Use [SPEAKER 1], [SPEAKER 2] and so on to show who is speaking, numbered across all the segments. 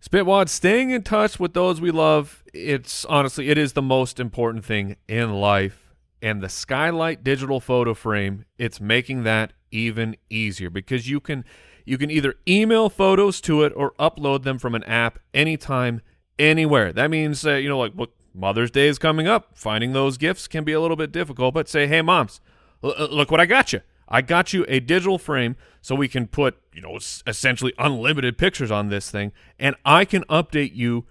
[SPEAKER 1] Spitwad, staying in touch with those we love, it's honestly, it is the most important thing in life. And the Skylight digital photo frame, it's making that even easier because you can you can either email photos to it or upload them from an app anytime, anywhere. That means uh, you know, like look, Mother's Day is coming up. Finding those gifts can be a little bit difficult, but say, hey, moms, l- uh, look what I got you. I got you a digital frame so we can put, you know, s- essentially unlimited pictures on this thing, and I can update you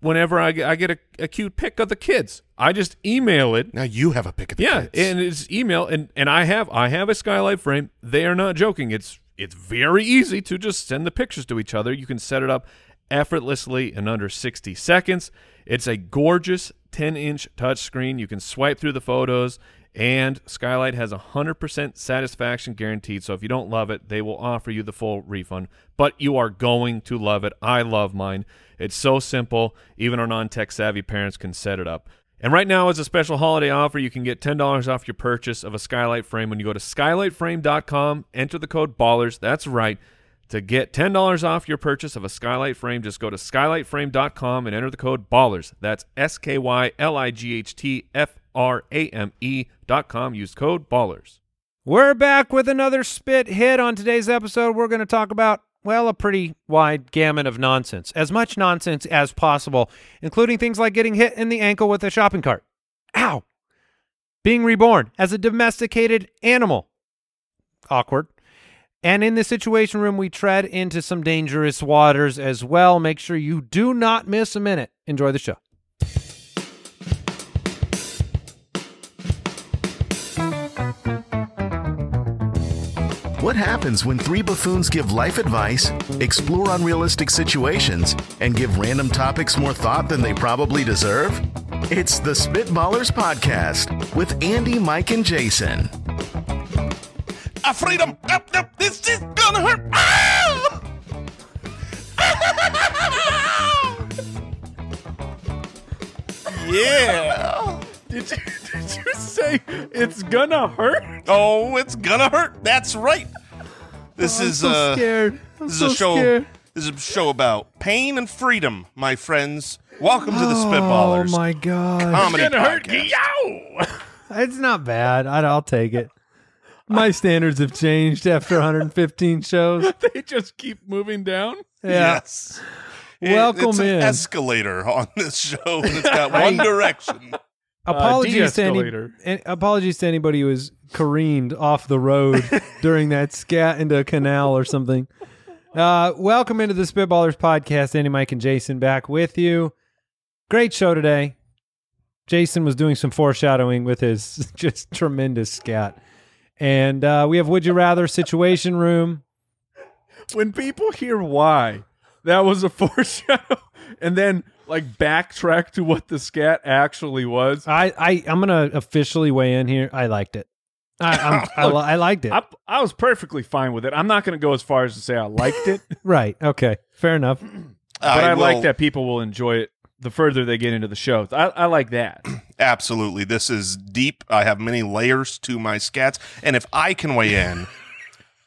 [SPEAKER 1] whenever I, g- I get a, a cute pic of the kids. I just email it
[SPEAKER 2] Now you have a pick of the
[SPEAKER 1] yeah,
[SPEAKER 2] kids.
[SPEAKER 1] and it's email, and and I have I have a skylight frame. They are not joking. It's it's very easy to just send the pictures to each other. You can set it up effortlessly in under 60 seconds. It's a gorgeous 10-inch touchscreen. You can swipe through the photos, and Skylight has a 100% satisfaction guaranteed. So if you don't love it, they will offer you the full refund. But you are going to love it. I love mine. It's so simple. Even our non-tech savvy parents can set it up. And right now, as a special holiday offer, you can get $10 off your purchase of a skylight frame when you go to skylightframe.com, enter the code BALLERS. That's right. To get $10 off your purchase of a skylight frame, just go to skylightframe.com and enter the code BALLERS. That's S K Y L I G H T F R A M E.com. Use code BALLERS.
[SPEAKER 3] We're back with another spit hit on today's episode. We're going to talk about, well, a pretty wide gamut of nonsense, as much nonsense as possible, including things like getting hit in the ankle with a shopping cart. Ow! Being reborn as a domesticated animal. Awkward. And in the Situation Room, we tread into some dangerous waters as well. Make sure you do not miss a minute. Enjoy the show.
[SPEAKER 4] What happens when three buffoons give life advice, explore unrealistic situations, and give random topics more thought than they probably deserve? It's the Spitballers Podcast with Andy, Mike, and Jason.
[SPEAKER 2] Ah, freedom. Up, up. This is gonna hurt. Ah! yeah.
[SPEAKER 1] Did you, did you say it's gonna hurt?
[SPEAKER 2] Oh, it's gonna hurt. That's right. This is uh,
[SPEAKER 3] Oh, scared.
[SPEAKER 2] this is a show. This is a show about pain and freedom, my friends. Welcome to the
[SPEAKER 3] Oh,
[SPEAKER 2] Spitballers
[SPEAKER 3] my God.
[SPEAKER 2] comedy
[SPEAKER 1] Gonna hurt.
[SPEAKER 2] podcast.
[SPEAKER 1] Yow!
[SPEAKER 3] It's not bad. I'd, I'll take it. My standards have changed after 115 shows. Yeah.
[SPEAKER 1] They just keep moving down.
[SPEAKER 2] Yes. It-
[SPEAKER 3] Welcome
[SPEAKER 2] it's
[SPEAKER 3] in.
[SPEAKER 2] an escalator on this show, and it's got one direction.
[SPEAKER 3] Apologies to any,
[SPEAKER 1] de-escalator.
[SPEAKER 3] an- apologies to anybody who was careened off the road during that scat into a canal or something. Uh, welcome into the Spitballers podcast. Andy, Mike, and Jason back with you. Great show today. Jason was doing some foreshadowing with his just tremendous scat. And uh, we have Would You Rather Situation Room.
[SPEAKER 1] when people hear why that was a foreshadow and then like backtrack to what the scat actually was
[SPEAKER 3] I, I I'm gonna officially weigh in here. I liked it. I I'm, I, li- I liked it.
[SPEAKER 1] I, I was perfectly fine with it i'm not going to go as far as to say i liked it
[SPEAKER 3] Right. Okay. Fair enough.
[SPEAKER 1] but i, like
[SPEAKER 2] will-
[SPEAKER 1] that people will enjoy it the further they get into the show i, I like that
[SPEAKER 2] Absolutely. This is deep. I have many layers to my scats. And if I can weigh in,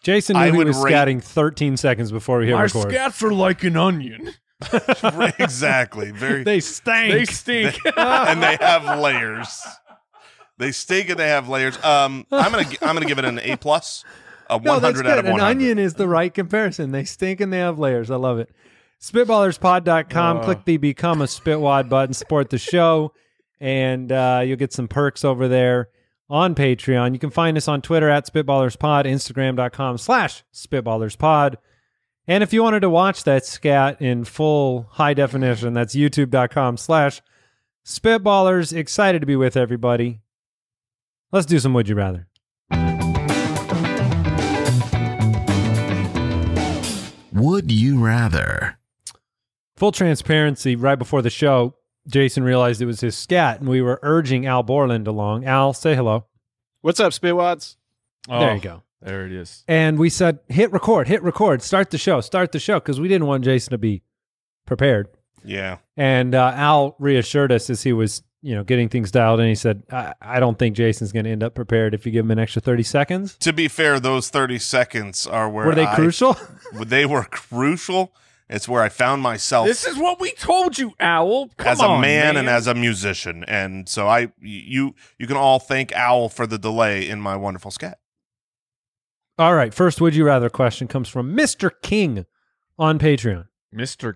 [SPEAKER 3] Jason
[SPEAKER 2] I
[SPEAKER 3] knew he
[SPEAKER 2] would
[SPEAKER 3] was
[SPEAKER 2] rate-
[SPEAKER 3] scatting 13 seconds before we hit record.
[SPEAKER 1] are like an onion
[SPEAKER 2] exactly. Very
[SPEAKER 3] they stank.
[SPEAKER 1] they stink
[SPEAKER 2] and they have layers. They stink and they have layers. Um I'm going to I'm going to give it an A plus. A
[SPEAKER 3] no, that's
[SPEAKER 2] 100 out
[SPEAKER 3] good.
[SPEAKER 2] of
[SPEAKER 3] An
[SPEAKER 2] 100.
[SPEAKER 3] onion is the right comparison. They stink and they have layers. I love it. Spitballerspod.com.
[SPEAKER 2] Uh.
[SPEAKER 3] Click the Become a Spitwad button. Support the show, and uh, you'll get some perks over there on Patreon. You can find us on Twitter at SpitballersPod, Instagram.com slash SpitballersPod. And if you wanted to watch that scat in full high definition, that's youtube.com slash Spitballers. Excited to be with everybody. Let's do some Would You Rather.
[SPEAKER 4] Would you rather?
[SPEAKER 3] Full transparency, right before the show, Jason realized it was his scat, and we were urging Al Borland along. Al, say hello.
[SPEAKER 5] What's up, Spitwads?
[SPEAKER 3] There
[SPEAKER 1] Oh,
[SPEAKER 3] you go.
[SPEAKER 1] there it is
[SPEAKER 3] And we said, hit record, hit record, start the show, start the show, because we didn't want Jason to be prepared.
[SPEAKER 2] Yeah.
[SPEAKER 3] And uh, Al reassured us as he was, you know, getting things dialed in. He said, I, I don't think Jason's going to end up prepared if you give him an extra 30 seconds.
[SPEAKER 2] To be fair, those 30 seconds are where
[SPEAKER 3] Were they
[SPEAKER 2] I-
[SPEAKER 3] crucial?
[SPEAKER 2] They were crucial It's where I found myself
[SPEAKER 6] This is what we told you, Owl. Come
[SPEAKER 2] as a
[SPEAKER 6] on,
[SPEAKER 2] man, and as a musician. And so I you you can all thank Owl for the delay in my wonderful scat.
[SPEAKER 3] All right. First, would you rather question comes from Mr. King on Patreon.
[SPEAKER 1] Mr.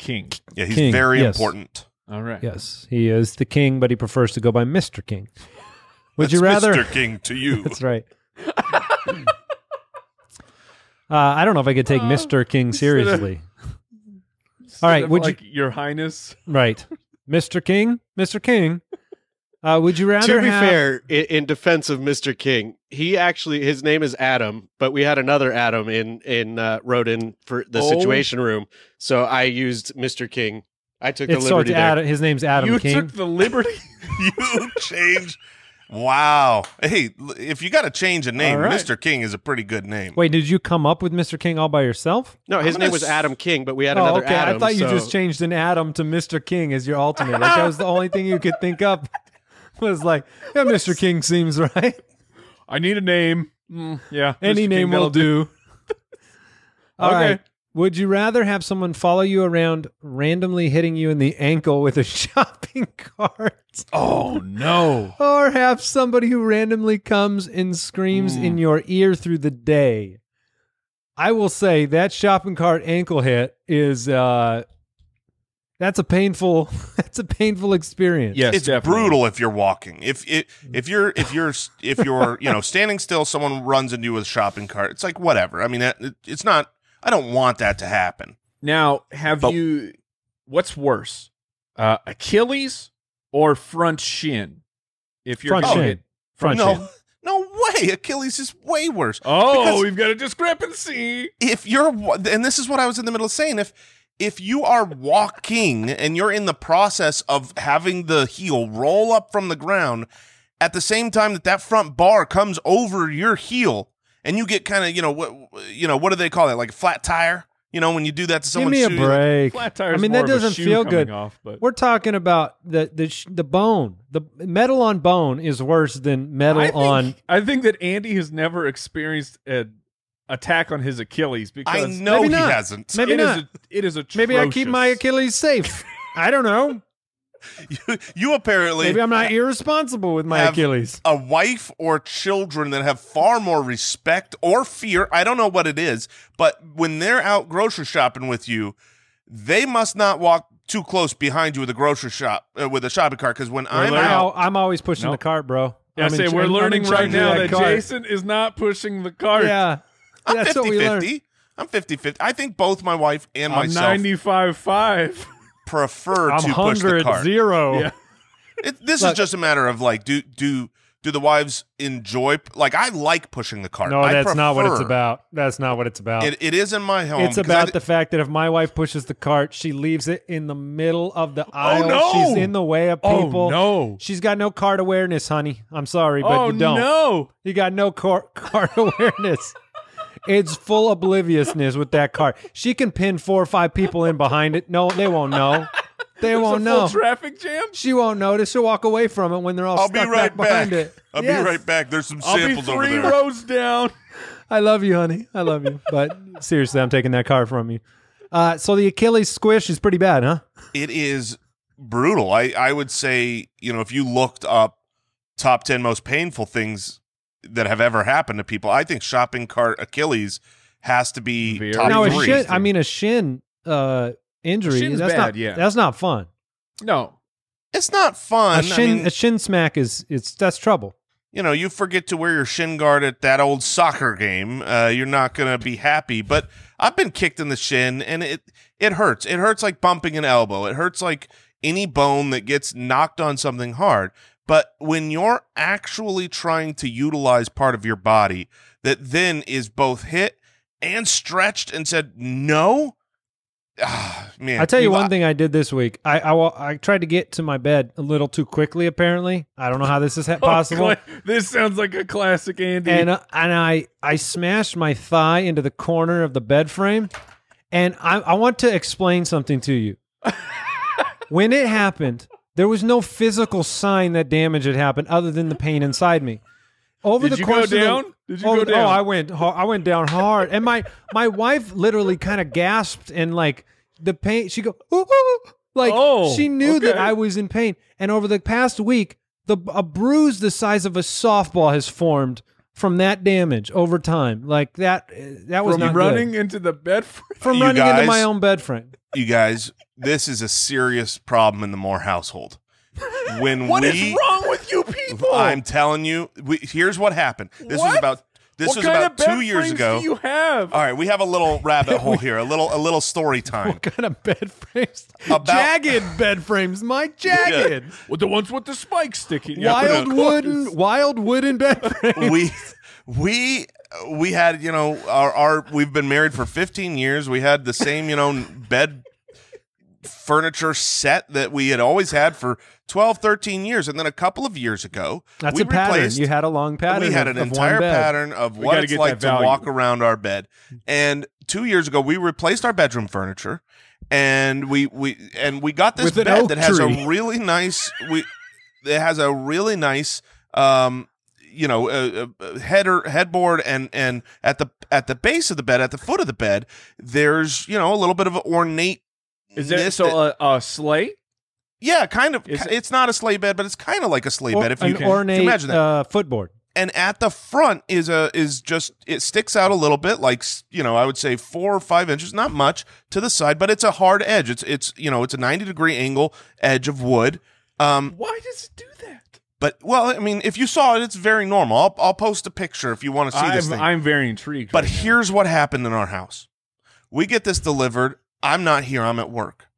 [SPEAKER 1] King.
[SPEAKER 2] Yeah, he's
[SPEAKER 3] King,
[SPEAKER 2] very
[SPEAKER 3] yes.
[SPEAKER 2] important.
[SPEAKER 1] All right.
[SPEAKER 3] Yes, he is the king, but he prefers to go by Mr. King. Would
[SPEAKER 2] That's
[SPEAKER 3] you rather?
[SPEAKER 2] Mr. King to you?
[SPEAKER 3] That's right. uh, I don't know if I could take Mr. King seriously. All right, would you-
[SPEAKER 1] like, Your Highness?
[SPEAKER 3] Right. Mr. King, Mr. King. Uh, would you rather
[SPEAKER 5] to be
[SPEAKER 3] have-
[SPEAKER 5] fair, in, in defense of Mr. King, he actually his name is Adam, but we had another Adam in in uh, wrote in for the
[SPEAKER 1] Oh.
[SPEAKER 5] Situation Room, so I used Mr. King. I took
[SPEAKER 3] It's,
[SPEAKER 5] the
[SPEAKER 3] so it's
[SPEAKER 5] liberty. there.
[SPEAKER 3] Adam, his name's Adam
[SPEAKER 1] you
[SPEAKER 3] King.
[SPEAKER 1] took the liberty.
[SPEAKER 2] you change. Wow. Hey, l- if you got to change a name,
[SPEAKER 1] All right.
[SPEAKER 2] Mr. King is a pretty good name.
[SPEAKER 3] Wait, did you come up with Mr. King all by yourself?
[SPEAKER 5] No, his
[SPEAKER 2] I'm
[SPEAKER 5] name
[SPEAKER 2] gonna
[SPEAKER 5] was
[SPEAKER 2] s-
[SPEAKER 5] Adam King, but we had
[SPEAKER 3] Oh,
[SPEAKER 5] another
[SPEAKER 3] okay.
[SPEAKER 5] Adam.
[SPEAKER 3] I thought you
[SPEAKER 5] so-
[SPEAKER 3] just changed an Adam to Mr. King as your alternate. Like that was the only thing you could think up. Was like, yeah, Mr. King seems right.
[SPEAKER 1] I need a name. Mm, yeah.
[SPEAKER 3] Any
[SPEAKER 1] Mr.
[SPEAKER 3] name
[SPEAKER 1] King,
[SPEAKER 3] will
[SPEAKER 1] that'll
[SPEAKER 3] do. All
[SPEAKER 1] Okay.
[SPEAKER 3] right. Would you rather have someone follow you around randomly hitting you in the ankle with a shopping cart
[SPEAKER 1] Oh, no.
[SPEAKER 3] or have somebody who randomly comes and screams in your ear through the day? I will say that shopping cart ankle hit is uh that's a painful that's a painful experience.
[SPEAKER 1] Yes,
[SPEAKER 2] it's
[SPEAKER 1] definitely.
[SPEAKER 2] brutal if you're walking. If it, if you're if you're s- if you're you know standing still, someone runs into you with a shopping cart. It's like whatever. I mean, that, it, it's not. I don't want that to happen.
[SPEAKER 1] Now, have
[SPEAKER 2] But-
[SPEAKER 1] you? What's worse, uh, Achilles or front shin? If you're
[SPEAKER 3] Front
[SPEAKER 1] gonna
[SPEAKER 3] shin.
[SPEAKER 1] get-
[SPEAKER 3] Front
[SPEAKER 2] no,
[SPEAKER 3] shin.
[SPEAKER 2] no way. Achilles is way worse.
[SPEAKER 1] Oh,
[SPEAKER 2] Because-
[SPEAKER 1] we've got a discrepancy.
[SPEAKER 2] if you're wa- and this is what I was in the middle of saying if if you are walking and you're in the process of having the heel roll up from the ground at the same time that that front bar comes over your heel and you get kind of you know what you know what do they call it like a flat tire you know when you do that to
[SPEAKER 3] Give
[SPEAKER 2] someone
[SPEAKER 3] me a break.
[SPEAKER 1] Flat tire.
[SPEAKER 3] I
[SPEAKER 1] is
[SPEAKER 3] mean,
[SPEAKER 1] more
[SPEAKER 3] that
[SPEAKER 1] of a
[SPEAKER 3] doesn't
[SPEAKER 1] shoe
[SPEAKER 3] feel
[SPEAKER 1] coming
[SPEAKER 3] good.
[SPEAKER 1] Off, but
[SPEAKER 3] We're talking about the the sh- the bone. The metal on bone is worse than metal
[SPEAKER 1] I think,
[SPEAKER 3] on.
[SPEAKER 1] I think that Andy has never experienced an attack on his Achilles because
[SPEAKER 2] I know he
[SPEAKER 3] Maybe not.
[SPEAKER 2] hasn't
[SPEAKER 3] Maybe
[SPEAKER 1] it is
[SPEAKER 3] not.
[SPEAKER 1] a, it is atrocious.
[SPEAKER 3] Maybe I keep my Achilles safe. I don't know.
[SPEAKER 2] you, you apparently
[SPEAKER 3] Maybe I'm not irresponsible with my
[SPEAKER 2] Have-
[SPEAKER 3] Achilles.
[SPEAKER 2] a wife or children that have far more respect or fear. I don't know what it is, but when they're out grocery shopping with you, they must not walk too close behind you with a grocery shop uh, with a shopping cart. Because when I'm
[SPEAKER 1] learning-
[SPEAKER 2] out,
[SPEAKER 3] Now I'm always pushing
[SPEAKER 1] Nope.
[SPEAKER 3] the cart, bro.
[SPEAKER 1] I
[SPEAKER 3] I'm
[SPEAKER 1] say
[SPEAKER 3] in-
[SPEAKER 1] we're
[SPEAKER 3] I'm in
[SPEAKER 1] learning
[SPEAKER 3] charge
[SPEAKER 1] right
[SPEAKER 3] of
[SPEAKER 1] now that
[SPEAKER 3] cart.
[SPEAKER 1] Jason is not pushing the cart.
[SPEAKER 3] Yeah,
[SPEAKER 2] I'm
[SPEAKER 3] that's what we learned.
[SPEAKER 2] 50-50. I'm 50-50. I think both my wife and
[SPEAKER 1] I'm
[SPEAKER 2] myself
[SPEAKER 1] 95 5.
[SPEAKER 2] prefer
[SPEAKER 3] I'm
[SPEAKER 2] to push the
[SPEAKER 3] hundred
[SPEAKER 2] cart.
[SPEAKER 3] zero.
[SPEAKER 1] Yeah.
[SPEAKER 2] It, this
[SPEAKER 3] Look-
[SPEAKER 2] is just a matter of like, do do do the wives enjoy? Like, I like pushing the cart.
[SPEAKER 3] No,
[SPEAKER 2] I
[SPEAKER 3] that's not what it's
[SPEAKER 2] prefer-
[SPEAKER 3] about. That's not what it's about.
[SPEAKER 2] It, it is in my home.
[SPEAKER 3] it's
[SPEAKER 2] 'cause I
[SPEAKER 3] about
[SPEAKER 2] d-
[SPEAKER 3] the fact that if my wife pushes the cart, she leaves it in the middle of
[SPEAKER 2] Oh,
[SPEAKER 3] the aisle.
[SPEAKER 1] no.
[SPEAKER 3] She's in the way of people.
[SPEAKER 1] Oh, no.
[SPEAKER 3] She's got no card awareness, honey. I'm sorry, but
[SPEAKER 1] oh,
[SPEAKER 3] you don't.
[SPEAKER 1] no.
[SPEAKER 3] You got no car- card awareness. It's full obliviousness with that card. She can pin four or five people in behind it. No, they won't know. They
[SPEAKER 2] Oh,
[SPEAKER 3] won't know.
[SPEAKER 1] traffic jam.
[SPEAKER 3] she won't notice. She'll walk away from it when they're all
[SPEAKER 2] I'll be
[SPEAKER 3] stuck
[SPEAKER 2] right
[SPEAKER 3] back
[SPEAKER 2] back.
[SPEAKER 3] behind it.
[SPEAKER 2] I'll
[SPEAKER 3] Yes.
[SPEAKER 2] be right back. There's some
[SPEAKER 1] I'll be
[SPEAKER 2] samples over
[SPEAKER 1] three
[SPEAKER 2] there.
[SPEAKER 1] rows down.
[SPEAKER 3] I love you, honey. I love you. But seriously, I'm taking that car from you. Uh, so the Achilles squish is pretty bad, huh?
[SPEAKER 2] it is brutal. I, I would say, you know, if you looked up top 10 most painful things that have ever happened to people, I think shopping cart Achilles has to be
[SPEAKER 1] Very
[SPEAKER 2] top
[SPEAKER 3] now a
[SPEAKER 2] three.
[SPEAKER 3] shin. I mean a shin uh, injury.
[SPEAKER 1] Shin's
[SPEAKER 3] that's
[SPEAKER 1] bad,
[SPEAKER 3] not.
[SPEAKER 1] yeah.
[SPEAKER 3] That's not fun.
[SPEAKER 1] No.
[SPEAKER 2] It's not fun.
[SPEAKER 3] a shin.
[SPEAKER 2] I mean,
[SPEAKER 3] a shin smack is. It's that's trouble.
[SPEAKER 2] you know, you forget to wear your shin guard at that old soccer game. Uh, you're not going to be happy. But I've been kicked in the shin and it, it hurts. It hurts like bumping an elbow. It hurts like any bone that gets knocked on something hard. But when you're actually trying to utilize part of your body that then is both hit and stretched and said, no, ah, man.
[SPEAKER 3] I tell you
[SPEAKER 2] Eli-
[SPEAKER 3] one thing I did this week. I, I wa- I tried to get to my bed a little too quickly. Apparently, I don't know how this is ha- possible.
[SPEAKER 1] Oh, Cla- this sounds like a classic Andy.
[SPEAKER 3] and uh, and I I smashed my thigh into the corner of the bed frame, and I I want to explain something to you. when it happened, there was no physical sign that damage had happened other than the pain inside me. Over
[SPEAKER 1] Did
[SPEAKER 3] the
[SPEAKER 1] you go
[SPEAKER 3] course of the-
[SPEAKER 1] down? Did you
[SPEAKER 3] oh,
[SPEAKER 1] go down?
[SPEAKER 3] Oh, I went ho- I went down hard, and my my wife literally kind of gasped and like the pain. She go, ooh, ooh," like
[SPEAKER 1] Oh,
[SPEAKER 3] she knew that
[SPEAKER 1] okay.
[SPEAKER 3] I was in pain. And over the past week, the a bruise the size of a softball has formed from that damage over time. Like that, eh, that was
[SPEAKER 6] From
[SPEAKER 3] not good.
[SPEAKER 6] running into the bed for
[SPEAKER 3] from
[SPEAKER 2] You
[SPEAKER 3] running into my
[SPEAKER 2] guys-
[SPEAKER 3] own bed frame.
[SPEAKER 2] you guys, this is a serious problem in the Moore household. When
[SPEAKER 6] What
[SPEAKER 2] we,
[SPEAKER 6] is wrong with you people?
[SPEAKER 2] I'm telling you, we, here's what happened. This was
[SPEAKER 6] Oh. What?
[SPEAKER 2] about this
[SPEAKER 6] what
[SPEAKER 2] was
[SPEAKER 6] kind
[SPEAKER 2] about
[SPEAKER 6] of bed
[SPEAKER 2] two years
[SPEAKER 6] frames
[SPEAKER 2] ago.
[SPEAKER 6] Do you have
[SPEAKER 2] All right, we have a little rabbit hole here, a little a little story time.
[SPEAKER 3] What kind of bed frames?
[SPEAKER 2] About-
[SPEAKER 3] jagged bed frames, Mike. Jagged,
[SPEAKER 6] Well, the ones with the spikes sticking. uh, out.
[SPEAKER 3] wild
[SPEAKER 6] Of course.
[SPEAKER 3] wooden, wild wooden bed frames.
[SPEAKER 2] we we we had you know our our we've been married for 15 years. We had the same you know bed furniture set that we had always had for 12 13 years and then a couple of years ago
[SPEAKER 3] That's
[SPEAKER 2] we
[SPEAKER 3] a pattern.
[SPEAKER 2] replaced-
[SPEAKER 3] You had a long pattern.
[SPEAKER 2] We had
[SPEAKER 3] of-
[SPEAKER 2] an
[SPEAKER 3] of one
[SPEAKER 2] entire
[SPEAKER 3] bed.
[SPEAKER 2] pattern of
[SPEAKER 6] We
[SPEAKER 2] what
[SPEAKER 6] gotta
[SPEAKER 2] it's
[SPEAKER 6] get
[SPEAKER 2] like
[SPEAKER 6] that
[SPEAKER 2] to
[SPEAKER 6] value.
[SPEAKER 2] walk around our bed. And two years ago, we replaced our bedroom furniture, and we we and we got this
[SPEAKER 3] With an
[SPEAKER 2] bed
[SPEAKER 3] oak
[SPEAKER 2] that has
[SPEAKER 3] tree.
[SPEAKER 2] a really nice we that has a really nice um you know uh, uh, header headboard and and at the at the base of the bed at the foot of the bed there's you know a little bit of ornate
[SPEAKER 6] Is there so uh, a, a slate?
[SPEAKER 2] yeah kind of
[SPEAKER 6] Is it-
[SPEAKER 2] it's not a sleigh bed but it's kind of like a sleigh
[SPEAKER 3] Or-
[SPEAKER 2] bed if you
[SPEAKER 3] an
[SPEAKER 2] can
[SPEAKER 3] ornate
[SPEAKER 2] imagine that
[SPEAKER 3] Uh, footboard.
[SPEAKER 2] and at the front is a is just it sticks out a little bit like you know i would say four or five inches not much to the side but it's a hard edge it's it's you know it's a 90 degree angle edge of wood um
[SPEAKER 6] Why does it do that?
[SPEAKER 2] but well i mean if you saw it it's very normal i'll, I'll post a picture if you want to see this
[SPEAKER 6] I'm,
[SPEAKER 2] thing
[SPEAKER 6] I'm very intrigued.
[SPEAKER 2] but
[SPEAKER 6] right now.
[SPEAKER 2] here's what happened in our house we get this delivered i'm not here i'm at work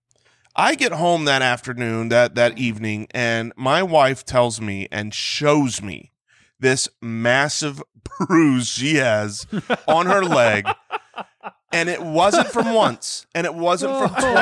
[SPEAKER 2] i get home that afternoon that that evening and my wife tells me and shows me this massive bruise she has on her leg and it wasn't from once and it wasn't from
[SPEAKER 3] Oh,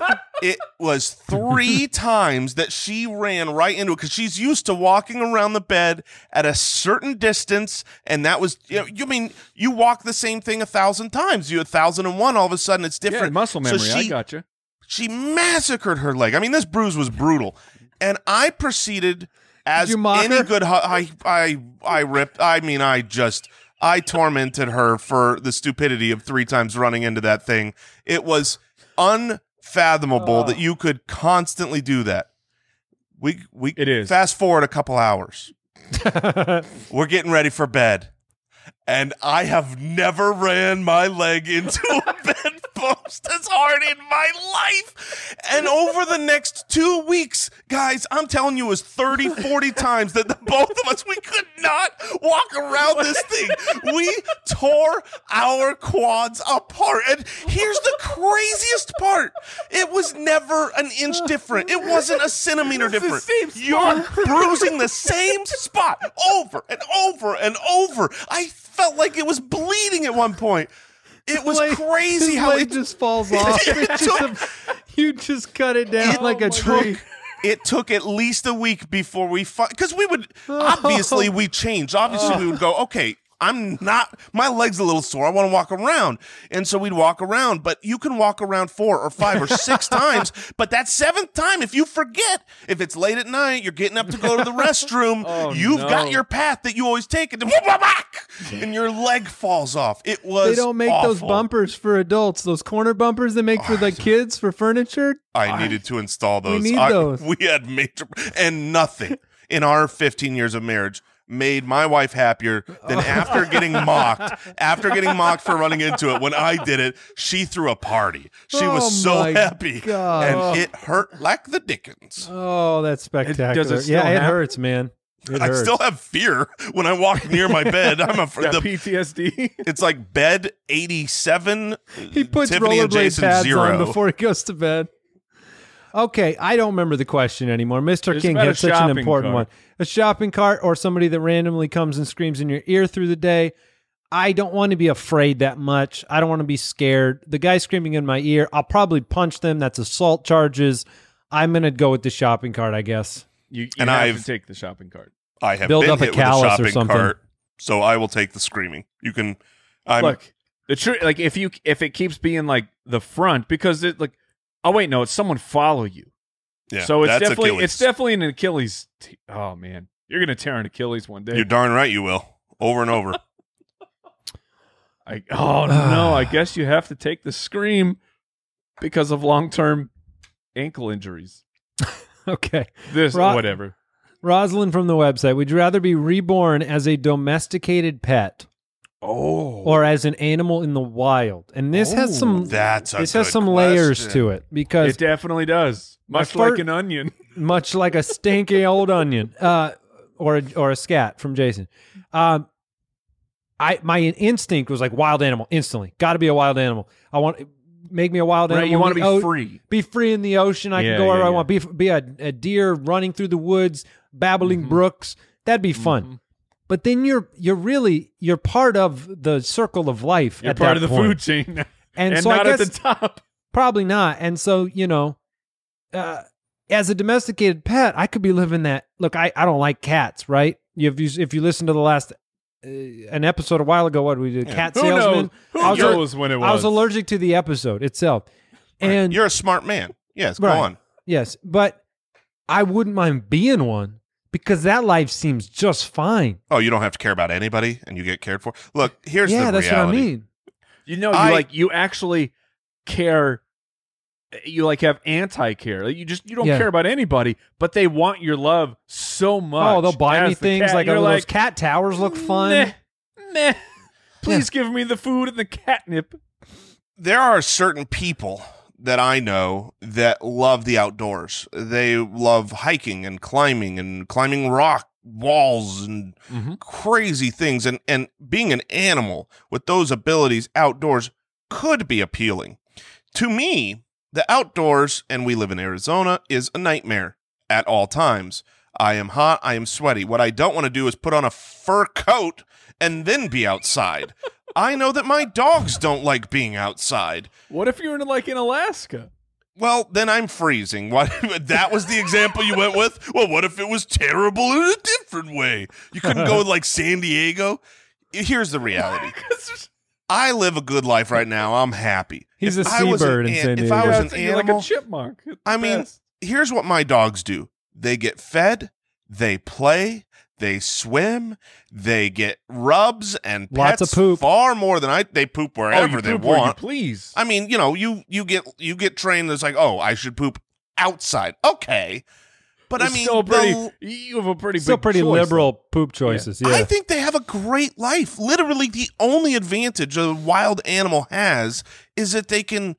[SPEAKER 2] twice it was three times that she ran right into it because she's used to walking around the bed at a certain distance, and that was you, know, you mean you walk the same thing a thousand times, you a thousand and one, all of a sudden it's
[SPEAKER 6] Yeah,
[SPEAKER 2] different.
[SPEAKER 6] muscle
[SPEAKER 2] So
[SPEAKER 6] memory. I
[SPEAKER 2] she-
[SPEAKER 6] gotcha.
[SPEAKER 2] She massacred her leg. I mean, this bruise was brutal, and I proceeded as
[SPEAKER 3] you mock
[SPEAKER 2] any
[SPEAKER 3] her?
[SPEAKER 2] good. hu- I I I ripped. I mean, I just. I tormented her for the stupidity of three times running into that thing. It was unfathomable that
[SPEAKER 3] Oh.
[SPEAKER 2] you could constantly do that. We we
[SPEAKER 6] It is.
[SPEAKER 2] fast forward a couple hours. We're getting ready for bed. And I have never ran my leg into a bedpost as hard in my life. And over the next two weeks, guys, I'm telling you, it was 30, 40 times that the both of us, we could not walk around this thing. We tore our quads apart. And here's the craziest part it was never an inch different, it wasn't a centimeter
[SPEAKER 6] the
[SPEAKER 2] different.
[SPEAKER 6] same
[SPEAKER 2] You're bruising the same spot over and over and over. I felt like it was bleeding at one point. It was
[SPEAKER 3] Like,
[SPEAKER 2] crazy
[SPEAKER 3] his
[SPEAKER 2] how
[SPEAKER 3] leg
[SPEAKER 2] it
[SPEAKER 3] just falls off.
[SPEAKER 2] It
[SPEAKER 3] It's just a- you just cut it down
[SPEAKER 2] It
[SPEAKER 3] like a
[SPEAKER 2] took-
[SPEAKER 3] tree.
[SPEAKER 2] It took at least a week before we fought because we would
[SPEAKER 3] Oh.
[SPEAKER 2] obviously we changed. Obviously, we would go, okay, I'm not my leg's a little sore. I want to walk around. And so we'd walk around, but you can walk around four or five or six times. But that seventh time, if you forget, if it's late at night, you're getting up to go to the restroom,
[SPEAKER 3] Oh,
[SPEAKER 2] you've got your path that you always take, and then whoop, whoop, whack, and your leg falls off. It was
[SPEAKER 3] They don't make those
[SPEAKER 2] awful.
[SPEAKER 3] bumpers for adults. Those corner bumpers they make for the kids for furniture.
[SPEAKER 2] I needed to install those.
[SPEAKER 3] need
[SPEAKER 2] I-
[SPEAKER 3] those.
[SPEAKER 2] we had major and nothing in our 15 years of marriage made my wife happier than after getting mocked. After getting mocked for running into it when I did it, she threw a party. She
[SPEAKER 3] Oh
[SPEAKER 2] was so
[SPEAKER 3] my
[SPEAKER 2] happy,
[SPEAKER 3] God.
[SPEAKER 2] and it hurt like the dickens.
[SPEAKER 3] Oh, that's spectacular.
[SPEAKER 6] still
[SPEAKER 3] yeah, it
[SPEAKER 6] happen?
[SPEAKER 3] hurts, man. It
[SPEAKER 2] I
[SPEAKER 3] hurts.
[SPEAKER 2] still have fear when I walk near my bed. I'm afraid
[SPEAKER 6] That
[SPEAKER 2] the,
[SPEAKER 6] PTSD.
[SPEAKER 2] it's like bed 87.
[SPEAKER 3] he puts
[SPEAKER 2] Tiffany and
[SPEAKER 3] rollerblade
[SPEAKER 2] Jason
[SPEAKER 3] pads
[SPEAKER 2] zero.
[SPEAKER 3] on before he goes to bed. Okay, I don't remember the question anymore. Mr.
[SPEAKER 6] It's
[SPEAKER 3] King
[SPEAKER 6] about
[SPEAKER 3] had
[SPEAKER 6] a
[SPEAKER 3] such an
[SPEAKER 6] shopping
[SPEAKER 3] important
[SPEAKER 6] cart.
[SPEAKER 3] one. A shopping cart or somebody that randomly comes and screams in your ear through the day. I don't want to be afraid that much. I don't want to be scared. The guy screaming in my ear, I'll probably punch them. That's assault charges. I'm going to go with the shopping cart, I guess.
[SPEAKER 6] You, you
[SPEAKER 2] And
[SPEAKER 6] have
[SPEAKER 2] I've-
[SPEAKER 6] to take the shopping cart.
[SPEAKER 2] I have
[SPEAKER 3] Build
[SPEAKER 2] been
[SPEAKER 3] up a
[SPEAKER 2] hit with a
[SPEAKER 3] callus or
[SPEAKER 2] shopping
[SPEAKER 3] something.
[SPEAKER 2] cart, so I will take the screaming. You can. I'm,
[SPEAKER 6] Look, the truth, like if you if it keeps being like the front because it like, oh wait, no, it's someone follow you.
[SPEAKER 2] yeah,
[SPEAKER 6] so it's
[SPEAKER 2] that's
[SPEAKER 6] definitely
[SPEAKER 2] Achilles.
[SPEAKER 6] it's definitely an Achilles. T- oh man, you're gonna tear an Achilles one day.
[SPEAKER 2] You're darn right you will. Over and over.
[SPEAKER 6] I, oh no, I guess you have to take the scream. because of long term ankle injuries.
[SPEAKER 3] Okay.
[SPEAKER 6] This
[SPEAKER 3] Ro-
[SPEAKER 6] whatever.
[SPEAKER 3] Rosalind from the website. Would you rather be reborn as a domesticated pet
[SPEAKER 6] Oh,
[SPEAKER 3] or as an animal in the wild? And this has some
[SPEAKER 2] That's a
[SPEAKER 3] this has
[SPEAKER 2] good
[SPEAKER 3] some layers
[SPEAKER 2] question.
[SPEAKER 3] to it because
[SPEAKER 6] it definitely does.
[SPEAKER 3] My
[SPEAKER 6] Much
[SPEAKER 3] fir-
[SPEAKER 6] like an onion.
[SPEAKER 3] much like a stinky old onion, uh, or a, or a scat from Jason. Um, I my instinct was like wild animal instantly. Got to be a wild animal. I want make me a wild animal.
[SPEAKER 6] Right? You want to
[SPEAKER 3] in
[SPEAKER 6] be
[SPEAKER 3] the o-
[SPEAKER 6] free.
[SPEAKER 3] Be free in the ocean. I
[SPEAKER 6] Yeah,
[SPEAKER 3] can go wherever
[SPEAKER 6] yeah,
[SPEAKER 3] I
[SPEAKER 6] yeah.
[SPEAKER 3] want. Be be a, a deer running through the woods, babbling
[SPEAKER 6] Mhm.
[SPEAKER 3] brooks. That'd be fun.
[SPEAKER 6] Mhm.
[SPEAKER 3] But then you're you're really you're part of the circle of life.
[SPEAKER 6] You're
[SPEAKER 3] at
[SPEAKER 6] part
[SPEAKER 3] that
[SPEAKER 6] of the
[SPEAKER 3] point.
[SPEAKER 6] food chain, now.
[SPEAKER 3] and,
[SPEAKER 6] and,
[SPEAKER 3] so
[SPEAKER 6] not
[SPEAKER 3] I guess
[SPEAKER 6] at the top.
[SPEAKER 3] Probably not. And so, you know, uh, as a domesticated pet, I could be living that. Look, I, I don't like cats, right? You, if, you, if you listen to the last, uh, an episode a while ago, what we did, cat
[SPEAKER 6] Who knows?
[SPEAKER 3] salesman.
[SPEAKER 6] Who
[SPEAKER 3] I was al-
[SPEAKER 6] knows when it was?
[SPEAKER 3] I was allergic to the episode itself.
[SPEAKER 2] Right.
[SPEAKER 3] And
[SPEAKER 2] You're a smart man. Yes,
[SPEAKER 3] Right.
[SPEAKER 2] go on.
[SPEAKER 3] yes, but I wouldn't mind being one because that life seems just fine.
[SPEAKER 2] Oh, you don't have to care about anybody, and you get cared for. Look, here's
[SPEAKER 3] yeah,
[SPEAKER 2] the
[SPEAKER 3] that's
[SPEAKER 2] reality.
[SPEAKER 3] what I mean.
[SPEAKER 6] You know, you
[SPEAKER 2] I-
[SPEAKER 6] like you actually care. You like have anti care. Like you just you don't
[SPEAKER 3] Yeah.
[SPEAKER 6] care about anybody, but they want your love so much.
[SPEAKER 3] oh, they'll buy
[SPEAKER 6] as
[SPEAKER 3] me
[SPEAKER 6] the
[SPEAKER 3] things
[SPEAKER 6] cat.
[SPEAKER 3] like,
[SPEAKER 6] You're
[SPEAKER 3] oh, those
[SPEAKER 6] like
[SPEAKER 3] cat towers look fun.
[SPEAKER 6] Meh, meh. Please give me the food and the catnip.
[SPEAKER 2] There are certain people that I know that love the outdoors. They love hiking and climbing and climbing rock walls and
[SPEAKER 6] Mm-hmm.
[SPEAKER 2] crazy things. And and being an animal with those abilities outdoors could be appealing. To me, the outdoors, and we live in Arizona, is a nightmare at all times. I am hot. I am sweaty. What I don't want to do is put on a fur coat and then be outside. I know that my dogs don't like being outside.
[SPEAKER 6] What if you're in like in Alaska?
[SPEAKER 2] Well, then I'm freezing. What? That was the example you went with. Well, what if it was terrible in a different way? You couldn't go with like San Diego. Here's the reality. I live a good life right now. I'm happy.
[SPEAKER 3] He's
[SPEAKER 2] If
[SPEAKER 3] a
[SPEAKER 2] I was an
[SPEAKER 3] seabird in
[SPEAKER 2] an-
[SPEAKER 3] San
[SPEAKER 2] If I
[SPEAKER 3] Diego.
[SPEAKER 2] was
[SPEAKER 6] Yeah,
[SPEAKER 2] an
[SPEAKER 6] it's like- you're like a
[SPEAKER 2] animal,
[SPEAKER 6] chipmunk. It's
[SPEAKER 2] I
[SPEAKER 6] the
[SPEAKER 2] mean,
[SPEAKER 6] best.
[SPEAKER 2] here's what my dogs do they get fed, they play, they swim, they get rubs and
[SPEAKER 3] Lots
[SPEAKER 2] pets
[SPEAKER 3] of poop.
[SPEAKER 2] far more than I they poop
[SPEAKER 6] oh,
[SPEAKER 2] wherever
[SPEAKER 6] you
[SPEAKER 2] they
[SPEAKER 6] poop where you
[SPEAKER 2] want.
[SPEAKER 6] please.
[SPEAKER 2] I mean, you know, you you get you get trained that's like, "Oh, I should poop outside." Okay. But I
[SPEAKER 6] It's
[SPEAKER 2] mean,
[SPEAKER 6] still pretty.
[SPEAKER 2] the-
[SPEAKER 6] you have a pretty
[SPEAKER 3] Still
[SPEAKER 6] big
[SPEAKER 3] pretty
[SPEAKER 6] choice.
[SPEAKER 3] liberal poop choices. Yeah.
[SPEAKER 2] I think they have a great life. Literally, the only advantage a wild animal has is that they can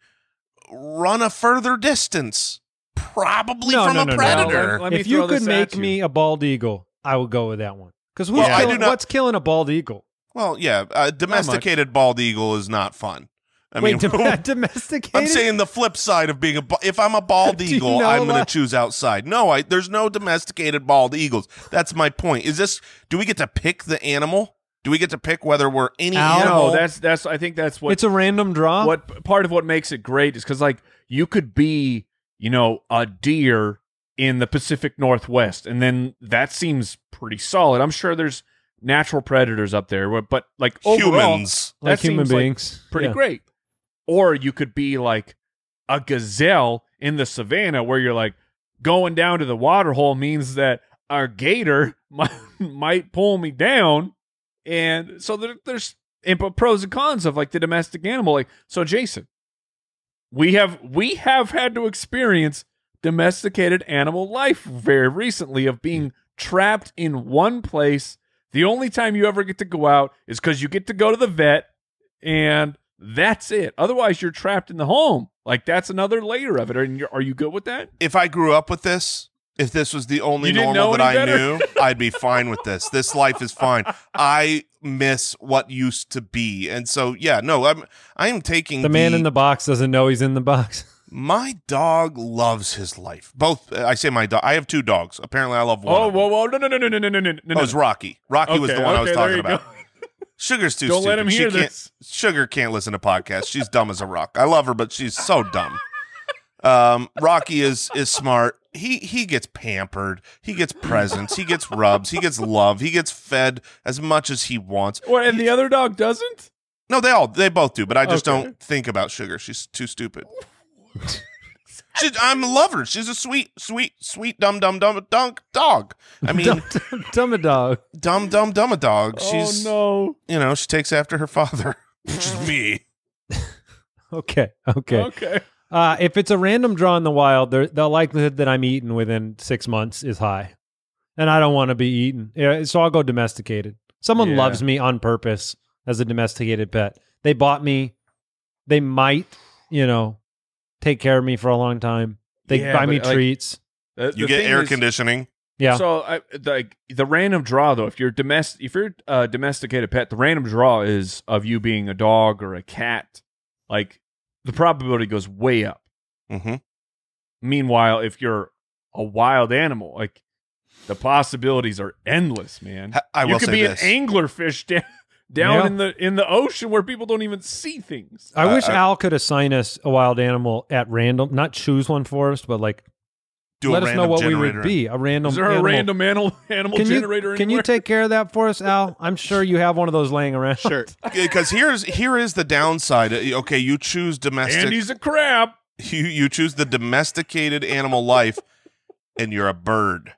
[SPEAKER 2] run a further distance, probably
[SPEAKER 3] No,
[SPEAKER 2] from
[SPEAKER 3] no,
[SPEAKER 2] a
[SPEAKER 3] no, no.
[SPEAKER 2] predator.
[SPEAKER 6] Let me
[SPEAKER 3] if you
[SPEAKER 6] throw
[SPEAKER 3] could
[SPEAKER 6] this
[SPEAKER 3] make
[SPEAKER 6] at you.
[SPEAKER 3] me a bald eagle, I would go with that one. Because
[SPEAKER 2] Well, I do not-
[SPEAKER 3] what's killing a bald eagle?
[SPEAKER 2] Well, yeah, a domesticated bald eagle is not fun. I
[SPEAKER 3] Wait,
[SPEAKER 2] mean,
[SPEAKER 3] dom- domesticated?
[SPEAKER 2] I'm saying the flip side of being a. bu- If I'm a bald
[SPEAKER 3] Do you
[SPEAKER 2] eagle,
[SPEAKER 3] know
[SPEAKER 2] I'm going
[SPEAKER 3] that?
[SPEAKER 2] to choose outside. No, I, there's no domesticated bald eagles. That's my point. Is this? Do we get to pick the animal? Do we get to pick whether we're any
[SPEAKER 3] Ow.
[SPEAKER 2] animal?
[SPEAKER 6] No, that's that's. I think that's what
[SPEAKER 3] it's a random draw.
[SPEAKER 6] what part of what makes it great is because like you could be you know a deer in the pacific northwest and then that seems pretty solid i'm sure there's natural predators up there but- but like overall,
[SPEAKER 2] humans.
[SPEAKER 6] that
[SPEAKER 3] like human
[SPEAKER 6] seems, like,
[SPEAKER 3] beings.
[SPEAKER 6] pretty
[SPEAKER 3] Yeah.
[SPEAKER 6] great or you could be like a gazelle in the savannah where you're like going down to the water hole means that our gator might, might pull me down and so there, there's and but pros and cons of like the domestic animal like so jason we have we have had to experience domesticated animal life very recently of being trapped in one place the only time you ever get to go out is because you get to go to the vet and that's it otherwise you're trapped in the home like that's another layer of it are you, are you good with that
[SPEAKER 2] If I grew up with this, if this was the only
[SPEAKER 6] You didn't
[SPEAKER 2] normal
[SPEAKER 6] know
[SPEAKER 2] that I
[SPEAKER 6] any better?
[SPEAKER 2] knew, I'd be fine with this. This life is fine. I miss what used to be, and so yeah, no, I'm I'm taking
[SPEAKER 3] The man in the box doesn't know he's in the box.
[SPEAKER 2] My dog loves his life. Both, I say my dog. I have two dogs. Apparently, I love one.
[SPEAKER 6] oh
[SPEAKER 2] of them.
[SPEAKER 6] whoa whoa no no no no no no no no
[SPEAKER 2] Oh,
[SPEAKER 6] no
[SPEAKER 2] it was Rocky. Rocky was the
[SPEAKER 6] Okay,
[SPEAKER 2] one I was
[SPEAKER 6] okay, there
[SPEAKER 2] talking
[SPEAKER 6] you
[SPEAKER 2] about.
[SPEAKER 6] go.
[SPEAKER 2] Sugar's too
[SPEAKER 6] don't
[SPEAKER 2] stupid.
[SPEAKER 6] let him
[SPEAKER 2] She
[SPEAKER 6] hear
[SPEAKER 2] can't-
[SPEAKER 6] this
[SPEAKER 2] Sugar can't listen to podcasts. She's dumb as a rock. I love her, but she's so dumb. Um, Rocky is is smart. He he gets pampered. He gets presents. He gets rubs. He gets love. He gets fed as much as he wants.
[SPEAKER 6] what and the other dog doesn't
[SPEAKER 2] No, they all they both do, but I just
[SPEAKER 6] Okay.
[SPEAKER 2] don't think about sugar. She's too stupid. she, I'm a lover. She's a sweet, sweet, sweet dumb dumb dumb dunk dog. I mean,
[SPEAKER 3] Dumb, dumb a dog.
[SPEAKER 2] dumb dumb dumb a dog. She's
[SPEAKER 6] oh
[SPEAKER 2] you know she takes after her father, which is me.
[SPEAKER 3] Okay, okay.
[SPEAKER 6] no. Okay.
[SPEAKER 3] Uh, if it's a random draw in the wild, there, the likelihood that I'm eaten within six months is high, and I don't want to be eaten. Yeah, So I'll go domesticated. Someone
[SPEAKER 6] Yeah.
[SPEAKER 3] loves me on purpose as a domesticated pet. They bought me. They might, you know, take care of me for a long time. They
[SPEAKER 6] Yeah,
[SPEAKER 3] buy me
[SPEAKER 6] but, like,
[SPEAKER 3] treats.
[SPEAKER 6] The-
[SPEAKER 2] You
[SPEAKER 6] the
[SPEAKER 2] get
[SPEAKER 6] thing
[SPEAKER 2] air
[SPEAKER 6] is-
[SPEAKER 2] conditioning.
[SPEAKER 3] Yeah.
[SPEAKER 6] So I, like the random draw though, if you're domestic, if you're a domesticated pet, the random draw is of you being a dog or a cat. Like the probability goes way up.
[SPEAKER 2] hmm
[SPEAKER 6] Meanwhile, if you're a wild animal, like the possibilities are endless, man.
[SPEAKER 2] I will
[SPEAKER 6] you could
[SPEAKER 2] say
[SPEAKER 6] be
[SPEAKER 2] this.
[SPEAKER 6] an anglerfish down down
[SPEAKER 3] Yeah.
[SPEAKER 6] in the in the ocean where people don't even see things.
[SPEAKER 3] I wish
[SPEAKER 2] I-
[SPEAKER 3] Al could assign us a wild animal at random, not choose one for us, but like
[SPEAKER 2] Do a
[SPEAKER 3] let us know
[SPEAKER 2] random
[SPEAKER 3] what we
[SPEAKER 2] generator.
[SPEAKER 3] would be. A random.
[SPEAKER 6] Is there a
[SPEAKER 3] animal.
[SPEAKER 6] random animal animal
[SPEAKER 3] Can you,
[SPEAKER 6] generator
[SPEAKER 3] can you
[SPEAKER 6] anywhere?
[SPEAKER 3] take care of that for us, Al? I'm sure you have one of those laying around.
[SPEAKER 5] Sure.
[SPEAKER 2] Because here's here is the downside. Uh, Okay, you choose domestic.
[SPEAKER 6] And he's a crab.
[SPEAKER 2] you you choose the domesticated animal life, and you're a bird.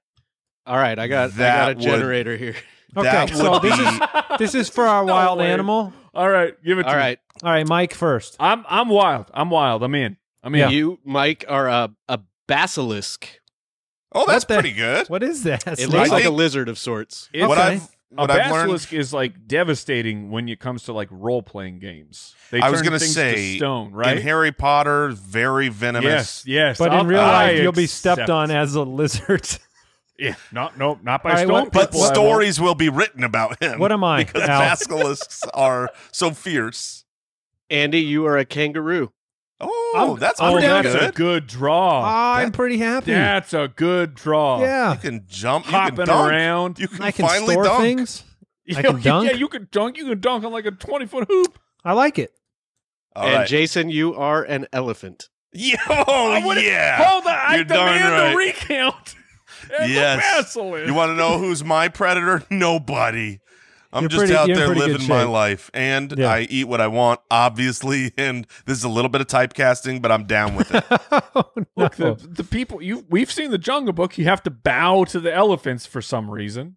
[SPEAKER 5] All right, I got
[SPEAKER 2] That
[SPEAKER 5] I got a
[SPEAKER 2] would-
[SPEAKER 5] generator here.
[SPEAKER 3] Okay,
[SPEAKER 2] that
[SPEAKER 3] so
[SPEAKER 2] would
[SPEAKER 3] this
[SPEAKER 2] be.
[SPEAKER 3] is This is for our
[SPEAKER 6] No
[SPEAKER 3] wild
[SPEAKER 6] way.
[SPEAKER 3] animal.
[SPEAKER 6] All right, give it to
[SPEAKER 5] All
[SPEAKER 6] me.
[SPEAKER 5] right,
[SPEAKER 3] All right, Mike first.
[SPEAKER 6] I'm I'm wild. I'm wild. I'm in. I'm in.
[SPEAKER 5] you Mike are a a basilisk.
[SPEAKER 2] oh, that's
[SPEAKER 3] What the-
[SPEAKER 2] pretty good.
[SPEAKER 3] What is that?
[SPEAKER 5] It looks
[SPEAKER 2] I
[SPEAKER 5] like a
[SPEAKER 2] think-
[SPEAKER 5] lizard of sorts.
[SPEAKER 6] It's-
[SPEAKER 2] What
[SPEAKER 3] okay.
[SPEAKER 2] I've
[SPEAKER 6] a
[SPEAKER 2] what I've learned.
[SPEAKER 6] basilisk is like devastating when it comes to like role playing games. They
[SPEAKER 2] I was
[SPEAKER 6] turn
[SPEAKER 2] gonna
[SPEAKER 6] things
[SPEAKER 2] say,
[SPEAKER 6] to stone,
[SPEAKER 2] in
[SPEAKER 6] right?
[SPEAKER 2] Harry Potter, very venomous.
[SPEAKER 6] yes, yes.
[SPEAKER 3] but
[SPEAKER 6] I'll-
[SPEAKER 3] in real life,
[SPEAKER 6] I
[SPEAKER 3] you'll be stepped
[SPEAKER 6] accept.
[SPEAKER 3] on as a lizard.
[SPEAKER 6] Yeah, not no, not by
[SPEAKER 3] All right,
[SPEAKER 6] stone
[SPEAKER 3] what-
[SPEAKER 2] But
[SPEAKER 6] people. I won't.
[SPEAKER 2] stories will be written about him.
[SPEAKER 3] What am I,
[SPEAKER 2] Because
[SPEAKER 3] Al?
[SPEAKER 2] basilisks are so fierce.
[SPEAKER 5] Andy, you are a kangaroo.
[SPEAKER 2] Oh,
[SPEAKER 3] I'm-
[SPEAKER 2] that's
[SPEAKER 6] Oh,
[SPEAKER 2] pretty
[SPEAKER 6] that's a
[SPEAKER 2] good.
[SPEAKER 6] good draw.
[SPEAKER 3] Ah, I'm pretty happy. Yeah.
[SPEAKER 6] that's a good draw.
[SPEAKER 2] You can jump. you can
[SPEAKER 6] hopping
[SPEAKER 2] dunk.
[SPEAKER 6] around.
[SPEAKER 2] You can,
[SPEAKER 3] I can
[SPEAKER 2] finally
[SPEAKER 3] store
[SPEAKER 2] dunk.
[SPEAKER 3] things. I
[SPEAKER 6] You know,
[SPEAKER 3] can dunk.
[SPEAKER 6] Yeah, you can dunk. You can dunk on like a twenty foot hoop.
[SPEAKER 3] I like it.
[SPEAKER 2] All
[SPEAKER 5] and
[SPEAKER 2] right.
[SPEAKER 5] Jason, you are an elephant.
[SPEAKER 2] Yeah, oh,
[SPEAKER 6] I would've-
[SPEAKER 2] yeah.
[SPEAKER 6] Hold on, I
[SPEAKER 2] You're darn
[SPEAKER 6] demand
[SPEAKER 2] right.
[SPEAKER 6] the recount. And the
[SPEAKER 2] Yes.
[SPEAKER 6] basilisk.
[SPEAKER 2] You want to know who's my predator? Nobody. I'm
[SPEAKER 3] You're
[SPEAKER 2] just
[SPEAKER 3] pretty-
[SPEAKER 2] out
[SPEAKER 3] you're in
[SPEAKER 2] there
[SPEAKER 3] pretty good
[SPEAKER 2] living my
[SPEAKER 3] shape.
[SPEAKER 2] life, and
[SPEAKER 3] Yeah.
[SPEAKER 2] I eat what I want, obviously. And this is a little bit of typecasting, but I'm down with it.
[SPEAKER 3] oh, no.
[SPEAKER 6] Look, the, the people you we've seen the Jungle Book. You have to bow to the elephants for some reason.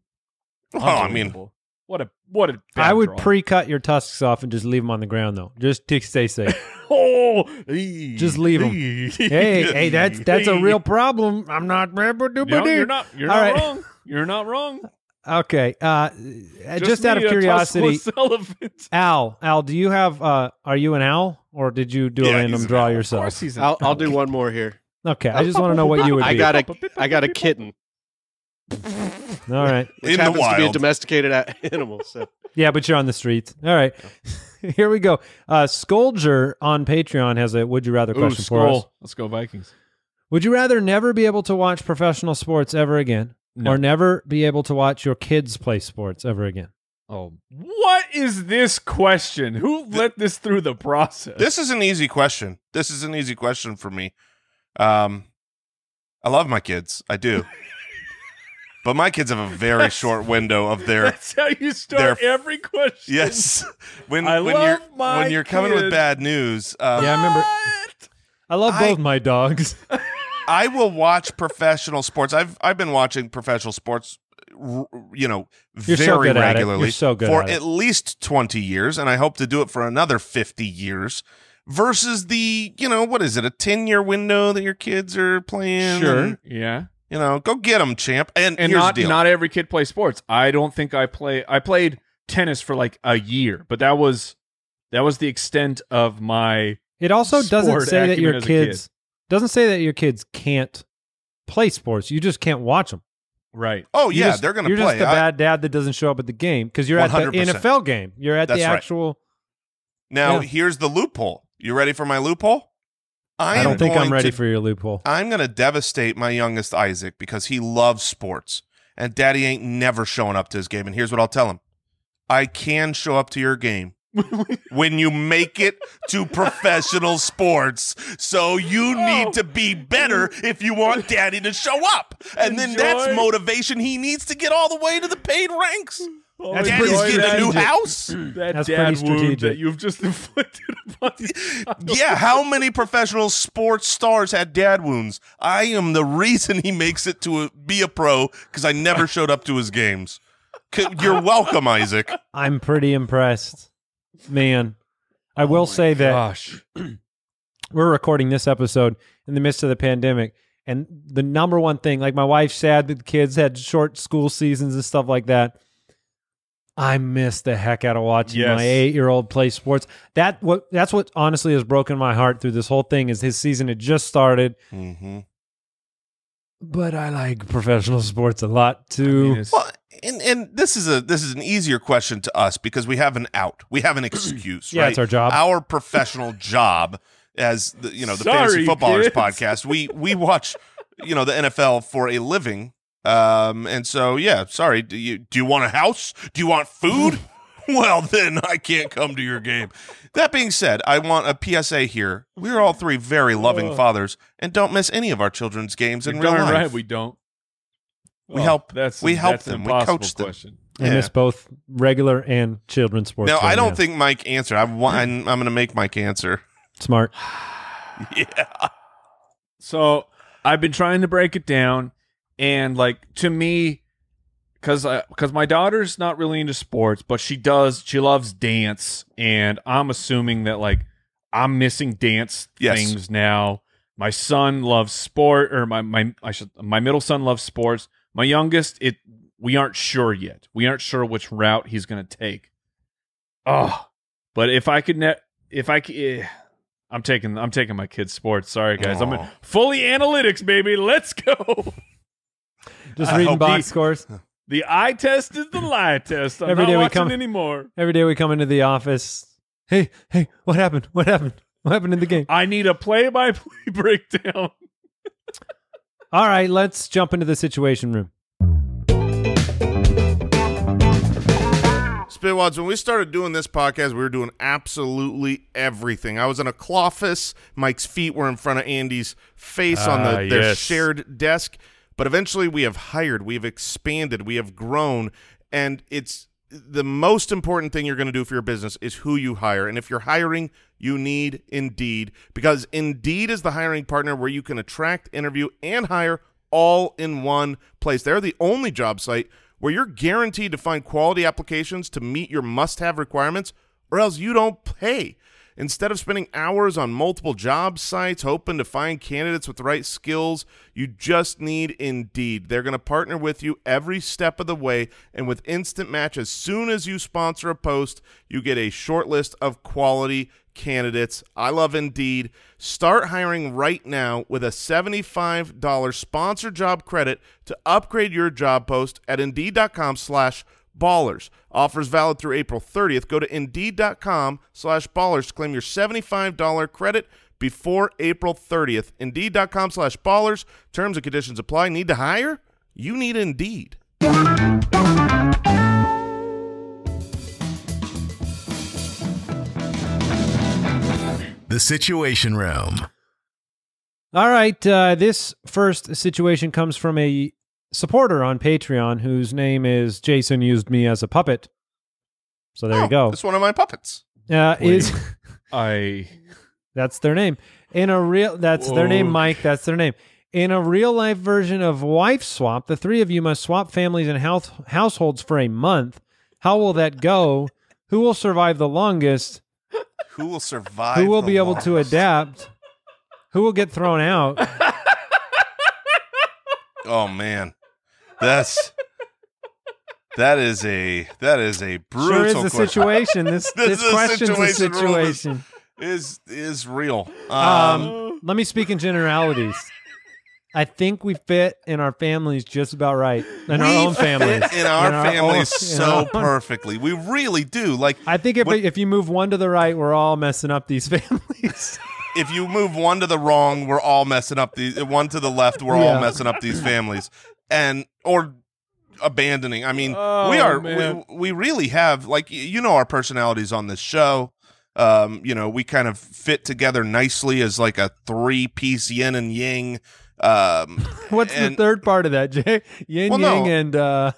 [SPEAKER 2] oh, I mean,
[SPEAKER 6] Unbelievable. what a what a. bad
[SPEAKER 3] I would
[SPEAKER 6] draw.
[SPEAKER 3] pre-cut your tusks off and just leave them on the ground, though, just to stay safe.
[SPEAKER 6] Oh,
[SPEAKER 3] Just leave 'em. hey, hey, that's that's a real problem. I'm not.
[SPEAKER 6] No, you're not. You're
[SPEAKER 3] All
[SPEAKER 6] not
[SPEAKER 3] right.
[SPEAKER 6] wrong. You're not wrong.
[SPEAKER 3] Okay. Uh, just, out of
[SPEAKER 6] need a
[SPEAKER 3] curiosity,
[SPEAKER 6] tussless elephant.
[SPEAKER 3] Al, Al, do you have? Uh, are you an owl, or did you do
[SPEAKER 2] Yeah,
[SPEAKER 3] a
[SPEAKER 2] he's
[SPEAKER 3] random
[SPEAKER 2] an
[SPEAKER 3] draw
[SPEAKER 2] owl. Of
[SPEAKER 6] Of
[SPEAKER 3] yourself?
[SPEAKER 6] course, he's. an
[SPEAKER 5] I'll, I'll
[SPEAKER 6] owl.
[SPEAKER 5] do one more here.
[SPEAKER 3] Okay, I just want to know what you would be.
[SPEAKER 5] I got a I got a kitten,
[SPEAKER 3] All right.
[SPEAKER 5] which
[SPEAKER 2] In the
[SPEAKER 5] happens to be a
[SPEAKER 2] wild.
[SPEAKER 5] domesticated a- animal. So
[SPEAKER 3] Yeah, but you're on the streets. All right. Here we go. Uh, Scolger on Patreon has a would you rather
[SPEAKER 6] Ooh,
[SPEAKER 3] question for us.
[SPEAKER 6] skull. Let's go Vikings.
[SPEAKER 3] Would you rather never be able to watch professional sports ever again,
[SPEAKER 6] No.
[SPEAKER 3] or never be able to watch your kids play sports ever again?
[SPEAKER 6] Oh, what is this question? Who let this through the process?
[SPEAKER 2] this is an easy question. This is an easy question for me. Um, I love my kids. I do. but my kids have a very short window of their
[SPEAKER 6] That's how you start
[SPEAKER 2] they're-
[SPEAKER 6] every question.
[SPEAKER 2] Yes. When
[SPEAKER 6] I
[SPEAKER 2] when
[SPEAKER 6] love
[SPEAKER 2] you're
[SPEAKER 6] my
[SPEAKER 2] when you're coming with
[SPEAKER 6] kids.
[SPEAKER 2] bad news, um,
[SPEAKER 3] Yeah, I remember. I love
[SPEAKER 2] I-
[SPEAKER 3] both my dogs.
[SPEAKER 2] I will watch professional sports. I've I've been watching professional sports, r- you know,
[SPEAKER 3] You're so
[SPEAKER 2] very
[SPEAKER 3] good at it.
[SPEAKER 2] regularly
[SPEAKER 3] You're so good
[SPEAKER 2] for
[SPEAKER 3] at it.
[SPEAKER 2] least twenty years, and I hope to do it for another fifty years. Versus the, you know, what is it, a ten year window that your kids are playing?
[SPEAKER 6] Sure.
[SPEAKER 2] And,
[SPEAKER 6] Yeah.
[SPEAKER 2] you know, go get them, champ. And,
[SPEAKER 6] And
[SPEAKER 2] here's
[SPEAKER 6] not
[SPEAKER 2] the deal.
[SPEAKER 6] not every kid plays sports. I don't think I play I played tennis for like a year, but that was that was the extent of my
[SPEAKER 3] It also doesn't
[SPEAKER 6] Sport
[SPEAKER 3] say that
[SPEAKER 6] acumen
[SPEAKER 3] your
[SPEAKER 6] as a kid.
[SPEAKER 3] kids doesn't say that your kids can't play sports. You just can't watch them.
[SPEAKER 6] right.
[SPEAKER 2] oh
[SPEAKER 3] You
[SPEAKER 2] yeah,
[SPEAKER 3] just-
[SPEAKER 2] they're gonna
[SPEAKER 3] You're just
[SPEAKER 2] play.
[SPEAKER 3] the
[SPEAKER 2] I-
[SPEAKER 3] bad dad that doesn't show up at the game because you're at the
[SPEAKER 2] 100%.
[SPEAKER 3] NFL game. You're at the
[SPEAKER 2] That's right.
[SPEAKER 3] actual.
[SPEAKER 2] now
[SPEAKER 3] Yeah.
[SPEAKER 2] here's the loophole. You ready for my loophole?
[SPEAKER 3] I,
[SPEAKER 2] am
[SPEAKER 3] don't think
[SPEAKER 2] going
[SPEAKER 3] I'm ready
[SPEAKER 2] to
[SPEAKER 3] for your loophole.
[SPEAKER 2] I'm going to devastate my youngest Isaac because he loves sports and daddy ain't never showing up to his game. And here's what I'll tell him I can show up to your game when you make it to professional sports. So you
[SPEAKER 6] Oh.
[SPEAKER 2] need to be better if you want daddy to show up. And then that's
[SPEAKER 6] Enjoy.
[SPEAKER 2] motivation he needs to get all the way to the paid ranks.
[SPEAKER 3] That's
[SPEAKER 2] Daddy's
[SPEAKER 3] pretty
[SPEAKER 2] getting a new
[SPEAKER 3] strategic.
[SPEAKER 2] house.
[SPEAKER 6] That
[SPEAKER 3] That's
[SPEAKER 6] dad
[SPEAKER 3] pretty
[SPEAKER 6] wound that
[SPEAKER 3] strategic.
[SPEAKER 6] you've just inflicted upon these
[SPEAKER 2] Yeah, how many professional sports stars had dad wounds? I am the reason he makes it to a, be a pro because I never showed up to his games. C- You're welcome, Isaac.
[SPEAKER 3] I'm pretty impressed, man. I will say that
[SPEAKER 6] Gosh.
[SPEAKER 3] we're recording this episode in the midst of the pandemic, and the number one thing, like my wife's sad that the kids had short school seasons and stuff like that. I miss the heck out of watching
[SPEAKER 6] Yes.
[SPEAKER 3] my eight-year-old play sports. That what that's what honestly has broken my heart through this whole thing is his season had just started,
[SPEAKER 2] Mm-hmm.
[SPEAKER 3] but I like professional sports a lot
[SPEAKER 6] I mean,
[SPEAKER 3] too.
[SPEAKER 6] it's-
[SPEAKER 2] Well, and, and this is a this is an easier question to us because we have an out, we have an excuse.
[SPEAKER 3] Yeah,
[SPEAKER 2] right?
[SPEAKER 3] it's our job.
[SPEAKER 2] our professional job as the you know the
[SPEAKER 6] Sorry,
[SPEAKER 2] fantasy footballers
[SPEAKER 6] kids.
[SPEAKER 2] podcast. We we watch you know the NFL for a living, um, and so yeah. Sorry, do you do you want a house? Do you want food? well, then I can't come to your game. That being said, I want a PSA here. We're all three very loving fathers, and don't miss any of our children's games in
[SPEAKER 6] you're
[SPEAKER 2] real
[SPEAKER 6] darn
[SPEAKER 2] life.
[SPEAKER 6] right we don't.
[SPEAKER 2] We help-
[SPEAKER 6] That's
[SPEAKER 2] we help
[SPEAKER 6] that's an
[SPEAKER 2] them, we
[SPEAKER 6] impossible
[SPEAKER 2] coach them.
[SPEAKER 6] question.
[SPEAKER 3] I miss both regular and children's sports.
[SPEAKER 2] No,
[SPEAKER 3] right
[SPEAKER 2] I don't
[SPEAKER 3] now.
[SPEAKER 2] think Mike answered. I want, I'm, I'm going to make Mike answer.
[SPEAKER 3] smart.
[SPEAKER 2] Yeah.
[SPEAKER 6] So I've been trying to break it down, and like to me, because because my daughter's not really into sports, but she does. She loves dance, and I'm assuming that like I'm missing dance
[SPEAKER 2] Yes.
[SPEAKER 6] things now. My son loves sport, or my my I should my middle son loves sports. My youngest, it we aren't sure yet. We aren't sure which route he's going to take. Oh, but if I could net, if I c- eh, I'm taking I'm taking my kids' sports. Sorry guys, I'm
[SPEAKER 2] Aw.
[SPEAKER 6] in fully analytics, baby. Let's go.
[SPEAKER 3] Just
[SPEAKER 2] I
[SPEAKER 3] reading
[SPEAKER 2] hope
[SPEAKER 3] box
[SPEAKER 6] he-
[SPEAKER 3] scores.
[SPEAKER 6] The eye test is the lie test. I'm
[SPEAKER 3] Every
[SPEAKER 6] not
[SPEAKER 3] day we
[SPEAKER 6] watching
[SPEAKER 3] come-
[SPEAKER 6] anymore.
[SPEAKER 3] Every day we come into the office. Hey, hey, what happened? What happened? What happened in the game?
[SPEAKER 6] I need a play-by-play breakdown.
[SPEAKER 3] All right, let's jump into the situation room.
[SPEAKER 2] Spitwads, when we started doing this podcast, we were doing absolutely everything. I was in a cloffice. Mike's feet were in front of Andy's face on
[SPEAKER 6] Ah,
[SPEAKER 2] the, their
[SPEAKER 6] yes.
[SPEAKER 2] shared desk. But eventually we have hired, we have expanded, we have grown. And it's the most important thing you're going to do for your business is who you hire. And if you're hiring, you need Indeed because Indeed is the hiring partner where you can attract, interview, and hire all in one place. They're the only job site where you're guaranteed to find quality applications to meet your must have requirements, or else you don't pay. Instead of spending hours on multiple job sites hoping to find candidates with the right skills, you just need Indeed. They're going to partner with you every step of the way, and with Instant Match, as soon as you sponsor a post, you get a short list of quality candidates. I love Indeed. Start hiring right now with a $75 sponsor job credit to upgrade your job post at Indeed.com slash ballers. Offers valid through April 30th. Go to Indeed.com slash ballers to claim your $75 credit before April 30th. Indeed.com slash ballers. Terms and conditions apply. Need to hire? You need Indeed.
[SPEAKER 4] The Situation Room.
[SPEAKER 3] All right, uh, this first situation comes from a supporter on Patreon whose name is Jason used me as a puppet. So there
[SPEAKER 2] Oh,
[SPEAKER 3] you go.
[SPEAKER 2] That's one of my puppets.
[SPEAKER 3] Uh, is
[SPEAKER 6] I
[SPEAKER 3] That's their name. In a real that's their name,
[SPEAKER 6] Whoa.
[SPEAKER 3] Mike. That's their name. In a real life version of Wife Swap, the three of you must swap families and house, households for a month. How will that go? Who will survive the longest?
[SPEAKER 2] Who will survive?
[SPEAKER 3] Who will
[SPEAKER 2] the
[SPEAKER 3] be able to
[SPEAKER 2] longest?
[SPEAKER 3] adapt? Who will get thrown out?
[SPEAKER 2] Oh man, that's that is a that is a brutal
[SPEAKER 3] sure is the
[SPEAKER 2] question.
[SPEAKER 3] situation. This
[SPEAKER 2] This
[SPEAKER 3] this,
[SPEAKER 2] is a
[SPEAKER 3] question's a
[SPEAKER 2] situation, Roland.
[SPEAKER 3] situation.
[SPEAKER 2] Is is real. Um,
[SPEAKER 3] Um, let me speak in generalities. I think we fit in our families just about right. In
[SPEAKER 2] we
[SPEAKER 3] our own
[SPEAKER 2] fit
[SPEAKER 3] families.
[SPEAKER 2] in our
[SPEAKER 3] own-
[SPEAKER 2] families
[SPEAKER 3] in
[SPEAKER 2] so
[SPEAKER 3] our own-
[SPEAKER 2] perfectly. We really do. Like
[SPEAKER 3] I think if
[SPEAKER 2] What-
[SPEAKER 3] if you move one to the right, we're all messing up these families.
[SPEAKER 2] if you move one to the wrong, we're all messing up these. One to the left, we're
[SPEAKER 3] Yeah.
[SPEAKER 2] all messing up these families, and or abandoning. I mean,
[SPEAKER 6] Oh,
[SPEAKER 2] we are
[SPEAKER 6] man.
[SPEAKER 2] we, we really have like y- you know our personalities on this show. Um, you know, we kind of fit together nicely as like a three piece yin and yang. Um,
[SPEAKER 3] What's the
[SPEAKER 2] And-
[SPEAKER 3] third part of that, Jay? Yin
[SPEAKER 2] Well, no.
[SPEAKER 3] Yang and uh,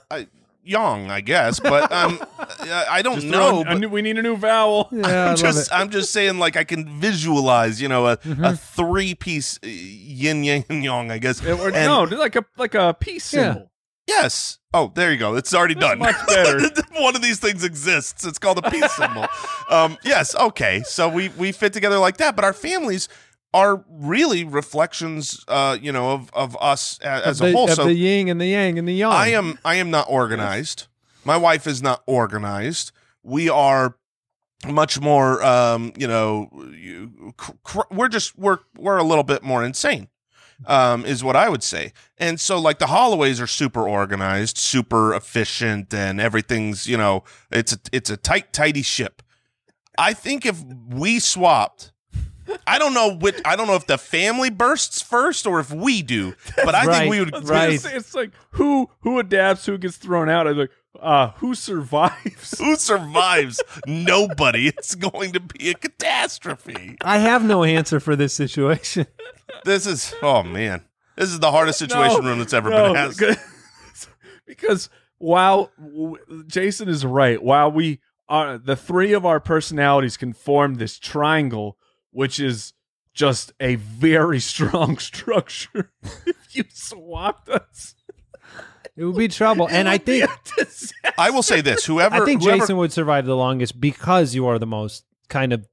[SPEAKER 2] yang, I guess, but um, I I don't
[SPEAKER 6] just
[SPEAKER 2] know.
[SPEAKER 6] know.
[SPEAKER 2] but-
[SPEAKER 6] we need a new vowel.
[SPEAKER 3] yeah, I
[SPEAKER 2] I'm
[SPEAKER 3] love
[SPEAKER 2] just,
[SPEAKER 3] it.
[SPEAKER 2] I'm just saying, like I can visualize, you know, a, a three piece yin yang and yang, I guess.
[SPEAKER 6] Or,
[SPEAKER 2] And-
[SPEAKER 6] no, like a like a peace
[SPEAKER 3] Yeah.
[SPEAKER 6] symbol.
[SPEAKER 2] Yes. Oh, there you go. It's already done.
[SPEAKER 6] much better.
[SPEAKER 2] One of these things exists. It's called a peace symbol. um, yes. Okay. So we we fit together like that, but our families are really reflections, uh, you know, of of us a- as
[SPEAKER 3] of
[SPEAKER 2] a
[SPEAKER 3] the,
[SPEAKER 2] whole.
[SPEAKER 3] of
[SPEAKER 2] So
[SPEAKER 3] the yin and the yang and the yang.
[SPEAKER 2] I am I am not organized. My wife is not organized. We are much more um you know you- cr- cr- we're just we're we're a little bit more insane um is what i would say and so like the holloways are super organized super efficient and everything's you know it's a it's a tight tidy ship i think if we swapped i don't know which i don't know if the family bursts first or if we do but i
[SPEAKER 3] Right,
[SPEAKER 2] think we would
[SPEAKER 6] It's-
[SPEAKER 3] Right.
[SPEAKER 6] It's, it's like who who adapts, who gets thrown out. I'm like, uh, who survives?
[SPEAKER 2] Who survives? Nobody. It's going to be a catastrophe.
[SPEAKER 3] I have no answer for this situation.
[SPEAKER 2] This is oh man. This is the hardest situation
[SPEAKER 6] No,
[SPEAKER 2] room that's ever
[SPEAKER 6] No,
[SPEAKER 2] been asked.
[SPEAKER 6] because- because while w- Jason is right, while we are the three of our personalities can form this triangle, which is just a very strong structure. if you swapped us,
[SPEAKER 3] It would be trouble, and
[SPEAKER 6] it
[SPEAKER 3] I
[SPEAKER 6] would be
[SPEAKER 3] think
[SPEAKER 6] a disaster.
[SPEAKER 2] I will say this: whoever,
[SPEAKER 3] I think
[SPEAKER 2] whoever-
[SPEAKER 3] Jason would survive the longest because you are the most kind of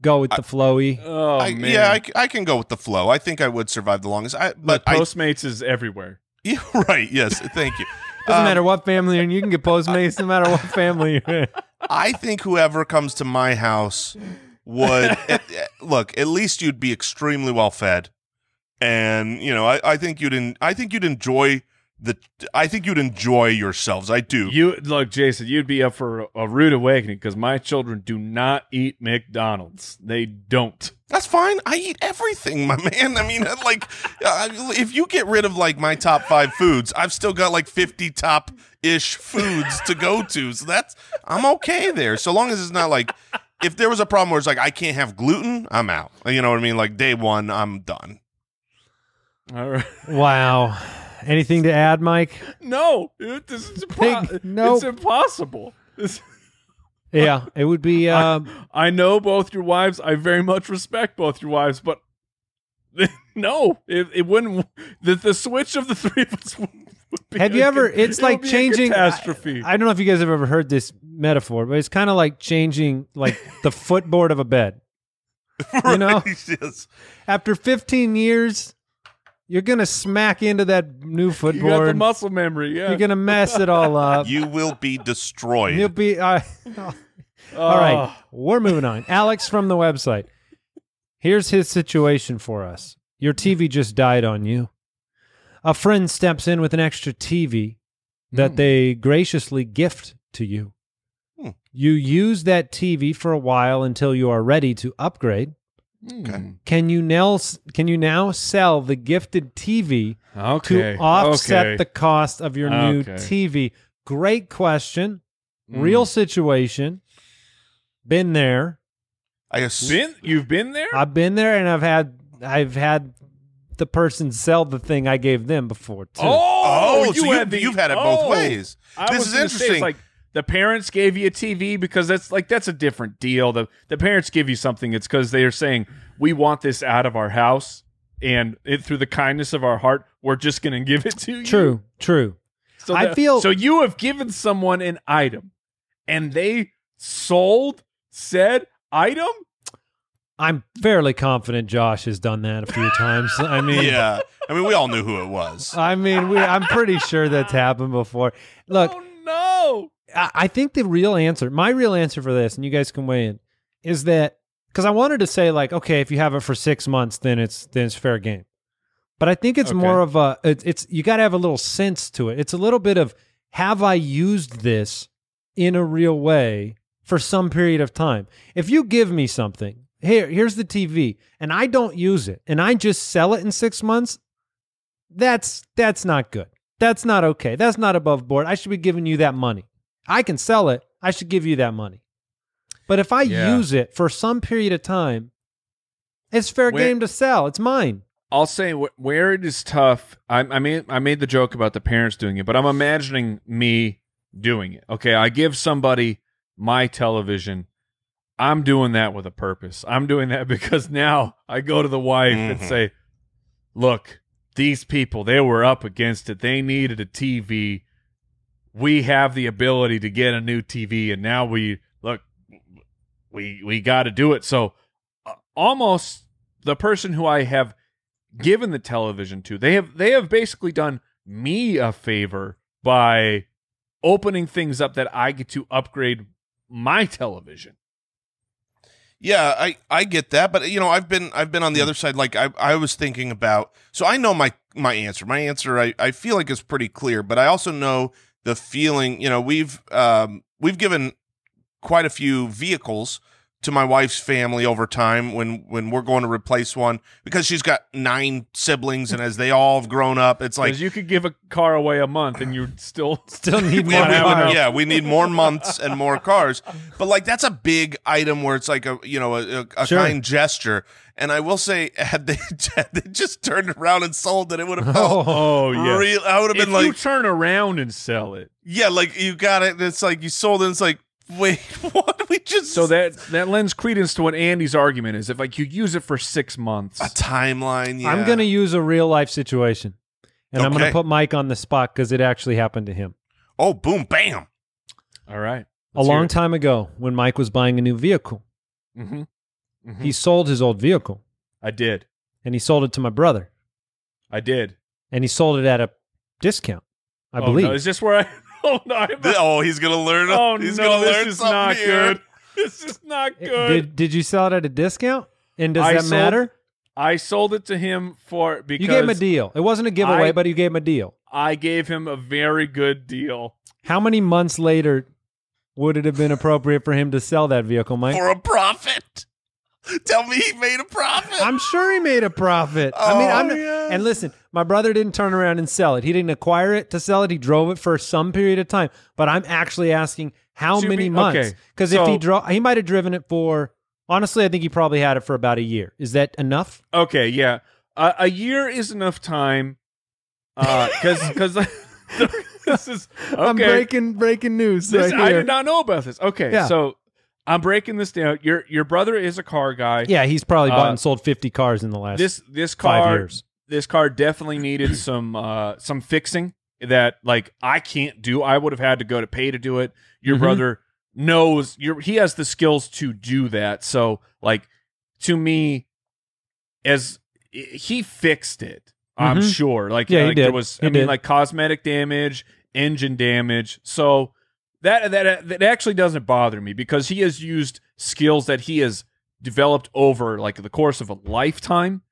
[SPEAKER 3] go with the flowy.
[SPEAKER 6] Oh
[SPEAKER 2] I-
[SPEAKER 6] man,
[SPEAKER 2] yeah, I, c- I can go with the flow. I think I would survive the longest. I, but
[SPEAKER 6] but
[SPEAKER 2] I,
[SPEAKER 6] Postmates is everywhere.
[SPEAKER 2] yeah, right. Yes, thank you.
[SPEAKER 3] Doesn't
[SPEAKER 2] Um,
[SPEAKER 3] matter what family you're in, you can get postmates no matter what family you're in.
[SPEAKER 2] I think whoever comes to my house would at- at- look. At least you'd be extremely well fed, and you know, I, I think you'd. En- I think you'd enjoy the. I think you'd enjoy yourselves. I do.
[SPEAKER 6] You look, Jason. You'd be up for a, a rude awakening because my children do not eat McDonald's. They don't.
[SPEAKER 2] That's fine. I eat everything, my man. I mean, like, uh, if you get rid of like my top five foods, I've still got like fifty top ish foods to go to. So that's I'm okay there, so long as it's not like if there was a problem where it's like I can't have gluten, I'm out. You know what I mean? Like day one, I'm done.
[SPEAKER 6] All right.
[SPEAKER 3] Wow. Anything to add, Mike?
[SPEAKER 6] No, it, this is impo-
[SPEAKER 3] Big- nope.
[SPEAKER 6] it's impossible. This-
[SPEAKER 3] Yeah, it would be. Um,
[SPEAKER 6] I know both your wives. I very much respect both your wives, but no, it, it wouldn't. The, the switch of the three of us would, would be.
[SPEAKER 3] Have
[SPEAKER 6] a
[SPEAKER 3] you ever-
[SPEAKER 6] ca-
[SPEAKER 3] it's
[SPEAKER 6] it would
[SPEAKER 3] like
[SPEAKER 6] be a
[SPEAKER 3] changing-
[SPEAKER 6] catastrophe.
[SPEAKER 3] I don't know if you guys have ever heard this metaphor, but it's kind of like changing like the footboard of a bed. You know,
[SPEAKER 2] Yes.
[SPEAKER 3] after 15 years, you're gonna smack into that new
[SPEAKER 6] you got the
[SPEAKER 3] footboard.
[SPEAKER 6] muscle memory. Yeah.
[SPEAKER 3] You're gonna mess it all up.
[SPEAKER 2] you will be destroyed.
[SPEAKER 3] You'll be uh,
[SPEAKER 6] Oh. Ah.
[SPEAKER 3] all right. We're moving on. Alex from the website. Here's his situation for us. Your TV just died on you. A friend steps in with an extra TV that they graciously gift to you.
[SPEAKER 2] Hmm.
[SPEAKER 3] You use that TV for a while until you are ready to upgrade. Can you now can you now sell the gifted TV to
[SPEAKER 6] Okay.
[SPEAKER 3] offset
[SPEAKER 6] okay.
[SPEAKER 3] the cost of your new
[SPEAKER 6] Okay. Mm.
[SPEAKER 3] TV? Great question. Real situation. Been there.
[SPEAKER 2] I assume.
[SPEAKER 6] Been you've been there?
[SPEAKER 3] I've been there and I've had I've had the person sell the thing I gave them before too.
[SPEAKER 2] Oh, so you,
[SPEAKER 6] had the-
[SPEAKER 2] you've had it both
[SPEAKER 6] oh.
[SPEAKER 2] ways.
[SPEAKER 6] I
[SPEAKER 2] This
[SPEAKER 6] was
[SPEAKER 2] is
[SPEAKER 6] gonna say, it's
[SPEAKER 2] interesting.
[SPEAKER 6] like the parents gave you a TV because that's like that's a different deal. The the parents give you something. It's because they are saying we want this out of our house, and it through the kindness of our heart, we're just going to give it to you.
[SPEAKER 3] True, true.
[SPEAKER 6] So
[SPEAKER 3] I
[SPEAKER 6] the-
[SPEAKER 3] feel-
[SPEAKER 6] so. You have given someone an item, and they sold said item.
[SPEAKER 3] I'm fairly confident Josh has done that a few times. I mean,
[SPEAKER 2] Yeah. I mean, we all knew who it was.
[SPEAKER 3] I mean, we, I'm pretty sure that's happened before. Look,
[SPEAKER 6] oh no!
[SPEAKER 3] I, I think the real answer, my real answer for this, and you guys can weigh in, is that because I wanted to say like, okay, if you have it for six months, then it's then it's fair game. But I think it's
[SPEAKER 6] Okay.
[SPEAKER 3] more of a it's, it's you got to have a little sense to it. It's a little bit of have I used this in a real way for some period of time? If you give me something here, here's the TV, and I don't use it, and I just sell it in six months, that's that's not good. That's not okay. That's not above board. I should be giving you that money. I can sell it. I should give you that money. But if I
[SPEAKER 6] Yeah.
[SPEAKER 3] use it for some period of time, it's fair
[SPEAKER 6] Where-
[SPEAKER 3] game to sell. It's mine.
[SPEAKER 6] I'll say wh- where it is tough. I, I mean, I made the joke about the parents doing it, but I'm imagining me doing it. Okay, I give somebody my television. I'm doing that with a purpose. I'm doing that because now I go to the wife and
[SPEAKER 2] Mhm.
[SPEAKER 6] say, "Look, these people they were up against it. They needed a TV. We have the ability to get a new TV, and now we look. We we got to do it. So uh, almost the person who I have given the television to, they have they have basically done me a favor by opening things up that I get to upgrade my television.
[SPEAKER 2] Yeah, I I get that, but you know, I've been I've been on the other side. Like I I was thinking about, so I know my my answer. My answer I I feel like is pretty clear, but I also know the feeling. You know, we've um we've given quite a few vehicles to my wife's family over time when when we're going to replace one because she's got nine siblings and as they all have grown up, it's like
[SPEAKER 6] Because you could give a car away a month and you're still
[SPEAKER 3] Still need
[SPEAKER 2] we-
[SPEAKER 3] more
[SPEAKER 2] we-
[SPEAKER 3] cars.
[SPEAKER 2] yeah, we need more months and more cars. But like that's a big item where it's like a you know a, a, a
[SPEAKER 3] Sure.
[SPEAKER 2] kind gesture. And I will say, had they, had they just turned around and sold it, it would have felt
[SPEAKER 6] Oh yeah.
[SPEAKER 2] real. I would have
[SPEAKER 6] If
[SPEAKER 2] been
[SPEAKER 6] you
[SPEAKER 2] like,
[SPEAKER 6] turn around and sell it.
[SPEAKER 2] yeah, like you got it. And it's like you sold it. And it's like, wait, what? We just
[SPEAKER 6] So that that lends credence to what Andy's argument is. If like you use it for six months,
[SPEAKER 2] a timeline. Yeah.
[SPEAKER 3] I'm going to use a real life situation. And I'm going
[SPEAKER 2] Okay.
[SPEAKER 3] to put Mike on the spot because it actually happened to him.
[SPEAKER 2] Oh, boom, bam.
[SPEAKER 6] all right,
[SPEAKER 3] a long time ago, when Mike was buying a new vehicle,
[SPEAKER 6] Mm-hmm.
[SPEAKER 3] he sold his old vehicle
[SPEAKER 6] I did,
[SPEAKER 3] and he sold it to my brother
[SPEAKER 6] I did.
[SPEAKER 3] and he sold it at a discount, I
[SPEAKER 6] Oh,
[SPEAKER 3] believe.
[SPEAKER 6] No, is this where I? Oh no! I'm
[SPEAKER 2] Th- Oh, he's gonna learn.
[SPEAKER 6] oh
[SPEAKER 2] he's
[SPEAKER 6] no!
[SPEAKER 2] gonna
[SPEAKER 6] This
[SPEAKER 2] learn
[SPEAKER 6] is
[SPEAKER 2] something
[SPEAKER 6] not
[SPEAKER 2] here.
[SPEAKER 6] good. This is not
[SPEAKER 3] It-
[SPEAKER 6] good.
[SPEAKER 3] Did, did you sell it at a discount? And does
[SPEAKER 6] I
[SPEAKER 3] that
[SPEAKER 6] sold-
[SPEAKER 3] matter?
[SPEAKER 6] I sold it to him for because
[SPEAKER 3] You gave him a deal. It wasn't a giveaway,
[SPEAKER 6] I-
[SPEAKER 3] but you gave him a deal.
[SPEAKER 6] I gave him a very good deal.
[SPEAKER 3] How many months later would it have been appropriate for him to sell that vehicle, Mike?
[SPEAKER 2] for a profit. Tell me he made a profit.
[SPEAKER 3] I'm sure he made a profit. I mean,
[SPEAKER 2] Oh,
[SPEAKER 3] I'm
[SPEAKER 2] yes.
[SPEAKER 3] and listen, my brother didn't turn around and sell it. He didn't acquire it to sell it. He drove it for some period of time. But I'm actually asking how
[SPEAKER 6] To
[SPEAKER 3] many
[SPEAKER 6] be-
[SPEAKER 3] months?
[SPEAKER 6] okay,
[SPEAKER 3] Because if
[SPEAKER 6] so-
[SPEAKER 3] he drove, he might have driven it for. Honestly, I think he probably had it for about a year. Is that enough?
[SPEAKER 6] Okay, yeah, uh, a year is enough time. Because because this is okay.
[SPEAKER 3] I'm breaking breaking news
[SPEAKER 6] This-
[SPEAKER 3] right
[SPEAKER 6] I
[SPEAKER 3] here.
[SPEAKER 6] did not know about this. Okay,
[SPEAKER 3] Yeah.
[SPEAKER 6] so I'm breaking this down. Your your brother is a car guy.
[SPEAKER 3] yeah, he's probably
[SPEAKER 6] Uh,
[SPEAKER 3] bought and sold 50 cars in the last
[SPEAKER 6] This this
[SPEAKER 3] five
[SPEAKER 6] car
[SPEAKER 3] years.
[SPEAKER 6] this car definitely needed some uh some fixing that like I can't do. I would have had to go to pay to do it. Your
[SPEAKER 3] Mhm.
[SPEAKER 6] brother knows your he has the skills to do that. So like to me as he fixed it, I'm
[SPEAKER 3] Mhm.
[SPEAKER 6] sure. Like
[SPEAKER 3] Yeah, he
[SPEAKER 6] like,
[SPEAKER 3] did.
[SPEAKER 6] there was
[SPEAKER 3] He
[SPEAKER 6] I mean
[SPEAKER 3] did.
[SPEAKER 6] like cosmetic damage, engine damage. So that that that actually doesn't bother me because he has used skills that he has developed over like the course of a lifetime,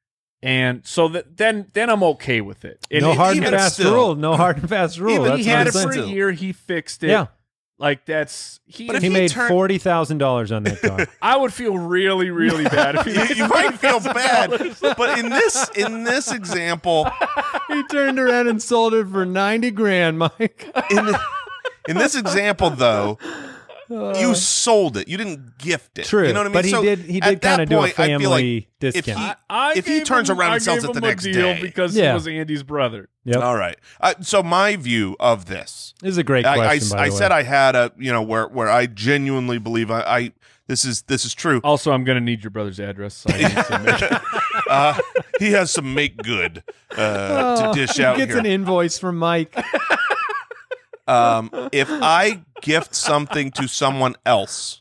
[SPEAKER 6] and so that then then I'm okay with it. And
[SPEAKER 3] no
[SPEAKER 6] it-
[SPEAKER 3] hard and
[SPEAKER 2] even
[SPEAKER 3] fast
[SPEAKER 2] still-
[SPEAKER 3] rule. No hard and fast rule.
[SPEAKER 2] even
[SPEAKER 3] Oh, That's
[SPEAKER 6] he
[SPEAKER 3] what
[SPEAKER 6] had
[SPEAKER 3] I'm
[SPEAKER 6] it for
[SPEAKER 3] saying.
[SPEAKER 6] a
[SPEAKER 2] saying.
[SPEAKER 6] year. He fixed it.
[SPEAKER 3] Yeah,
[SPEAKER 6] like that's he.
[SPEAKER 2] But if
[SPEAKER 3] he
[SPEAKER 2] he
[SPEAKER 3] made
[SPEAKER 2] turned-
[SPEAKER 3] forty thousand dollars on that car.
[SPEAKER 6] I would feel really really bad if he.
[SPEAKER 2] you, you might feel bad, but in this in this example,
[SPEAKER 3] he turned around and sold it for 90 grand, Mike.
[SPEAKER 2] in the- in this example though, you sold it. You didn't gift it.
[SPEAKER 3] True.
[SPEAKER 2] You know what I mean?
[SPEAKER 3] But he
[SPEAKER 2] So
[SPEAKER 3] did he
[SPEAKER 2] at
[SPEAKER 3] did
[SPEAKER 2] that
[SPEAKER 3] kind of do a
[SPEAKER 2] point, I feel like
[SPEAKER 3] family
[SPEAKER 2] if he-
[SPEAKER 3] discount.
[SPEAKER 6] I
[SPEAKER 2] If he
[SPEAKER 6] gave
[SPEAKER 2] turns
[SPEAKER 6] him-
[SPEAKER 2] around
[SPEAKER 6] I
[SPEAKER 2] and sells
[SPEAKER 6] gave
[SPEAKER 2] it the
[SPEAKER 6] him a
[SPEAKER 2] next
[SPEAKER 6] deal
[SPEAKER 2] day.
[SPEAKER 6] because
[SPEAKER 3] Yeah.
[SPEAKER 6] he was Andy's brother.
[SPEAKER 3] Yep.
[SPEAKER 2] all right. Uh, so my view of this,
[SPEAKER 3] This is a great
[SPEAKER 2] I,
[SPEAKER 3] question. by the
[SPEAKER 2] I, I
[SPEAKER 3] way.
[SPEAKER 2] said I had a you know where where I genuinely believe I, I this is this is true.
[SPEAKER 6] Also, I'm gonna need your brother's address. So I need to make-
[SPEAKER 2] Uh, he has some make good uh, to dish out
[SPEAKER 3] Oh, He gets
[SPEAKER 2] here.
[SPEAKER 3] an invoice from Mike.
[SPEAKER 2] um, if I gift something to someone else,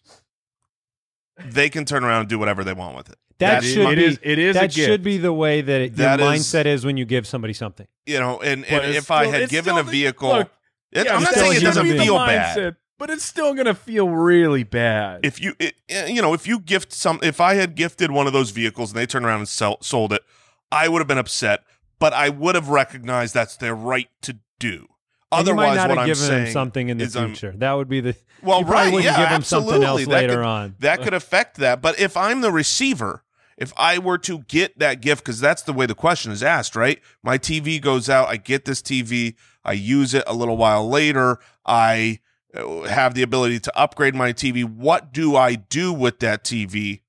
[SPEAKER 2] they can turn around and do whatever they want with it.
[SPEAKER 3] That
[SPEAKER 2] That's
[SPEAKER 3] should
[SPEAKER 2] my-
[SPEAKER 6] it
[SPEAKER 3] be
[SPEAKER 6] is- it is a
[SPEAKER 3] that
[SPEAKER 6] gift.
[SPEAKER 3] should be the way that it, your
[SPEAKER 2] That is-
[SPEAKER 3] mindset is when you give somebody something.
[SPEAKER 2] You know, and,
[SPEAKER 6] But
[SPEAKER 2] and
[SPEAKER 6] it's
[SPEAKER 2] if I
[SPEAKER 6] still-
[SPEAKER 2] had
[SPEAKER 6] it's
[SPEAKER 2] given
[SPEAKER 6] still
[SPEAKER 2] a
[SPEAKER 6] the-
[SPEAKER 2] vehicle,
[SPEAKER 6] look,
[SPEAKER 2] it-
[SPEAKER 6] Yeah,
[SPEAKER 2] I'm not
[SPEAKER 6] still
[SPEAKER 2] saying it
[SPEAKER 3] gives
[SPEAKER 2] doesn't
[SPEAKER 3] them the
[SPEAKER 2] feel bad.
[SPEAKER 6] mindset, but it's still gonna feel really bad.
[SPEAKER 2] If you, it, eh, you know, if you gift some, if I had gifted one of those vehicles and they turned around and sell, sold it, I would have been upset, but I would have recognized that's their right to do.
[SPEAKER 3] And you might
[SPEAKER 2] Otherwise,
[SPEAKER 3] not
[SPEAKER 2] what
[SPEAKER 3] have
[SPEAKER 2] I'm
[SPEAKER 3] given
[SPEAKER 2] saying
[SPEAKER 3] him something in the
[SPEAKER 2] is I'm-
[SPEAKER 3] future. That would be the
[SPEAKER 2] Well,
[SPEAKER 3] you probably
[SPEAKER 2] right,
[SPEAKER 3] wouldn't
[SPEAKER 2] yeah,
[SPEAKER 3] give him
[SPEAKER 2] absolutely.
[SPEAKER 3] something else
[SPEAKER 2] That
[SPEAKER 3] later
[SPEAKER 2] could-
[SPEAKER 3] on.
[SPEAKER 2] that could affect that. But if I'm the receiver, if I were to get that gift, because that's the way the question is asked, right? My TV goes out, I get this TV, I use it a little while later, I uh, have the ability to upgrade my TV. What do I do with that TV?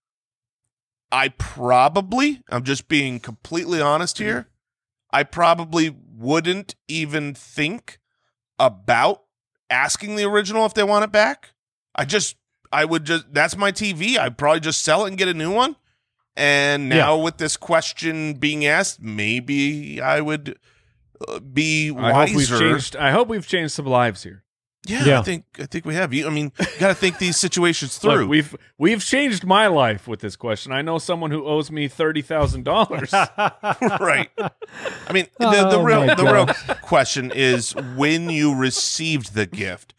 [SPEAKER 2] I probably, I'm just being completely honest here, I probably wouldn't even think about asking the original if they want it back. I just I would just that's my TV. I'd probably just sell it and get a new one. And now with this question being asked, maybe I would uh, be
[SPEAKER 6] I hope we've
[SPEAKER 2] wiser.
[SPEAKER 6] changed. I hope we've changed some lives here.
[SPEAKER 2] Yeah,
[SPEAKER 3] Yeah.
[SPEAKER 2] I think I think we have. You, I mean, got to think these situations
[SPEAKER 6] Look,
[SPEAKER 2] through.
[SPEAKER 6] we've we've changed my life with this question. I know someone who owes me thirty thousand dollars.
[SPEAKER 2] right. I mean, the, the
[SPEAKER 3] Oh,
[SPEAKER 2] real
[SPEAKER 3] my
[SPEAKER 2] the real question is when you received the gift.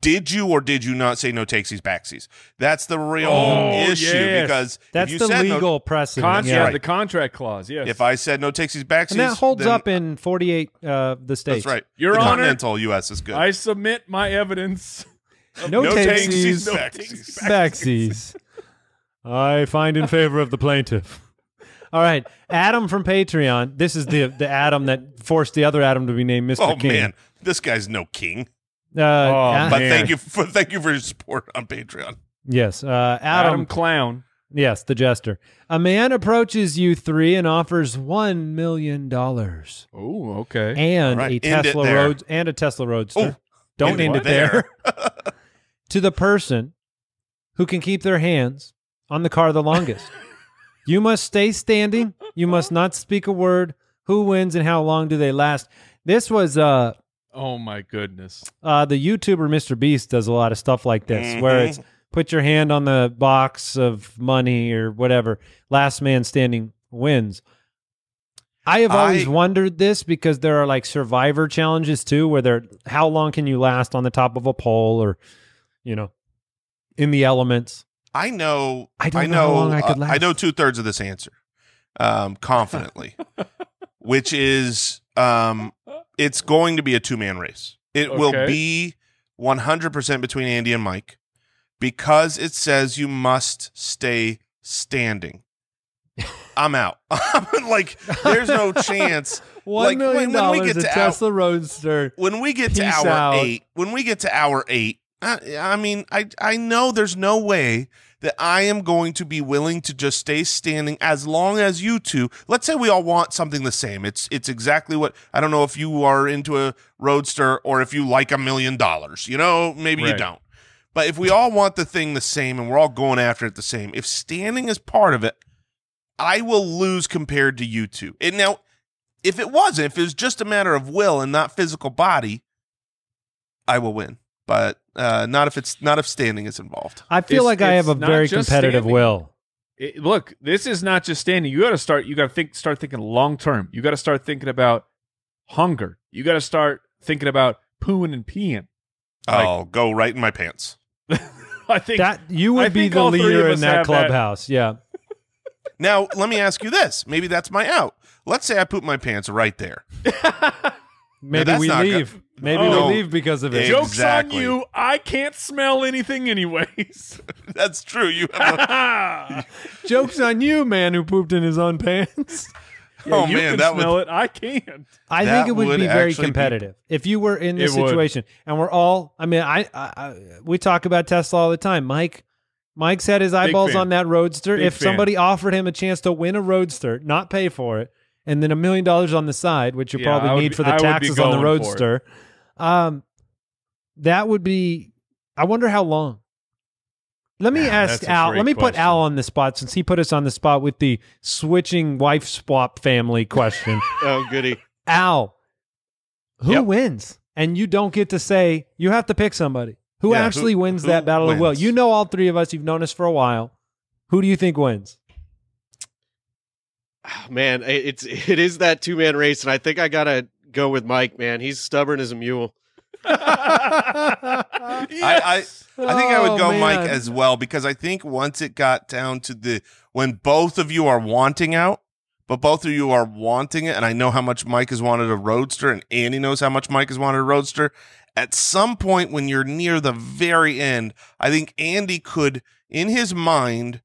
[SPEAKER 2] Did you or did you not say no takesies backsies? That's the real
[SPEAKER 6] Oh,
[SPEAKER 2] issue
[SPEAKER 6] yes.
[SPEAKER 2] because if
[SPEAKER 3] That's
[SPEAKER 2] you
[SPEAKER 3] the
[SPEAKER 2] said
[SPEAKER 3] legal
[SPEAKER 2] No,
[SPEAKER 3] precedent.
[SPEAKER 6] Con-
[SPEAKER 3] yeah.
[SPEAKER 6] yeah, the contract clause. Yes.
[SPEAKER 2] if I said no takesies backsies,
[SPEAKER 3] and that holds
[SPEAKER 2] then-
[SPEAKER 3] up in 48 uh, the states.
[SPEAKER 2] That's right.
[SPEAKER 6] Your
[SPEAKER 2] the
[SPEAKER 6] Honor,
[SPEAKER 2] continental U.S. is good.
[SPEAKER 6] I submit my evidence.
[SPEAKER 3] No,
[SPEAKER 2] no takesies,
[SPEAKER 3] takesies,
[SPEAKER 2] backsies. Oh,
[SPEAKER 3] Backsies. I find in favor of the plaintiff. All right, Adam from Patreon. This is the the Adam that forced the other Adam to be named Mr.
[SPEAKER 2] Oh
[SPEAKER 3] King.
[SPEAKER 2] man, this guy's no king.
[SPEAKER 3] Uh, uh,
[SPEAKER 2] But
[SPEAKER 6] man.
[SPEAKER 2] thank you for thank you for your support on Patreon.
[SPEAKER 3] yes, uh,
[SPEAKER 6] Adam,
[SPEAKER 3] Adam.
[SPEAKER 6] Clown.
[SPEAKER 3] Yes, the jester. A man approaches you three and offers one million dollars
[SPEAKER 6] Oh, okay.
[SPEAKER 3] and
[SPEAKER 2] All right,
[SPEAKER 3] a
[SPEAKER 2] end it
[SPEAKER 3] Tesla
[SPEAKER 2] there.
[SPEAKER 3] Rhodes and a Tesla Roadster.
[SPEAKER 2] Oh,
[SPEAKER 3] Don't end
[SPEAKER 2] end it
[SPEAKER 3] it there. to the person who can keep their hands on the car the longest. you must stay standing. You must not speak a word. Who wins and how long do they last? This was uh
[SPEAKER 6] Oh my goodness.
[SPEAKER 3] uh the YouTuber Mr. Beast does a lot of stuff like this where
[SPEAKER 2] Mhm.
[SPEAKER 3] it's put your hand on the box of money or whatever. Last man standing wins. I have always
[SPEAKER 2] I-
[SPEAKER 3] wondered this because there are like survivor challenges too, where they're how long can you last on the top of a pole or, you know, in the elements.
[SPEAKER 2] I know.
[SPEAKER 3] I don't know how
[SPEAKER 2] know.
[SPEAKER 3] long I could
[SPEAKER 2] uh,
[SPEAKER 3] last.
[SPEAKER 2] know two thirds of this answer, um, confidently, which is um, it's going to be a two man race. It will
[SPEAKER 6] Okay.
[SPEAKER 2] be one hundred percent between Andy and Mike because it says you must stay standing. I'm out. like there's no chance
[SPEAKER 3] One
[SPEAKER 2] Like,
[SPEAKER 3] million
[SPEAKER 2] when- when we
[SPEAKER 3] dollars
[SPEAKER 2] get
[SPEAKER 3] a
[SPEAKER 2] to out-
[SPEAKER 3] Tesla Roadster.
[SPEAKER 2] when we get to
[SPEAKER 3] Peace
[SPEAKER 2] hour
[SPEAKER 3] out.
[SPEAKER 2] eight, when we get to hour eight, I, I mean, I I know there's no way that I am going to be willing to just stay standing as long as you two. Let's say we all want something the same. It's it's exactly what I don't know if you are into a roadster or if you like a million dollars. You know, maybe you
[SPEAKER 6] Right.
[SPEAKER 2] don't. But if we all want the thing the same and we're all going after it the same, if standing is part of it, I will lose compared to you two. And now, if it wasn't, if it was just a matter of will and not physical body, I will win. But uh, not if it's not if standing is involved.
[SPEAKER 3] I feel
[SPEAKER 6] It's-
[SPEAKER 3] like I have
[SPEAKER 6] it's
[SPEAKER 3] a
[SPEAKER 6] not
[SPEAKER 3] very
[SPEAKER 6] just
[SPEAKER 3] competitive
[SPEAKER 6] standing.
[SPEAKER 3] will.
[SPEAKER 6] It- look, this is not just standing. You got to start. You got to think. Start thinking long term. You got to start thinking about hunger. You got to start thinking about pooing and peeing. Like-
[SPEAKER 2] I'll Oh, go right in my pants.
[SPEAKER 6] I think
[SPEAKER 3] That you would
[SPEAKER 6] I
[SPEAKER 3] be
[SPEAKER 6] think
[SPEAKER 3] the
[SPEAKER 6] all three
[SPEAKER 3] leader
[SPEAKER 6] of
[SPEAKER 3] in
[SPEAKER 6] us
[SPEAKER 3] that
[SPEAKER 6] have that.
[SPEAKER 3] clubhouse. Yeah.
[SPEAKER 2] Now, let me ask you this. Maybe that's my out. Let's say I poop my pants right there.
[SPEAKER 3] Maybe
[SPEAKER 2] that's
[SPEAKER 3] we
[SPEAKER 2] not good.
[SPEAKER 3] leave. Maybe
[SPEAKER 2] No.
[SPEAKER 3] we leave because of it.
[SPEAKER 2] Yeah.
[SPEAKER 6] jokes
[SPEAKER 2] exactly.
[SPEAKER 6] on you. I can't smell anything, anyways.
[SPEAKER 2] That's true. You have a,
[SPEAKER 3] Joke's on you, man who pooped in his own pants.
[SPEAKER 2] oh
[SPEAKER 6] you
[SPEAKER 2] man,
[SPEAKER 6] can
[SPEAKER 2] that
[SPEAKER 6] smell
[SPEAKER 2] would
[SPEAKER 6] it. I can't.
[SPEAKER 3] I
[SPEAKER 2] That
[SPEAKER 3] think it would,
[SPEAKER 2] would
[SPEAKER 3] be very
[SPEAKER 2] actually be-
[SPEAKER 3] competitive if you were in this
[SPEAKER 6] It would.
[SPEAKER 3] situation. And we're all. I mean, I, I, I we talk about Tesla all the time. Mike, Mike's had his eyeballs
[SPEAKER 6] fan.
[SPEAKER 3] on that Roadster.
[SPEAKER 6] Big
[SPEAKER 3] if
[SPEAKER 6] fan.
[SPEAKER 3] somebody offered him a chance to win a Roadster, not pay for it, and then a million dollars on the side, which you
[SPEAKER 6] Yeah, I
[SPEAKER 3] probably
[SPEAKER 6] would
[SPEAKER 3] need
[SPEAKER 6] be-
[SPEAKER 3] for the
[SPEAKER 6] I would be
[SPEAKER 3] taxes on the
[SPEAKER 6] going for it.
[SPEAKER 3] Roadster, um, that would be. I wonder how long. Let me
[SPEAKER 6] Yeah,
[SPEAKER 3] ask
[SPEAKER 6] that's a
[SPEAKER 3] Al.
[SPEAKER 6] great
[SPEAKER 3] Let me put
[SPEAKER 6] question.
[SPEAKER 3] Al on the spot since he put us on the spot with the switching wife swap family question.
[SPEAKER 5] Oh, goody.
[SPEAKER 3] Al, who
[SPEAKER 2] Yep.
[SPEAKER 3] wins? And you don't get to say, you have to pick somebody. Who
[SPEAKER 2] Yeah, who-
[SPEAKER 3] actually wins
[SPEAKER 2] who
[SPEAKER 3] that battle of will?
[SPEAKER 2] wins?
[SPEAKER 3] You know, all three of us, you've known us for a while. Who do you think wins?
[SPEAKER 5] Ah, Man, i- it's it is that two man race, and I think I gotta go with Mike. Man, he's stubborn as a mule.
[SPEAKER 6] Yes.
[SPEAKER 2] I think I
[SPEAKER 3] Oh,
[SPEAKER 2] would go Mike
[SPEAKER 3] man.
[SPEAKER 2] as well because I think once it got down to the when both of you are wanting out, but both of you are wanting it, and I know how much Mike has wanted a roadster, and Andy knows how much Mike has wanted a roadster. At some point, when you're near the very end, I think Andy could, in his mind,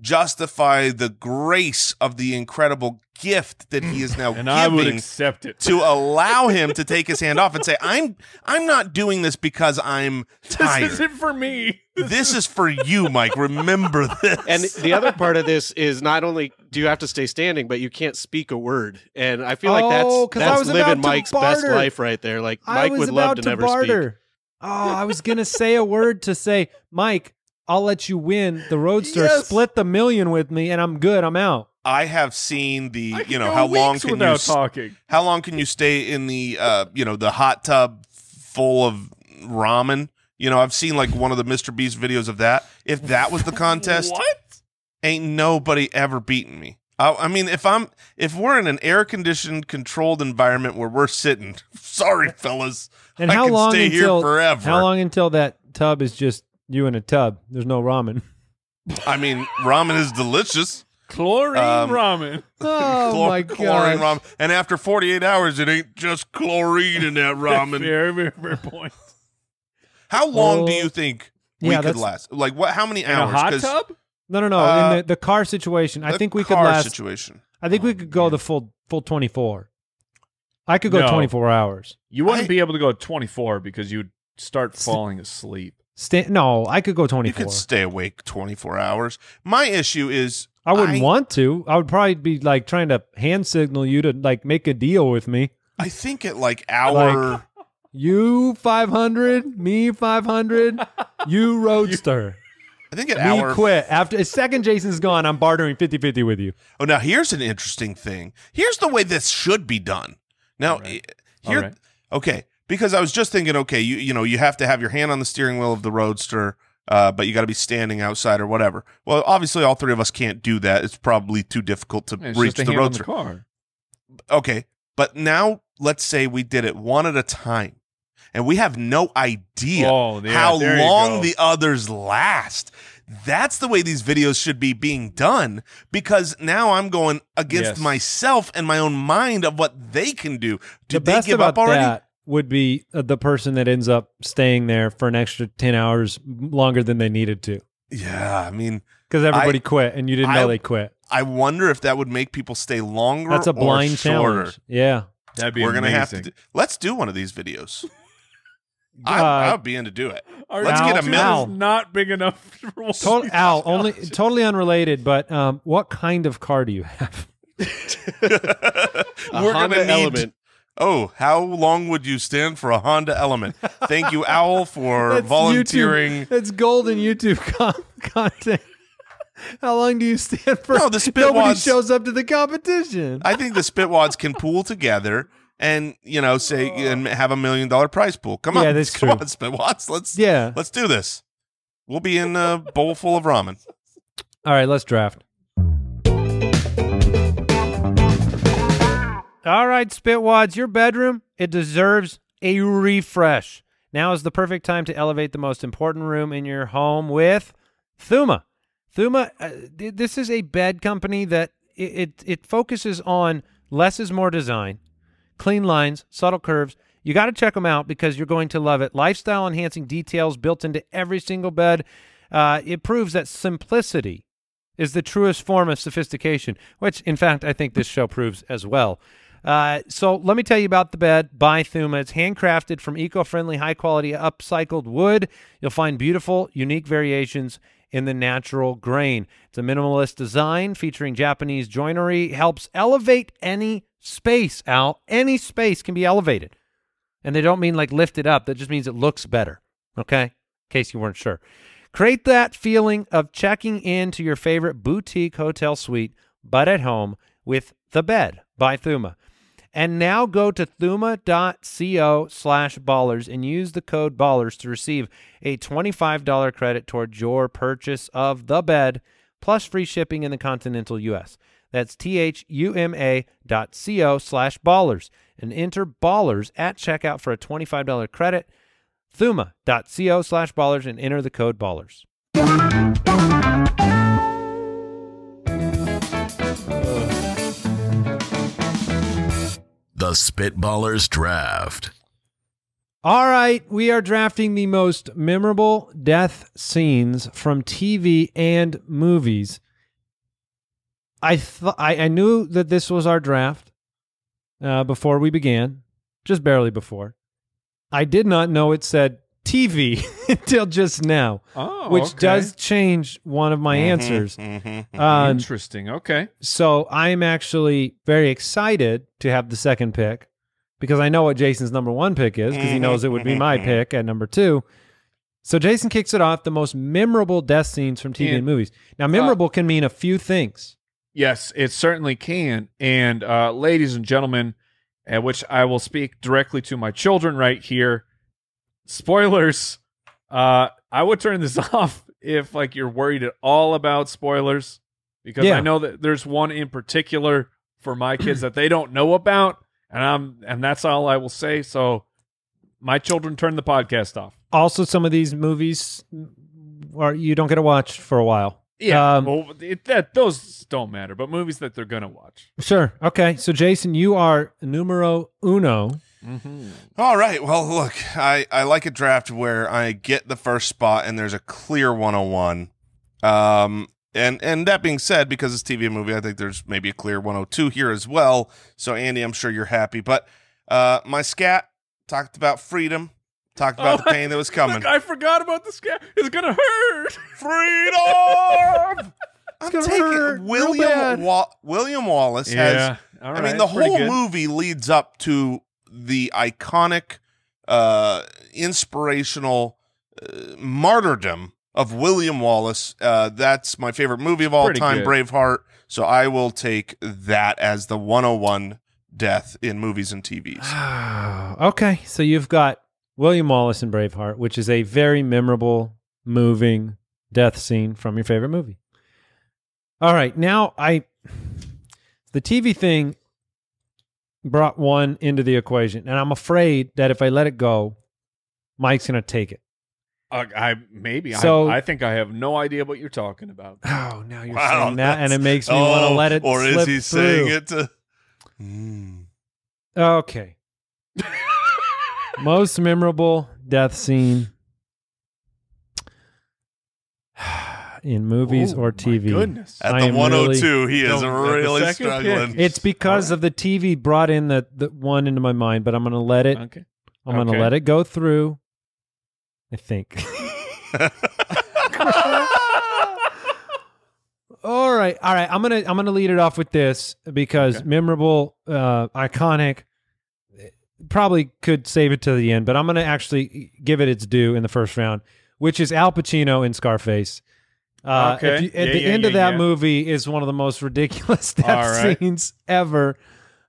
[SPEAKER 2] justify the grace of the incredible gift that he is now
[SPEAKER 6] and
[SPEAKER 2] giving
[SPEAKER 6] I would accept it.
[SPEAKER 2] to allow him to take his hand off and say, "I'm, I'm not doing this because I'm tired."
[SPEAKER 6] This isn't for me.
[SPEAKER 2] this is for you, Mike. Remember this.
[SPEAKER 5] And the other part of this is not only do you have to stay standing, but you can't speak a word. And I feel like
[SPEAKER 3] Oh,
[SPEAKER 5] that's
[SPEAKER 3] 'cause I
[SPEAKER 5] that's
[SPEAKER 3] was
[SPEAKER 5] living
[SPEAKER 3] about to
[SPEAKER 5] Mike's best
[SPEAKER 3] barter.
[SPEAKER 5] life right there. Like
[SPEAKER 3] I
[SPEAKER 5] Mike
[SPEAKER 3] was
[SPEAKER 5] would
[SPEAKER 3] about
[SPEAKER 5] love to, never speak.
[SPEAKER 3] barter. Oh, I was going to say a word to say, Mike, I'll let you win the Roadster,
[SPEAKER 6] Yes.
[SPEAKER 3] split the million with me, and I'm good. I'm out.
[SPEAKER 2] I have seen the,
[SPEAKER 6] I could
[SPEAKER 2] you know,
[SPEAKER 6] go
[SPEAKER 2] how long
[SPEAKER 6] weeks
[SPEAKER 2] can you
[SPEAKER 6] without
[SPEAKER 2] s-
[SPEAKER 6] talking?
[SPEAKER 2] how long can you stay in the uh, you know, the hot tub full of ramen. You know, I've seen like one of the Mr. Beast videos of that. If that was the contest,
[SPEAKER 6] What?
[SPEAKER 2] ain't nobody ever beaten me. I, I mean, if I'm if we're in an air conditioned, controlled environment where we're sitting, sorry, fellas,
[SPEAKER 3] And
[SPEAKER 2] I
[SPEAKER 3] how
[SPEAKER 2] can
[SPEAKER 3] long
[SPEAKER 2] stay
[SPEAKER 3] until
[SPEAKER 2] here forever.
[SPEAKER 3] how long until that tub is just you in a tub? There's no ramen.
[SPEAKER 2] I mean, ramen is delicious.
[SPEAKER 6] Chlorine
[SPEAKER 2] Um,
[SPEAKER 6] ramen.
[SPEAKER 3] Oh
[SPEAKER 2] Chlor-
[SPEAKER 3] my
[SPEAKER 2] chlorine
[SPEAKER 3] god!
[SPEAKER 2] ramen. And after 48 hours, it ain't just chlorine in that ramen.
[SPEAKER 6] Very, very, fair point.
[SPEAKER 2] How long do
[SPEAKER 3] Oh.
[SPEAKER 2] you think we
[SPEAKER 3] Yeah,
[SPEAKER 2] could
[SPEAKER 3] that's-
[SPEAKER 2] last? Like what? How many
[SPEAKER 6] In a
[SPEAKER 2] hours?
[SPEAKER 6] hot
[SPEAKER 2] 'Cause
[SPEAKER 6] tub?
[SPEAKER 3] No, no, no.
[SPEAKER 2] Uh,
[SPEAKER 3] in the, the car situation, I
[SPEAKER 2] the
[SPEAKER 3] think we could
[SPEAKER 2] car Oh,
[SPEAKER 3] last.
[SPEAKER 2] situation.
[SPEAKER 3] I think we could go the full full 24. I could go
[SPEAKER 6] No.
[SPEAKER 3] 24 hours.
[SPEAKER 6] You wouldn't
[SPEAKER 2] I-
[SPEAKER 6] be able to go 24 because you'd start falling asleep.
[SPEAKER 3] Stay, no, I could go 24.
[SPEAKER 2] You could stay awake 24 hours. My issue is
[SPEAKER 3] I wouldn't
[SPEAKER 2] I-
[SPEAKER 3] want to. I would probably be like trying to hand signal you to like make a deal with me.
[SPEAKER 2] I think at like hour.
[SPEAKER 3] You 500, me 500, you roadster.
[SPEAKER 2] I think at
[SPEAKER 3] me
[SPEAKER 2] hour.
[SPEAKER 3] quit. After a second Jason's gone, I'm bartering 50-50 with you.
[SPEAKER 2] Oh, now here's an interesting thing. Here's the way this should be done. Now, i- here,
[SPEAKER 6] All right.
[SPEAKER 2] okay, because I was just thinking, okay, you you know, you have to have your hand on the steering wheel of the Roadster, uh, but you got to be standing outside or whatever. Well, obviously, all three of us can't do that. It's probably too difficult to
[SPEAKER 6] It's
[SPEAKER 2] reach
[SPEAKER 6] just a
[SPEAKER 2] the
[SPEAKER 6] hand on the
[SPEAKER 2] Roadster.
[SPEAKER 6] car.
[SPEAKER 2] okay, but now let's say we did it one at a time, and we have no idea
[SPEAKER 6] Oh, yeah,
[SPEAKER 2] how
[SPEAKER 6] there you
[SPEAKER 2] long
[SPEAKER 6] go.
[SPEAKER 2] the others last. That's the way these videos should be being done because now I'm going against
[SPEAKER 6] Yes.
[SPEAKER 2] myself and my own mind of what they can do.
[SPEAKER 3] the
[SPEAKER 2] Did they
[SPEAKER 3] best
[SPEAKER 2] give
[SPEAKER 3] about
[SPEAKER 2] up already?
[SPEAKER 3] that would be uh, the person that ends up staying there for an extra 10 hours longer than they needed to.
[SPEAKER 2] Yeah, I mean,
[SPEAKER 3] Because everybody quit and you didn't
[SPEAKER 2] I-
[SPEAKER 3] know they quit.
[SPEAKER 2] I wonder if that would make people stay longer.
[SPEAKER 3] That's a
[SPEAKER 2] or
[SPEAKER 3] blind
[SPEAKER 2] shorter.
[SPEAKER 3] challenge. Yeah.
[SPEAKER 6] That'd be
[SPEAKER 2] We're
[SPEAKER 6] amazing.
[SPEAKER 2] gonna have to. Do, let's do one of these videos. I,
[SPEAKER 3] Uh,
[SPEAKER 2] I'll be in to do it.
[SPEAKER 6] Our
[SPEAKER 2] Let's get a
[SPEAKER 6] house
[SPEAKER 2] mil-
[SPEAKER 6] is not big enough for one.
[SPEAKER 3] Total, Al, only totally unrelated, but um, what kind of car do you have?
[SPEAKER 5] A
[SPEAKER 2] We're
[SPEAKER 5] Honda
[SPEAKER 2] gonna need
[SPEAKER 5] Element.
[SPEAKER 2] Oh, how long would you stand for a Honda Element? Thank you, Owl, for
[SPEAKER 3] That's YouTube-
[SPEAKER 2] volunteering.
[SPEAKER 3] That's golden YouTube con- content. How long do you stand for?
[SPEAKER 2] No, the spit
[SPEAKER 3] Nobody
[SPEAKER 2] wads-
[SPEAKER 3] shows up to the competition.
[SPEAKER 2] I think the Spitwads can pool together and you know say and have a million dollar prize pool. Come on,
[SPEAKER 3] Oh. Yeah, that's
[SPEAKER 2] come
[SPEAKER 3] true.
[SPEAKER 2] on, Spitwads. Let's
[SPEAKER 3] yeah.
[SPEAKER 2] let's do this. We'll be in a bowl full of ramen.
[SPEAKER 3] All right, let's draft. All right, Spitwads, your bedroom, it deserves a refresh. Now is the perfect time to elevate the most important room in your home with Thuma. Thuma, uh, th- this is a bed company that i- it, it focuses on less is more design, clean lines, subtle curves. You got to check them out because you're going to love it. Lifestyle enhancing details built into every single bed. Uh, it proves that simplicity is the truest form of sophistication, which, in fact, I think this show proves as well. Uh, so let me tell you about the bed by Thuma. It's handcrafted from eco-friendly, high-quality, upcycled wood. You'll find beautiful, unique variations in the natural grain. It's a minimalist design featuring Japanese joinery. Helps elevate any space. Al, any space can be elevated. And they don't mean like lift it up. That just means it looks better. Okay? In case you weren't sure. Create that feeling of checking in to your favorite boutique hotel suite, but at home with the bed by Thuma. And now go to thuma.co slash ballers and use the code ballers to receive a $25 credit towards your purchase of the bed plus free shipping in the continental U.S. That's T-H-U-M-A dot C-O slash ballers and enter ballers at checkout for a $25 credit. Thuma.co slash ballers and enter the code ballers.
[SPEAKER 4] The Spitballers Draft.
[SPEAKER 3] All right, we are drafting the most memorable death scenes from TV and movies. I thought I, I knew that this was our draft uh, before we began, just barely before. I did not know it said TV until just now,
[SPEAKER 6] Oh,
[SPEAKER 3] which
[SPEAKER 6] okay. Mm-hmm.
[SPEAKER 3] does change one of my
[SPEAKER 2] Mhm,
[SPEAKER 3] answers.
[SPEAKER 2] mhm.
[SPEAKER 3] Um,
[SPEAKER 6] Interesting. Okay.
[SPEAKER 3] so I'm actually very excited to have the second pick because I know what Jason's number one pick is because he knows it would be my pick at number two. So Jason kicks it off the most memorable death scenes from TV and
[SPEAKER 6] And-
[SPEAKER 3] movies. Now, memorable can mean a few things.
[SPEAKER 6] Yes, it certainly can. And uh, ladies and gentlemen, at which I will speak directly to my children right here, spoilers. Uh, I would turn this off if like you're worried at all about spoilers, because
[SPEAKER 3] Yeah.
[SPEAKER 6] I know that there's one in particular for my kids that they don't know about, and I'm and that's all I will say. So, my children turn the podcast off.
[SPEAKER 3] Also, some of these movies mm, are you don't get to watch for a while. Um,
[SPEAKER 6] well, it, that those don't matter, but movies that they're gonna watch.
[SPEAKER 3] Sure. Okay. So, Jason, you are numero uno.
[SPEAKER 6] Mm-hmm.
[SPEAKER 2] All right. Well, look, I, I like a draft where I get the first spot and there's a clear 101. Um, and and that being said, because it's TV and movie, I think there's maybe a clear 102 here as well. So Andy, I'm sure you're happy. But uh, my scat talked about freedom, talked about
[SPEAKER 6] Oh,
[SPEAKER 2] the pain that was coming.
[SPEAKER 6] Look, I forgot about this guy. It's gonna hurt.
[SPEAKER 2] freedom. I'm
[SPEAKER 3] gonna hurt
[SPEAKER 2] taking
[SPEAKER 3] real
[SPEAKER 2] William
[SPEAKER 3] bad.
[SPEAKER 2] Wa- William Wallace has
[SPEAKER 6] all
[SPEAKER 2] I mean,
[SPEAKER 6] right,
[SPEAKER 2] the
[SPEAKER 6] pretty
[SPEAKER 2] whole
[SPEAKER 6] good.
[SPEAKER 2] movie leads up to the iconic, uh, inspirational uh, martyrdom of William Wallace. Uh, that's my favorite movie of all
[SPEAKER 6] Pretty
[SPEAKER 2] time,
[SPEAKER 6] good.
[SPEAKER 2] Braveheart. So I will take that as the 101 death in movies and TVs.
[SPEAKER 3] okay. So you've got William Wallace in Braveheart, which is a very memorable, moving death scene from your favorite movie. All right. Now, I. The TV thing brought one into the equation, and I'm afraid that if I let it go, Mike's going to take it.
[SPEAKER 6] Uh, I maybe.
[SPEAKER 3] So-
[SPEAKER 6] I, I think I have no idea what you're talking about.
[SPEAKER 3] Oh, now you're
[SPEAKER 2] Wow,
[SPEAKER 3] saying that, and it
[SPEAKER 2] that's- Oh,
[SPEAKER 3] makes me want to let it
[SPEAKER 2] Or is
[SPEAKER 3] slip
[SPEAKER 2] he
[SPEAKER 3] through.
[SPEAKER 2] saying it to? Mm.
[SPEAKER 3] Okay. Most memorable death scene in movies
[SPEAKER 6] Oh,
[SPEAKER 3] or
[SPEAKER 6] my
[SPEAKER 3] TV.
[SPEAKER 6] goodness.
[SPEAKER 2] At
[SPEAKER 3] I
[SPEAKER 2] the
[SPEAKER 3] am
[SPEAKER 2] 102, he is
[SPEAKER 6] Don't- at the
[SPEAKER 2] really
[SPEAKER 6] second pick.
[SPEAKER 2] struggling.
[SPEAKER 3] It's because
[SPEAKER 6] All
[SPEAKER 3] of the TV brought in the, the one into my mind, but I'm gonna let it.
[SPEAKER 6] Uh, Okay.
[SPEAKER 3] I'm gonna
[SPEAKER 6] okay.
[SPEAKER 3] let it go through. I think. all right, all right. I'm gonna I'm gonna lead it off with this because
[SPEAKER 6] Okay.
[SPEAKER 3] memorable, uh, iconic. Probably could save it to the end, but I'm gonna actually give it its due in the first round, which is Al Pacino in Scarface. Uh,
[SPEAKER 6] Okay.
[SPEAKER 3] if you- at
[SPEAKER 6] Yeah,
[SPEAKER 3] the
[SPEAKER 6] yeah,
[SPEAKER 3] end of
[SPEAKER 6] yeah,
[SPEAKER 3] that
[SPEAKER 6] yeah.
[SPEAKER 3] movie is one of the most ridiculous
[SPEAKER 6] All
[SPEAKER 3] death
[SPEAKER 6] right.
[SPEAKER 3] scenes ever.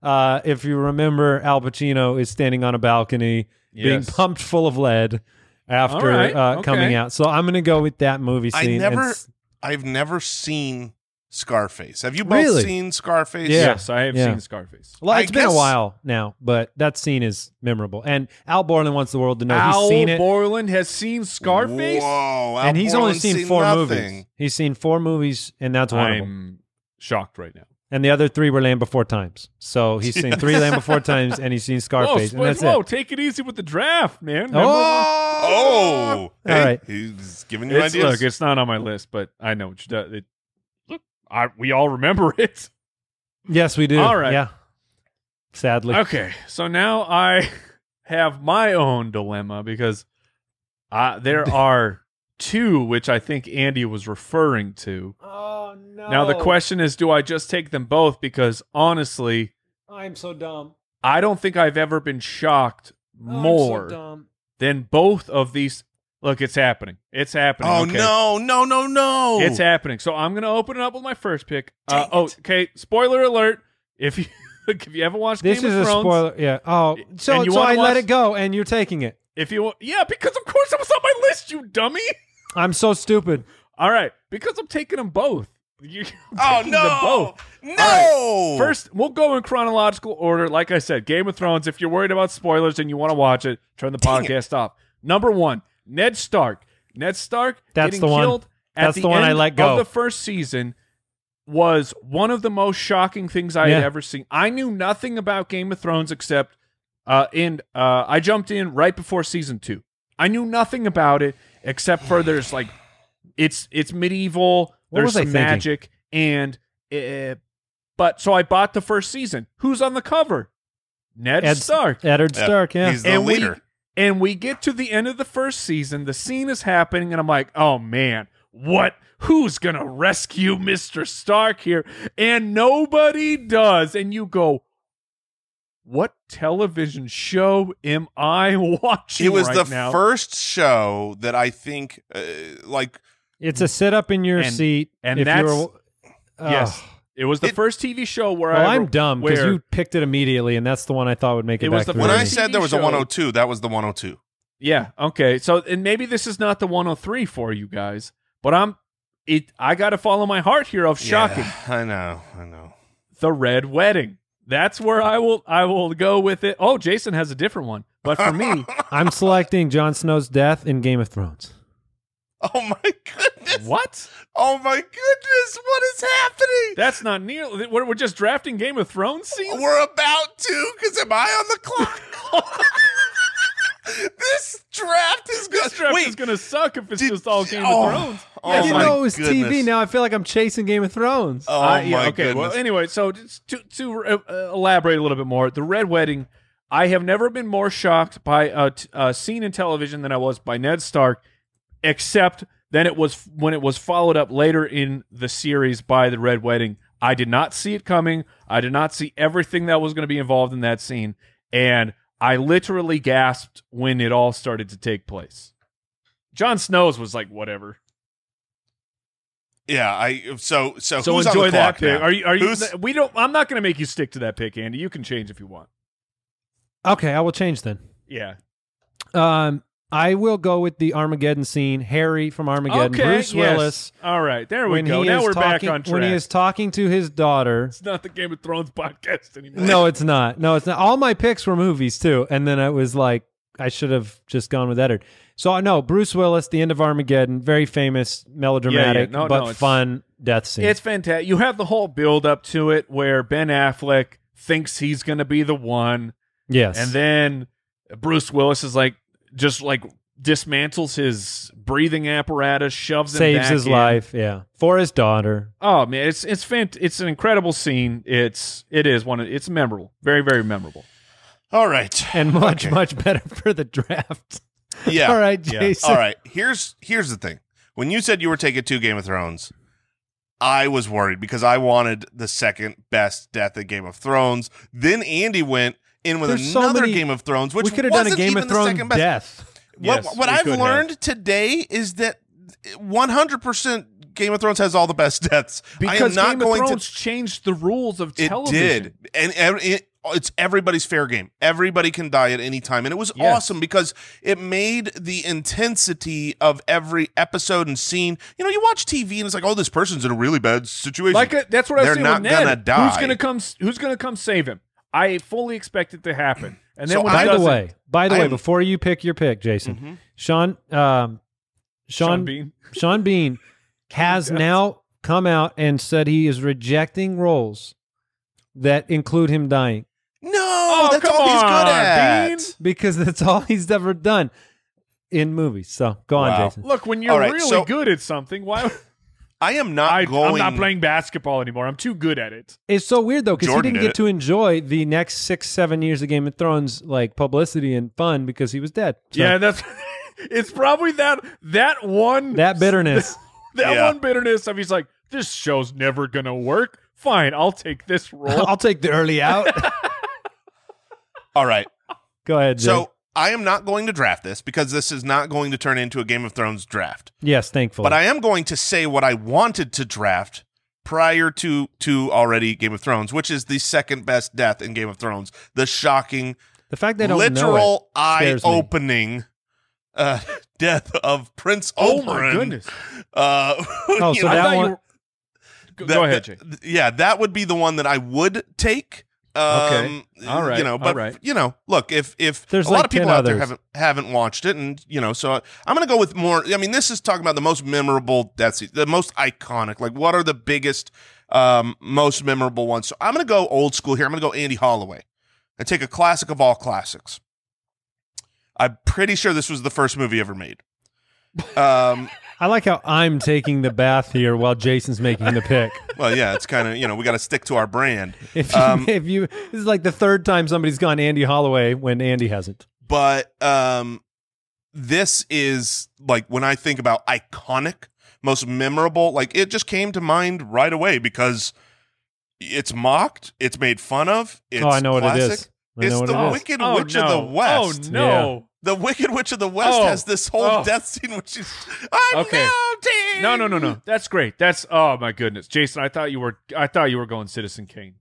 [SPEAKER 3] Uh, if you remember, Al Pacino is standing on a balcony being
[SPEAKER 6] Yes.
[SPEAKER 3] pumped full of lead after
[SPEAKER 6] All right,
[SPEAKER 3] uh,
[SPEAKER 6] okay.
[SPEAKER 3] coming out. So I'm going to go with that movie
[SPEAKER 2] I
[SPEAKER 3] scene. and
[SPEAKER 2] never-
[SPEAKER 3] s-
[SPEAKER 2] I've never seen Scarface. Have you both
[SPEAKER 3] Really?
[SPEAKER 2] seen Scarface?
[SPEAKER 3] Yeah.
[SPEAKER 6] Yes, I have
[SPEAKER 3] Yeah.
[SPEAKER 6] seen Scarface.
[SPEAKER 3] well,
[SPEAKER 2] I
[SPEAKER 3] it's been a
[SPEAKER 2] guess-
[SPEAKER 3] while now, but that scene is memorable. And Al Borland wants the world to know
[SPEAKER 6] Al
[SPEAKER 3] he's seen it,
[SPEAKER 6] Borland has seen Scarface.
[SPEAKER 2] Whoa, Al
[SPEAKER 3] and he's only
[SPEAKER 2] Borland's
[SPEAKER 3] seen, four
[SPEAKER 2] nothing.
[SPEAKER 3] movies. He's seen four movies, and that's one of them.
[SPEAKER 6] I'm shocked right now.
[SPEAKER 3] And the other three were Land Before Times. So he's seen three Land Before Times, and he's seen Scarface,
[SPEAKER 6] whoa,
[SPEAKER 3] and that's
[SPEAKER 6] Split- whoa,
[SPEAKER 3] it.
[SPEAKER 6] take it easy with the draft, man. Remember-
[SPEAKER 2] Oh,
[SPEAKER 3] Oh! All right.
[SPEAKER 2] He's giving you
[SPEAKER 6] it's,
[SPEAKER 2] ideas.
[SPEAKER 6] look, it's not on my list, but I know what you do. It, I, we all remember it.
[SPEAKER 3] Yes, we do.
[SPEAKER 6] All right.
[SPEAKER 3] Yeah. Sadly.
[SPEAKER 6] Okay, so now I have my own dilemma because uh, there are two which I think Andy was referring to.
[SPEAKER 3] Oh, no.
[SPEAKER 6] Now the question is, do I just take them both? Because honestly,
[SPEAKER 3] I'm so dumb.
[SPEAKER 6] I don't think I've ever been shocked
[SPEAKER 3] Oh,
[SPEAKER 6] more than both of these. Look, it's happening. It's happening.
[SPEAKER 2] oh
[SPEAKER 6] okay.
[SPEAKER 2] no, no, no, no!
[SPEAKER 6] It's happening. So I'm gonna open it up with my first pick. Uh, oh, okay. Spoiler alert! If you if you haven't watched
[SPEAKER 3] This
[SPEAKER 6] Game
[SPEAKER 3] is
[SPEAKER 6] of
[SPEAKER 3] a
[SPEAKER 6] Thrones,
[SPEAKER 3] spoiler. Yeah. Oh,
[SPEAKER 6] And
[SPEAKER 3] so,
[SPEAKER 6] you
[SPEAKER 3] so
[SPEAKER 6] wanna
[SPEAKER 3] I
[SPEAKER 6] watch-
[SPEAKER 3] let it go, and you're taking it.
[SPEAKER 6] if you yeah, because of course it was on my list, you dummy.
[SPEAKER 3] I'm so stupid.
[SPEAKER 6] All right, because I'm taking them both. You're
[SPEAKER 2] oh
[SPEAKER 6] taking them
[SPEAKER 2] no,
[SPEAKER 6] both.
[SPEAKER 2] no!
[SPEAKER 6] First, we'll go in chronological order. Like I said, Game of Thrones. If you're worried about spoilers and you want to watch it, turn the
[SPEAKER 2] Dang it.
[SPEAKER 6] podcast off. Number one, Ned Stark. Ned Stark
[SPEAKER 3] That's
[SPEAKER 6] getting
[SPEAKER 3] the one.
[SPEAKER 6] killed at
[SPEAKER 3] That's
[SPEAKER 6] the,
[SPEAKER 3] the one I
[SPEAKER 6] end
[SPEAKER 3] let go.
[SPEAKER 6] of the first season was one of the most shocking things I had
[SPEAKER 3] Yeah.
[SPEAKER 6] ever seen. I knew nothing about Game of Thrones except uh and uh I jumped in right before season 2. I knew nothing about it except for there's like it's it's medieval,
[SPEAKER 3] What
[SPEAKER 6] there's
[SPEAKER 3] was I
[SPEAKER 6] some
[SPEAKER 3] thinking?
[SPEAKER 6] magic and uh, but so I bought the first season. Who's on the cover? Ned
[SPEAKER 3] Ed
[SPEAKER 6] Stark.
[SPEAKER 3] Eddard
[SPEAKER 2] Yeah,
[SPEAKER 3] Stark. Yeah.
[SPEAKER 2] he's the
[SPEAKER 6] And we-
[SPEAKER 2] leader.
[SPEAKER 6] And we get to the end of the first season, the scene is happening, and I'm like, oh man, what? Who's gonna rescue Mr. Stark here? And nobody does. And you go, what television show am I watching?
[SPEAKER 2] it was
[SPEAKER 6] right
[SPEAKER 2] the
[SPEAKER 6] now?
[SPEAKER 2] first show that I think, uh, like,
[SPEAKER 3] It's a sit up in your
[SPEAKER 6] And-
[SPEAKER 3] seat.
[SPEAKER 6] and
[SPEAKER 3] if
[SPEAKER 6] that's-
[SPEAKER 3] you're, Ugh.
[SPEAKER 6] yes. It was the
[SPEAKER 2] It-
[SPEAKER 6] first TV show where
[SPEAKER 3] Well,
[SPEAKER 6] I.
[SPEAKER 3] I'm dumb because
[SPEAKER 6] where-
[SPEAKER 3] you picked it immediately, and that's the one I thought would make it,
[SPEAKER 6] It
[SPEAKER 3] back
[SPEAKER 6] was the
[SPEAKER 3] through
[SPEAKER 2] when
[SPEAKER 6] first
[SPEAKER 3] to
[SPEAKER 2] I
[SPEAKER 3] me.
[SPEAKER 6] TV
[SPEAKER 2] said there was a
[SPEAKER 6] show.
[SPEAKER 2] 102, that was the 102.
[SPEAKER 6] Yeah. Okay. So and maybe this is not the 103 for you guys, but I'm it I got to follow my heart here of shocking.
[SPEAKER 2] Yeah, I know. I know.
[SPEAKER 6] The Red Wedding. That's where I will I will go with it. Oh, Jason has a different one. But for me,
[SPEAKER 3] I'm selecting Jon Snow's death in Game of Thrones.
[SPEAKER 2] Oh my goodness.
[SPEAKER 6] what?
[SPEAKER 2] Oh my goodness. What is happening?
[SPEAKER 6] That's not nearly we're, we're just drafting Game of Thrones scenes.
[SPEAKER 2] We're about to, because am I on the clock? this draft is going
[SPEAKER 6] This draft
[SPEAKER 2] Wait,
[SPEAKER 6] is going to suck if it's
[SPEAKER 2] did-
[SPEAKER 6] just all Game
[SPEAKER 2] oh,
[SPEAKER 6] of Thrones.
[SPEAKER 2] oh
[SPEAKER 3] I didn't
[SPEAKER 2] my
[SPEAKER 3] know it was TV.
[SPEAKER 2] goodness.
[SPEAKER 3] Now I feel like I'm chasing Game of Thrones.
[SPEAKER 2] oh
[SPEAKER 6] Uh,
[SPEAKER 2] my
[SPEAKER 6] yeah, okay.
[SPEAKER 2] goodness.
[SPEAKER 6] Well, anyway, so just to to uh, uh, elaborate a little bit more, the red wedding. I have never been more shocked by a, t- a scene in television than I was by Ned Stark, except then it was when it was followed up later in the series by the red wedding. I did not see it coming. I did not see everything that was going to be involved in that scene, and I literally gasped when it all started to take place. Jon Snow's was like whatever.
[SPEAKER 2] yeah, I so so,
[SPEAKER 6] So
[SPEAKER 2] Uh, who's
[SPEAKER 6] enjoy
[SPEAKER 2] on the clock
[SPEAKER 6] that pick.
[SPEAKER 2] now?
[SPEAKER 6] Are you? Are you?
[SPEAKER 2] Who's-
[SPEAKER 6] We don't. I'm not going to make you stick to that pick, Andy. You can change if you want.
[SPEAKER 3] Okay, I will change then.
[SPEAKER 6] Yeah.
[SPEAKER 3] Um, I will go with the Armageddon scene. Harry from Armageddon.
[SPEAKER 6] okay.
[SPEAKER 3] Bruce
[SPEAKER 6] yes.
[SPEAKER 3] Willis.
[SPEAKER 6] All right. There we
[SPEAKER 3] when
[SPEAKER 6] go.
[SPEAKER 3] he
[SPEAKER 6] Now
[SPEAKER 3] is
[SPEAKER 6] we're
[SPEAKER 3] talking,
[SPEAKER 6] back on track.
[SPEAKER 3] When he is talking to his daughter.
[SPEAKER 6] it's not the Game of Thrones podcast anymore.
[SPEAKER 3] No, it's not. No, it's not. All my picks were movies too, and then I was like, I should have just gone with Eddard. So no, Bruce Willis, the end of Armageddon, very famous, melodramatic,
[SPEAKER 6] No,
[SPEAKER 3] but
[SPEAKER 6] no, it's-
[SPEAKER 3] fun death scene.
[SPEAKER 6] It's fantastic. You have the whole build up to it where Ben Affleck thinks he's going to be the one,
[SPEAKER 3] yes,
[SPEAKER 6] and then Bruce Willis is like, just like dismantles his breathing apparatus, shoves him
[SPEAKER 3] saves
[SPEAKER 6] back
[SPEAKER 3] his
[SPEAKER 6] in.
[SPEAKER 3] life. Yeah, for his daughter.
[SPEAKER 6] Oh man, it's it's fant- it's an incredible scene. It's it is one. Of, it's memorable. Very very memorable.
[SPEAKER 2] All right.
[SPEAKER 3] and much
[SPEAKER 2] Okay.
[SPEAKER 3] much better for the draft.
[SPEAKER 2] Yeah.
[SPEAKER 3] All right,
[SPEAKER 6] Yeah.
[SPEAKER 3] Jason.
[SPEAKER 2] All right. Here's here's the thing. When you said you were taking two Game of Thrones, I was worried because I wanted the second best death in Game of Thrones. Then Andy went in with
[SPEAKER 3] There's so
[SPEAKER 2] another
[SPEAKER 3] many-
[SPEAKER 2] Game of Thrones, which
[SPEAKER 3] we could have done a
[SPEAKER 2] wasn't
[SPEAKER 3] Game
[SPEAKER 2] even
[SPEAKER 3] of
[SPEAKER 2] the
[SPEAKER 3] Thrones
[SPEAKER 2] second best.
[SPEAKER 3] death.
[SPEAKER 2] What,
[SPEAKER 6] Yes,
[SPEAKER 2] what
[SPEAKER 6] we
[SPEAKER 2] I've
[SPEAKER 6] could have.
[SPEAKER 2] learned today is that 100% Game of Thrones has all the best deaths. I am
[SPEAKER 6] Because
[SPEAKER 2] not
[SPEAKER 6] Game
[SPEAKER 2] going
[SPEAKER 6] of Thrones
[SPEAKER 2] to.
[SPEAKER 6] changed the rules of
[SPEAKER 2] It
[SPEAKER 6] television.
[SPEAKER 2] did, and ev- it, it's everybody's fair game. Everybody can die at any time, and it was
[SPEAKER 6] Yes.
[SPEAKER 2] awesome because it made the intensity of every episode and scene. You know, you watch TV and it's like, oh, this person's in a really bad situation.
[SPEAKER 6] Like uh, that's what I was
[SPEAKER 2] They're
[SPEAKER 6] saying
[SPEAKER 2] not
[SPEAKER 6] with Ned.
[SPEAKER 2] gonna die.
[SPEAKER 6] Who's gonna come? Who's gonna come save him? I fully expect it to happen. And then
[SPEAKER 2] So
[SPEAKER 6] when it
[SPEAKER 2] I-
[SPEAKER 3] By the
[SPEAKER 6] doesn't-
[SPEAKER 3] way, by the
[SPEAKER 2] I
[SPEAKER 3] way,
[SPEAKER 2] am-
[SPEAKER 3] before you pick your pick, Jason,
[SPEAKER 2] Mhm.
[SPEAKER 3] Sean, um,
[SPEAKER 6] Sean,
[SPEAKER 3] Sean,
[SPEAKER 6] Bean.
[SPEAKER 3] Sean Bean has
[SPEAKER 6] Yes.
[SPEAKER 3] now come out and said he is rejecting roles that include him dying
[SPEAKER 2] no,
[SPEAKER 6] Oh,
[SPEAKER 2] that's
[SPEAKER 6] come
[SPEAKER 2] all he's
[SPEAKER 6] on,
[SPEAKER 2] good at.
[SPEAKER 6] Bean.
[SPEAKER 3] because that's all he's ever done in movies. So go
[SPEAKER 2] Wow.
[SPEAKER 3] on, Jason.
[SPEAKER 6] Look, when you're
[SPEAKER 2] All right,
[SPEAKER 6] really
[SPEAKER 2] so-
[SPEAKER 6] good at something, why?
[SPEAKER 2] I am not
[SPEAKER 6] I,
[SPEAKER 2] going.
[SPEAKER 6] I'm not playing basketball anymore. I'm too good at it.
[SPEAKER 3] It's so weird though because he
[SPEAKER 2] Jordan
[SPEAKER 3] didn't
[SPEAKER 2] did
[SPEAKER 3] get
[SPEAKER 2] it.
[SPEAKER 3] to enjoy the next six, seven years of Game of Thrones like publicity and fun because he was dead. So
[SPEAKER 6] Yeah, that's. it's probably that that one
[SPEAKER 3] that bitterness.
[SPEAKER 6] that
[SPEAKER 2] Yeah.
[SPEAKER 6] one bitterness of he's like this show's never gonna work. Fine, I'll take this role.
[SPEAKER 3] I'll take the early out.
[SPEAKER 2] All right,
[SPEAKER 3] Go ahead. Jay.
[SPEAKER 2] so. I am not going to draft this because this is not going to turn into a Game of Thrones draft.
[SPEAKER 3] yes, thankfully.
[SPEAKER 2] But I am going to say what I wanted to draft prior to to already Game of Thrones, which is the second best death in Game of Thrones, the shocking
[SPEAKER 3] the fact they don't know
[SPEAKER 2] literal eye
[SPEAKER 3] scares me.
[SPEAKER 2] opening uh, death of Prince
[SPEAKER 6] oh
[SPEAKER 2] Oberyn.
[SPEAKER 6] my goodness!
[SPEAKER 2] Uh,
[SPEAKER 3] it. Oh,
[SPEAKER 2] you
[SPEAKER 3] so
[SPEAKER 2] know,
[SPEAKER 6] I
[SPEAKER 3] that
[SPEAKER 6] thought you
[SPEAKER 3] one.
[SPEAKER 6] were- Go, go ahead, Jay.
[SPEAKER 2] th- yeah, that would be the one that I would take. Um,
[SPEAKER 6] Okay. All right.
[SPEAKER 2] You know,
[SPEAKER 6] All
[SPEAKER 2] but
[SPEAKER 6] right.
[SPEAKER 2] you know, look, if if
[SPEAKER 3] There's
[SPEAKER 2] a
[SPEAKER 3] like
[SPEAKER 2] lot of people
[SPEAKER 3] 10
[SPEAKER 2] out there
[SPEAKER 3] others.
[SPEAKER 2] haven't haven't watched it, and you know, so I'm gonna go with more. I mean, this is talking about the most memorable death scene, the most iconic. Like, what are the biggest, um, most memorable ones? So I'm gonna go old school here. I'm gonna go Andy Holloway, and take a classic of all classics. I'm pretty sure this was the first movie ever made. Um,
[SPEAKER 3] I like how I'm taking the bath here while Jason's making the pick.
[SPEAKER 2] well, yeah, it's kind of you know we got to stick to our brand.
[SPEAKER 3] If you,
[SPEAKER 2] Um,
[SPEAKER 3] if you, this is like the third time somebody's gone Andy Holloway when Andy hasn't.
[SPEAKER 2] but um this is like when i think about iconic most memorable like it just came to mind right away because it's mocked it's made fun of it's
[SPEAKER 3] oh, I know what it
[SPEAKER 2] classic.
[SPEAKER 3] is. I
[SPEAKER 2] It's
[SPEAKER 3] know what
[SPEAKER 2] the
[SPEAKER 3] it is.
[SPEAKER 2] Wicked
[SPEAKER 6] Oh,
[SPEAKER 2] Witch of
[SPEAKER 6] no.
[SPEAKER 2] the West.
[SPEAKER 6] Oh no!
[SPEAKER 2] the wicked witch of the west
[SPEAKER 6] Oh.
[SPEAKER 2] has this whole
[SPEAKER 6] Oh.
[SPEAKER 2] death scene which is i'm
[SPEAKER 6] Okay.
[SPEAKER 2] melting!
[SPEAKER 6] No, no, no, no. That's great. That's oh my goodness, Jason. I thought you were. I thought you were going Citizen Kane.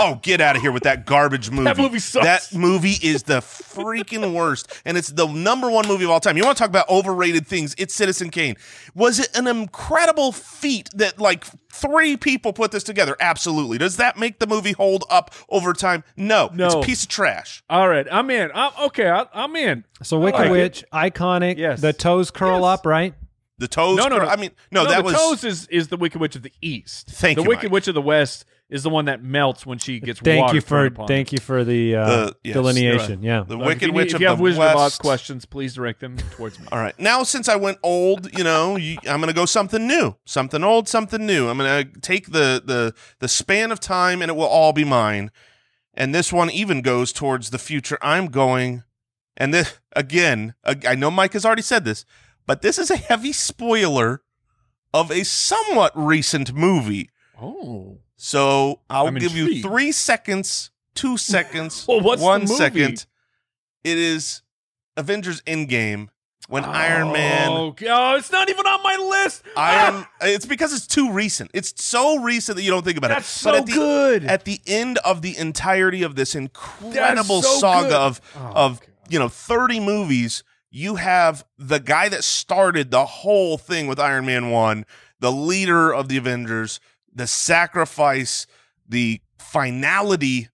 [SPEAKER 2] Oh, get out of here with that garbage movie.
[SPEAKER 6] That movie sucks.
[SPEAKER 2] That movie is the freaking worst, and it's the number one movie of all time. You want to talk about overrated things? It's Citizen Kane. Was it an incredible feat that like three people put this together? Absolutely. Does that make the movie hold up over time? No. It's a
[SPEAKER 6] No.
[SPEAKER 2] piece of trash.
[SPEAKER 6] All right, I'm in. I'm, okay, I, I'm in.
[SPEAKER 3] So Wicked
[SPEAKER 6] like it.
[SPEAKER 3] Witch, iconic.
[SPEAKER 6] Yes.
[SPEAKER 3] The toes curl
[SPEAKER 6] Yes.
[SPEAKER 3] up, right?
[SPEAKER 2] The toes.
[SPEAKER 6] No, no,
[SPEAKER 2] cur-
[SPEAKER 6] no.
[SPEAKER 2] I mean, no, that
[SPEAKER 6] the
[SPEAKER 2] was
[SPEAKER 6] toes is is the Wicked Witch of the East.
[SPEAKER 2] Thank
[SPEAKER 6] the
[SPEAKER 2] you,
[SPEAKER 6] The Wicked
[SPEAKER 2] Mike.
[SPEAKER 6] Witch of the West is the one that melts when she gets
[SPEAKER 3] Thank
[SPEAKER 6] water
[SPEAKER 3] you for
[SPEAKER 6] thrown upon
[SPEAKER 3] thank you for the uh,
[SPEAKER 2] The- yes,
[SPEAKER 3] delineation. Yeah.
[SPEAKER 2] the
[SPEAKER 6] her. Look, if
[SPEAKER 2] Wicked
[SPEAKER 6] you need-
[SPEAKER 2] Witch
[SPEAKER 6] If
[SPEAKER 2] of
[SPEAKER 6] you have
[SPEAKER 2] the
[SPEAKER 6] Wizard
[SPEAKER 2] West.
[SPEAKER 6] of Oz questions, please direct them towards me.
[SPEAKER 2] All right. Now, since I went old, you know, you, I'm going to go something new, something old, something new. I'm going to take the the the span of time, and it will all be mine. And this one even goes towards the future. I'm going, and this again. ag- I know Mike has already said this, but this is a heavy spoiler of a somewhat recent movie.
[SPEAKER 6] Oh,
[SPEAKER 2] So I'll
[SPEAKER 6] I'm
[SPEAKER 2] give you
[SPEAKER 6] intrigued.
[SPEAKER 2] three seconds, two seconds,
[SPEAKER 6] Well, what's the
[SPEAKER 2] one
[SPEAKER 6] movie?
[SPEAKER 2] second. It is Avengers Endgame when Iron Man.
[SPEAKER 6] Oh, God, it's not even on my list. Ah,
[SPEAKER 2] Iron. It's because it's too recent. It's so recent that you don't think about
[SPEAKER 6] That's
[SPEAKER 2] it.
[SPEAKER 6] so
[SPEAKER 2] at the,
[SPEAKER 6] good.
[SPEAKER 2] At the end of the entirety of this incredible
[SPEAKER 6] so
[SPEAKER 2] saga
[SPEAKER 6] good.
[SPEAKER 2] of
[SPEAKER 6] Oh,
[SPEAKER 2] of you know thirty movies, you have the guy that started the whole thing with Iron Man one, the leader of the Avengers, the sacrifice, the finality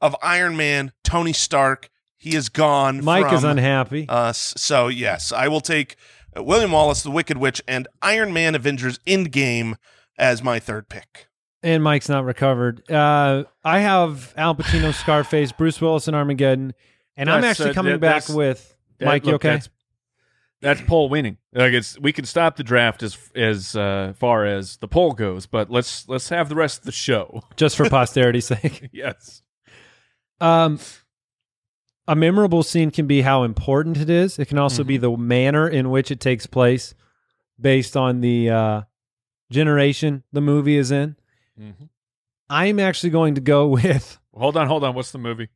[SPEAKER 2] of Iron Man, Tony Stark. He is gone.
[SPEAKER 3] Mike is
[SPEAKER 2] from-
[SPEAKER 3] unhappy.
[SPEAKER 2] us. So yes, I will take uh, William Wallace, The Wicked Witch, and Iron Man: Avengers Endgame as my third pick.
[SPEAKER 3] and Mike's not recovered. Uh, I have Al Pacino, Scarface, Bruce Willis, and Armageddon, and I'm
[SPEAKER 6] That's,
[SPEAKER 3] actually
[SPEAKER 6] uh,
[SPEAKER 3] coming
[SPEAKER 6] that-
[SPEAKER 3] back
[SPEAKER 6] that's-
[SPEAKER 3] with
[SPEAKER 6] That-
[SPEAKER 3] Mike. you
[SPEAKER 6] look,
[SPEAKER 3] okay?
[SPEAKER 6] That's, that's poll winning. Like it's we can stop the draft as as uh, far as the poll goes, but let's let's have the rest of the show.
[SPEAKER 3] Just for posterity's sake.
[SPEAKER 6] yes.
[SPEAKER 3] Um, a memorable scene can be how important it is. It can also
[SPEAKER 6] Mm-hmm.
[SPEAKER 3] be the manner in which it takes place, based on the uh, generation the movie is in.
[SPEAKER 6] Mm-hmm.
[SPEAKER 3] I'm actually going to go with
[SPEAKER 6] Hold on, hold on. What's the movie?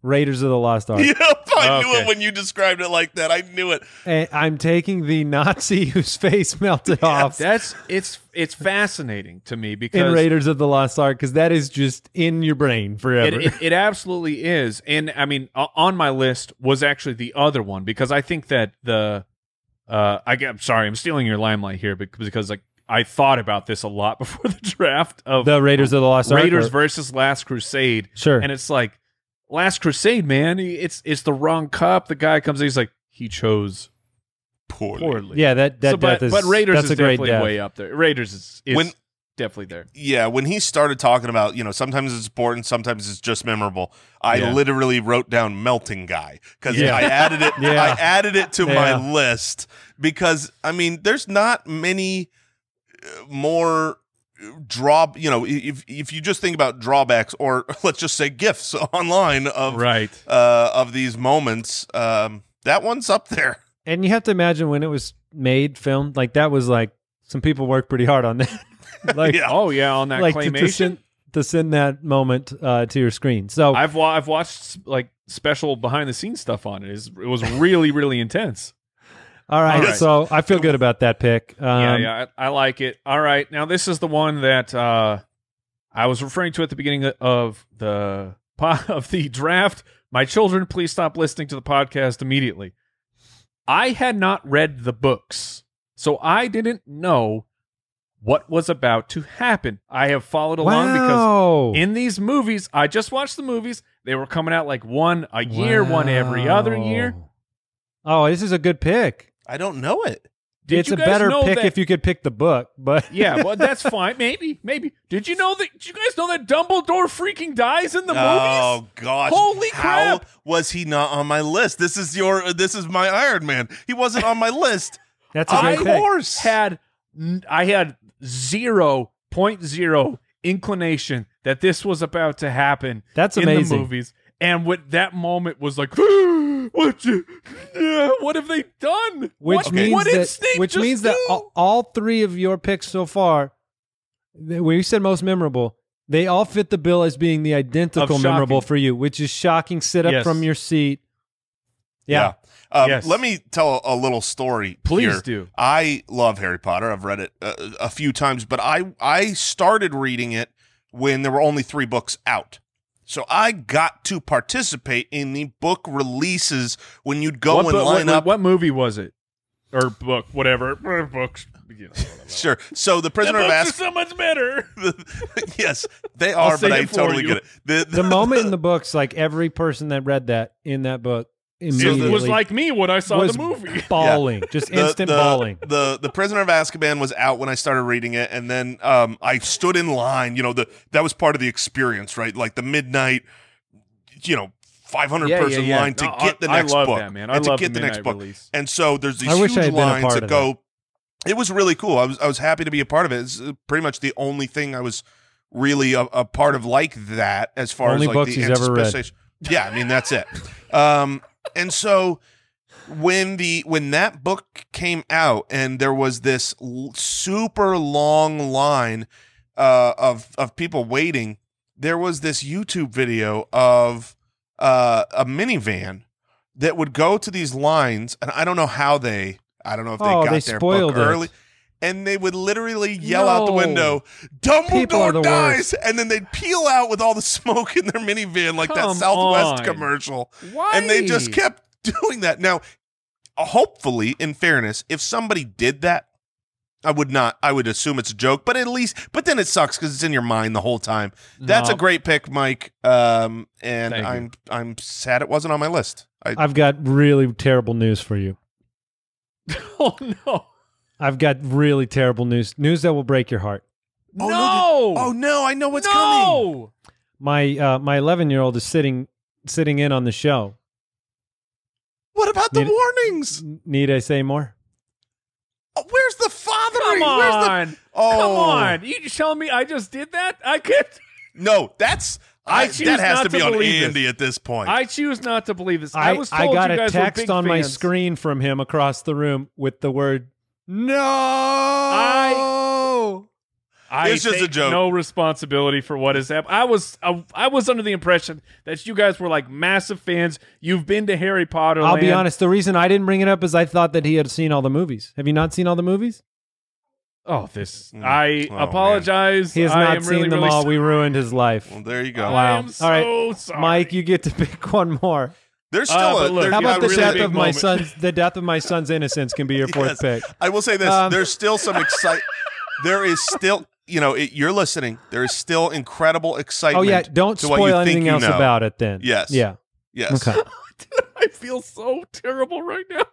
[SPEAKER 3] Raiders of the Lost Ark.
[SPEAKER 2] Yep, I knew
[SPEAKER 6] Okay.
[SPEAKER 2] it when you described it like that. I knew it.
[SPEAKER 3] And I'm taking the Nazi whose face melted off
[SPEAKER 6] That's it's it's fascinating to me
[SPEAKER 3] in
[SPEAKER 6] because
[SPEAKER 3] Raiders of the Lost Ark because that is just in your brain
[SPEAKER 6] it,
[SPEAKER 3] forever.
[SPEAKER 6] it, it absolutely is. And I mean, o- on my list was actually the other one because I think that the uh, I get, I'm sorry, I'm stealing your limelight here bec- because like I thought about this a lot before the draft of
[SPEAKER 3] the Raiders of the Lost Ark.
[SPEAKER 6] Raiders
[SPEAKER 3] or-
[SPEAKER 6] versus Last Crusade,
[SPEAKER 3] sure.
[SPEAKER 6] and it's like Last Crusade, man. It's it's the wrong cop. The guy comes in, he's like he chose
[SPEAKER 2] Poorly.
[SPEAKER 6] poorly.
[SPEAKER 3] yeah, that that
[SPEAKER 6] So, but,
[SPEAKER 3] death is
[SPEAKER 6] but Raiders
[SPEAKER 3] that's
[SPEAKER 6] is
[SPEAKER 3] a great
[SPEAKER 6] definitely
[SPEAKER 3] death.
[SPEAKER 6] way up there. Raiders is, is
[SPEAKER 2] When-
[SPEAKER 6] definitely there.
[SPEAKER 2] Yeah, when he started talking about, you know, sometimes it's important, sometimes it's just memorable. I
[SPEAKER 6] Yeah.
[SPEAKER 2] literally wrote down melting guy because
[SPEAKER 3] Yeah.
[SPEAKER 2] I added it.
[SPEAKER 3] Yeah.
[SPEAKER 2] I added it to
[SPEAKER 3] Yeah.
[SPEAKER 2] my list because I mean, there's not many uh, more uh, draw. You know, if if you just think about drawbacks or let's just say gifts online of
[SPEAKER 6] Right.
[SPEAKER 2] uh, of these moments, um, that one's up there.
[SPEAKER 3] And you have to imagine when it was made, filmed, like that was like some people worked pretty hard on that. like
[SPEAKER 2] Yeah.
[SPEAKER 6] Oh yeah, on that
[SPEAKER 3] like to, to
[SPEAKER 6] claymation.
[SPEAKER 3] send, to send that moment uh, to your screen. So
[SPEAKER 6] I've wa- I've watched like special behind the scenes stuff on it. It's, it was really really intense.
[SPEAKER 3] all right,
[SPEAKER 2] all right.
[SPEAKER 3] so I feel good about that pick. Um,
[SPEAKER 6] yeah, yeah, I, I like it. All right, now this is the one that uh, I was referring to at the beginning of the po- of the draft. My children, please stop listening to the podcast immediately. I had not read the books, so I didn't know what was about to happen. I have followed along because
[SPEAKER 3] Wow.
[SPEAKER 6] in these movies i just watched the movies they were coming out like one a year one every other year
[SPEAKER 3] Wow. Oh, this is a good pick.
[SPEAKER 2] I don't know it.
[SPEAKER 6] Did
[SPEAKER 3] it's
[SPEAKER 6] you
[SPEAKER 3] a
[SPEAKER 6] guys
[SPEAKER 3] better
[SPEAKER 6] know
[SPEAKER 3] pick
[SPEAKER 6] that-
[SPEAKER 3] if you could pick the book, but
[SPEAKER 6] yeah well that's fine maybe maybe did you know that did you guys know that dumbledore freaking dies in the movies
[SPEAKER 2] Oh gosh!
[SPEAKER 6] Holy
[SPEAKER 2] How
[SPEAKER 6] crap.
[SPEAKER 2] Was he not on my list? This is your. This is my Iron Man. He wasn't on my list.
[SPEAKER 3] that's a great
[SPEAKER 6] I-
[SPEAKER 3] pick.
[SPEAKER 2] course.
[SPEAKER 6] had n- i had zero point zero inclination that this was about to happen
[SPEAKER 3] That's
[SPEAKER 6] in the
[SPEAKER 3] amazing.
[SPEAKER 6] movies and what that moment was like what you- yeah, what have they done
[SPEAKER 3] Which
[SPEAKER 6] what,
[SPEAKER 3] means
[SPEAKER 6] what did
[SPEAKER 3] that
[SPEAKER 6] Snape
[SPEAKER 3] which
[SPEAKER 6] just
[SPEAKER 3] means that
[SPEAKER 6] do?
[SPEAKER 3] all, all three of your picks so far, th- when you said most memorable, they all fit the bill as being the identical
[SPEAKER 6] Of
[SPEAKER 3] memorable
[SPEAKER 6] shocking.
[SPEAKER 3] for you, which is shocking. Sit up
[SPEAKER 6] Yes.
[SPEAKER 3] from your seat. Yeah,
[SPEAKER 2] Um,
[SPEAKER 6] Yes.
[SPEAKER 2] Let me tell a little story.
[SPEAKER 6] please
[SPEAKER 2] here.
[SPEAKER 6] do
[SPEAKER 2] I love Harry Potter. I've read it a, a few times, but I I started reading it when there were only three books out. So I got to participate in the book releases when you'd go
[SPEAKER 6] what,
[SPEAKER 2] and
[SPEAKER 6] bu-
[SPEAKER 2] line
[SPEAKER 6] what-
[SPEAKER 2] up.
[SPEAKER 6] What movie was it? Or book, whatever. Eh, Books. You know, I don't know.
[SPEAKER 2] Sure. So the
[SPEAKER 6] The
[SPEAKER 2] prisoner of
[SPEAKER 6] books
[SPEAKER 2] Azkaban.
[SPEAKER 6] are so much better.
[SPEAKER 2] yes, they are,
[SPEAKER 6] say
[SPEAKER 2] but I
[SPEAKER 6] it for
[SPEAKER 2] totally
[SPEAKER 6] you.
[SPEAKER 2] get it. The,
[SPEAKER 3] The moment in the books, like every person that read that in that book immediately
[SPEAKER 6] It was like me when I saw
[SPEAKER 3] was
[SPEAKER 6] the movie.
[SPEAKER 3] bawling, just instant
[SPEAKER 2] the,
[SPEAKER 3] bawling.
[SPEAKER 2] The the Prisoner of Azkaban was out when I started reading it, and then um, I stood in line. You know, the that was part of the experience, right? Like the midnight, you know, five hundred
[SPEAKER 6] Yeah, yeah,
[SPEAKER 2] person
[SPEAKER 6] yeah.
[SPEAKER 2] line to
[SPEAKER 6] No, I-
[SPEAKER 2] get the next
[SPEAKER 6] I love
[SPEAKER 2] book.
[SPEAKER 6] that, man. I
[SPEAKER 2] and to
[SPEAKER 6] love
[SPEAKER 2] get
[SPEAKER 6] the
[SPEAKER 2] the next
[SPEAKER 6] midnight
[SPEAKER 2] book.
[SPEAKER 6] release.
[SPEAKER 2] And so there's these
[SPEAKER 3] I wish
[SPEAKER 2] huge
[SPEAKER 3] I had been a
[SPEAKER 2] lines
[SPEAKER 3] part
[SPEAKER 2] that
[SPEAKER 3] of
[SPEAKER 2] go. It was really cool. I was I was happy to be a part of it. It's uh, pretty much the only thing I was really a, a part of like that as far
[SPEAKER 3] Only
[SPEAKER 2] as like
[SPEAKER 3] books
[SPEAKER 2] the
[SPEAKER 3] he's ever read.
[SPEAKER 2] anticipation. Yeah, I mean that's it. Um, and so when the when that book came out and there was this l- super long line uh, of of people waiting, there was this YouTube video of uh, a minivan that would go to these lines, and I don't know how they, I don't know if they
[SPEAKER 3] Oh,
[SPEAKER 2] got
[SPEAKER 3] they
[SPEAKER 2] their
[SPEAKER 3] spoiled
[SPEAKER 2] book
[SPEAKER 3] it.
[SPEAKER 2] early. And they would literally yell out the
[SPEAKER 3] No.
[SPEAKER 2] window,
[SPEAKER 3] People are
[SPEAKER 2] Dumbledore
[SPEAKER 3] the
[SPEAKER 2] dies, and then they'd peel out with all the smoke in their minivan like that
[SPEAKER 6] Come
[SPEAKER 2] Southwest
[SPEAKER 6] on.
[SPEAKER 2] commercial
[SPEAKER 6] Why?
[SPEAKER 2] and they just kept doing that. Now, uh, hopefully, in fairness, if somebody did that, I would not. I would assume it's a joke, but at least, but then it sucks because it's in your mind the whole time. That's
[SPEAKER 6] No.
[SPEAKER 2] a great pick, Mike. Um, and
[SPEAKER 6] Thank you.
[SPEAKER 2] I'm I'm sad it wasn't on my list. I,
[SPEAKER 3] I've got really terrible news for you.
[SPEAKER 6] Oh no.
[SPEAKER 3] I've got really terrible news. News that will break your heart.
[SPEAKER 2] Oh, no,
[SPEAKER 6] no.
[SPEAKER 2] oh no, I know what's
[SPEAKER 6] no.
[SPEAKER 2] coming.
[SPEAKER 3] My uh, my 11 year old is sitting sitting in on the show.
[SPEAKER 2] What about the
[SPEAKER 3] Need-
[SPEAKER 2] warnings?
[SPEAKER 3] Need I say more?
[SPEAKER 2] Oh, where's the fathering?
[SPEAKER 6] Come
[SPEAKER 2] Where's the-
[SPEAKER 6] on.
[SPEAKER 2] oh,
[SPEAKER 6] Come on. You just telling me I just did that? I can't.
[SPEAKER 2] No, that's
[SPEAKER 6] I
[SPEAKER 2] I,
[SPEAKER 6] choose
[SPEAKER 2] that has
[SPEAKER 6] not
[SPEAKER 2] to be
[SPEAKER 6] to
[SPEAKER 2] on
[SPEAKER 6] believe
[SPEAKER 2] Andy at this point.
[SPEAKER 6] I choose not to believe this. I,
[SPEAKER 3] I,
[SPEAKER 6] was
[SPEAKER 3] I
[SPEAKER 6] told
[SPEAKER 3] got
[SPEAKER 6] you
[SPEAKER 3] a
[SPEAKER 6] guys were
[SPEAKER 3] text
[SPEAKER 6] big
[SPEAKER 3] on my
[SPEAKER 6] fans.
[SPEAKER 3] screen from him across the room with the word
[SPEAKER 2] no, Oh.
[SPEAKER 6] I
[SPEAKER 2] It's just a
[SPEAKER 6] take
[SPEAKER 2] joke.
[SPEAKER 6] No responsibility for what has happened. I was I, I was under the impression that you guys were like massive fans. You've been to Harry Potter.
[SPEAKER 3] I'll be
[SPEAKER 6] land.
[SPEAKER 3] honest. The reason I didn't bring it up is I thought that he had seen all the movies. Have you not seen all the movies?
[SPEAKER 6] Oh, this.
[SPEAKER 2] Mm.
[SPEAKER 6] I
[SPEAKER 2] Oh, man.
[SPEAKER 6] apologize.
[SPEAKER 3] He has
[SPEAKER 6] I
[SPEAKER 3] not
[SPEAKER 6] am
[SPEAKER 3] seen
[SPEAKER 6] really,
[SPEAKER 3] them
[SPEAKER 6] really
[SPEAKER 3] all.
[SPEAKER 6] sorry.
[SPEAKER 3] We ruined his life.
[SPEAKER 2] Well, there you go.
[SPEAKER 6] I
[SPEAKER 3] Wow.
[SPEAKER 6] am so
[SPEAKER 3] All right.
[SPEAKER 6] sorry.
[SPEAKER 3] Mike, you get to pick one more.
[SPEAKER 2] There's
[SPEAKER 6] Uh,
[SPEAKER 2] still
[SPEAKER 6] but
[SPEAKER 2] a.
[SPEAKER 6] look,
[SPEAKER 2] there's
[SPEAKER 3] How
[SPEAKER 6] Yeah,
[SPEAKER 3] about
[SPEAKER 2] a
[SPEAKER 3] the
[SPEAKER 6] really
[SPEAKER 3] death
[SPEAKER 6] big
[SPEAKER 3] of my
[SPEAKER 6] moment.
[SPEAKER 3] son's the death of my son's innocence can be your fourth
[SPEAKER 2] Yes.
[SPEAKER 3] pick.
[SPEAKER 2] I will say this:
[SPEAKER 3] Um,
[SPEAKER 2] there's still some excite. there is still, you know, it, you're listening. There is still incredible
[SPEAKER 3] Oh
[SPEAKER 2] excitement.
[SPEAKER 3] yeah, don't
[SPEAKER 2] to what you
[SPEAKER 3] spoil
[SPEAKER 2] think
[SPEAKER 3] anything
[SPEAKER 2] you
[SPEAKER 3] else
[SPEAKER 2] know.
[SPEAKER 3] about it then.
[SPEAKER 2] Yes.
[SPEAKER 3] Yeah.
[SPEAKER 2] Yes.
[SPEAKER 3] Okay.
[SPEAKER 6] Dude, I feel so terrible right now.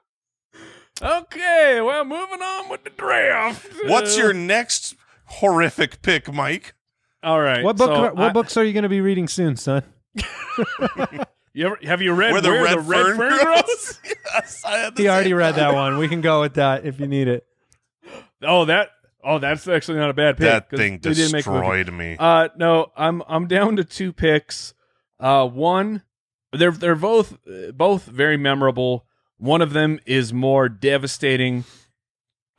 [SPEAKER 6] Okay, well, moving on with the draft.
[SPEAKER 2] What's
[SPEAKER 6] Uh,
[SPEAKER 2] your next horrific pick, Mike?
[SPEAKER 6] all right?
[SPEAKER 3] What book?
[SPEAKER 6] so
[SPEAKER 3] what
[SPEAKER 6] I-
[SPEAKER 3] books are you going to be reading soon, son?
[SPEAKER 6] You ever, have you read
[SPEAKER 2] Where the red fern
[SPEAKER 6] grows?
[SPEAKER 2] yes, I had the
[SPEAKER 3] He already
[SPEAKER 2] same-
[SPEAKER 3] read that one. We can go with that if you need it.
[SPEAKER 6] oh, that. Oh, that's actually not a bad pick.
[SPEAKER 2] That
[SPEAKER 6] 'cause
[SPEAKER 2] thing
[SPEAKER 6] we did make a movie.
[SPEAKER 2] destroyed me.
[SPEAKER 6] Uh, no, I'm I'm down to two picks. Uh, one, they're they're both uh, both very memorable. One of them is more devastating.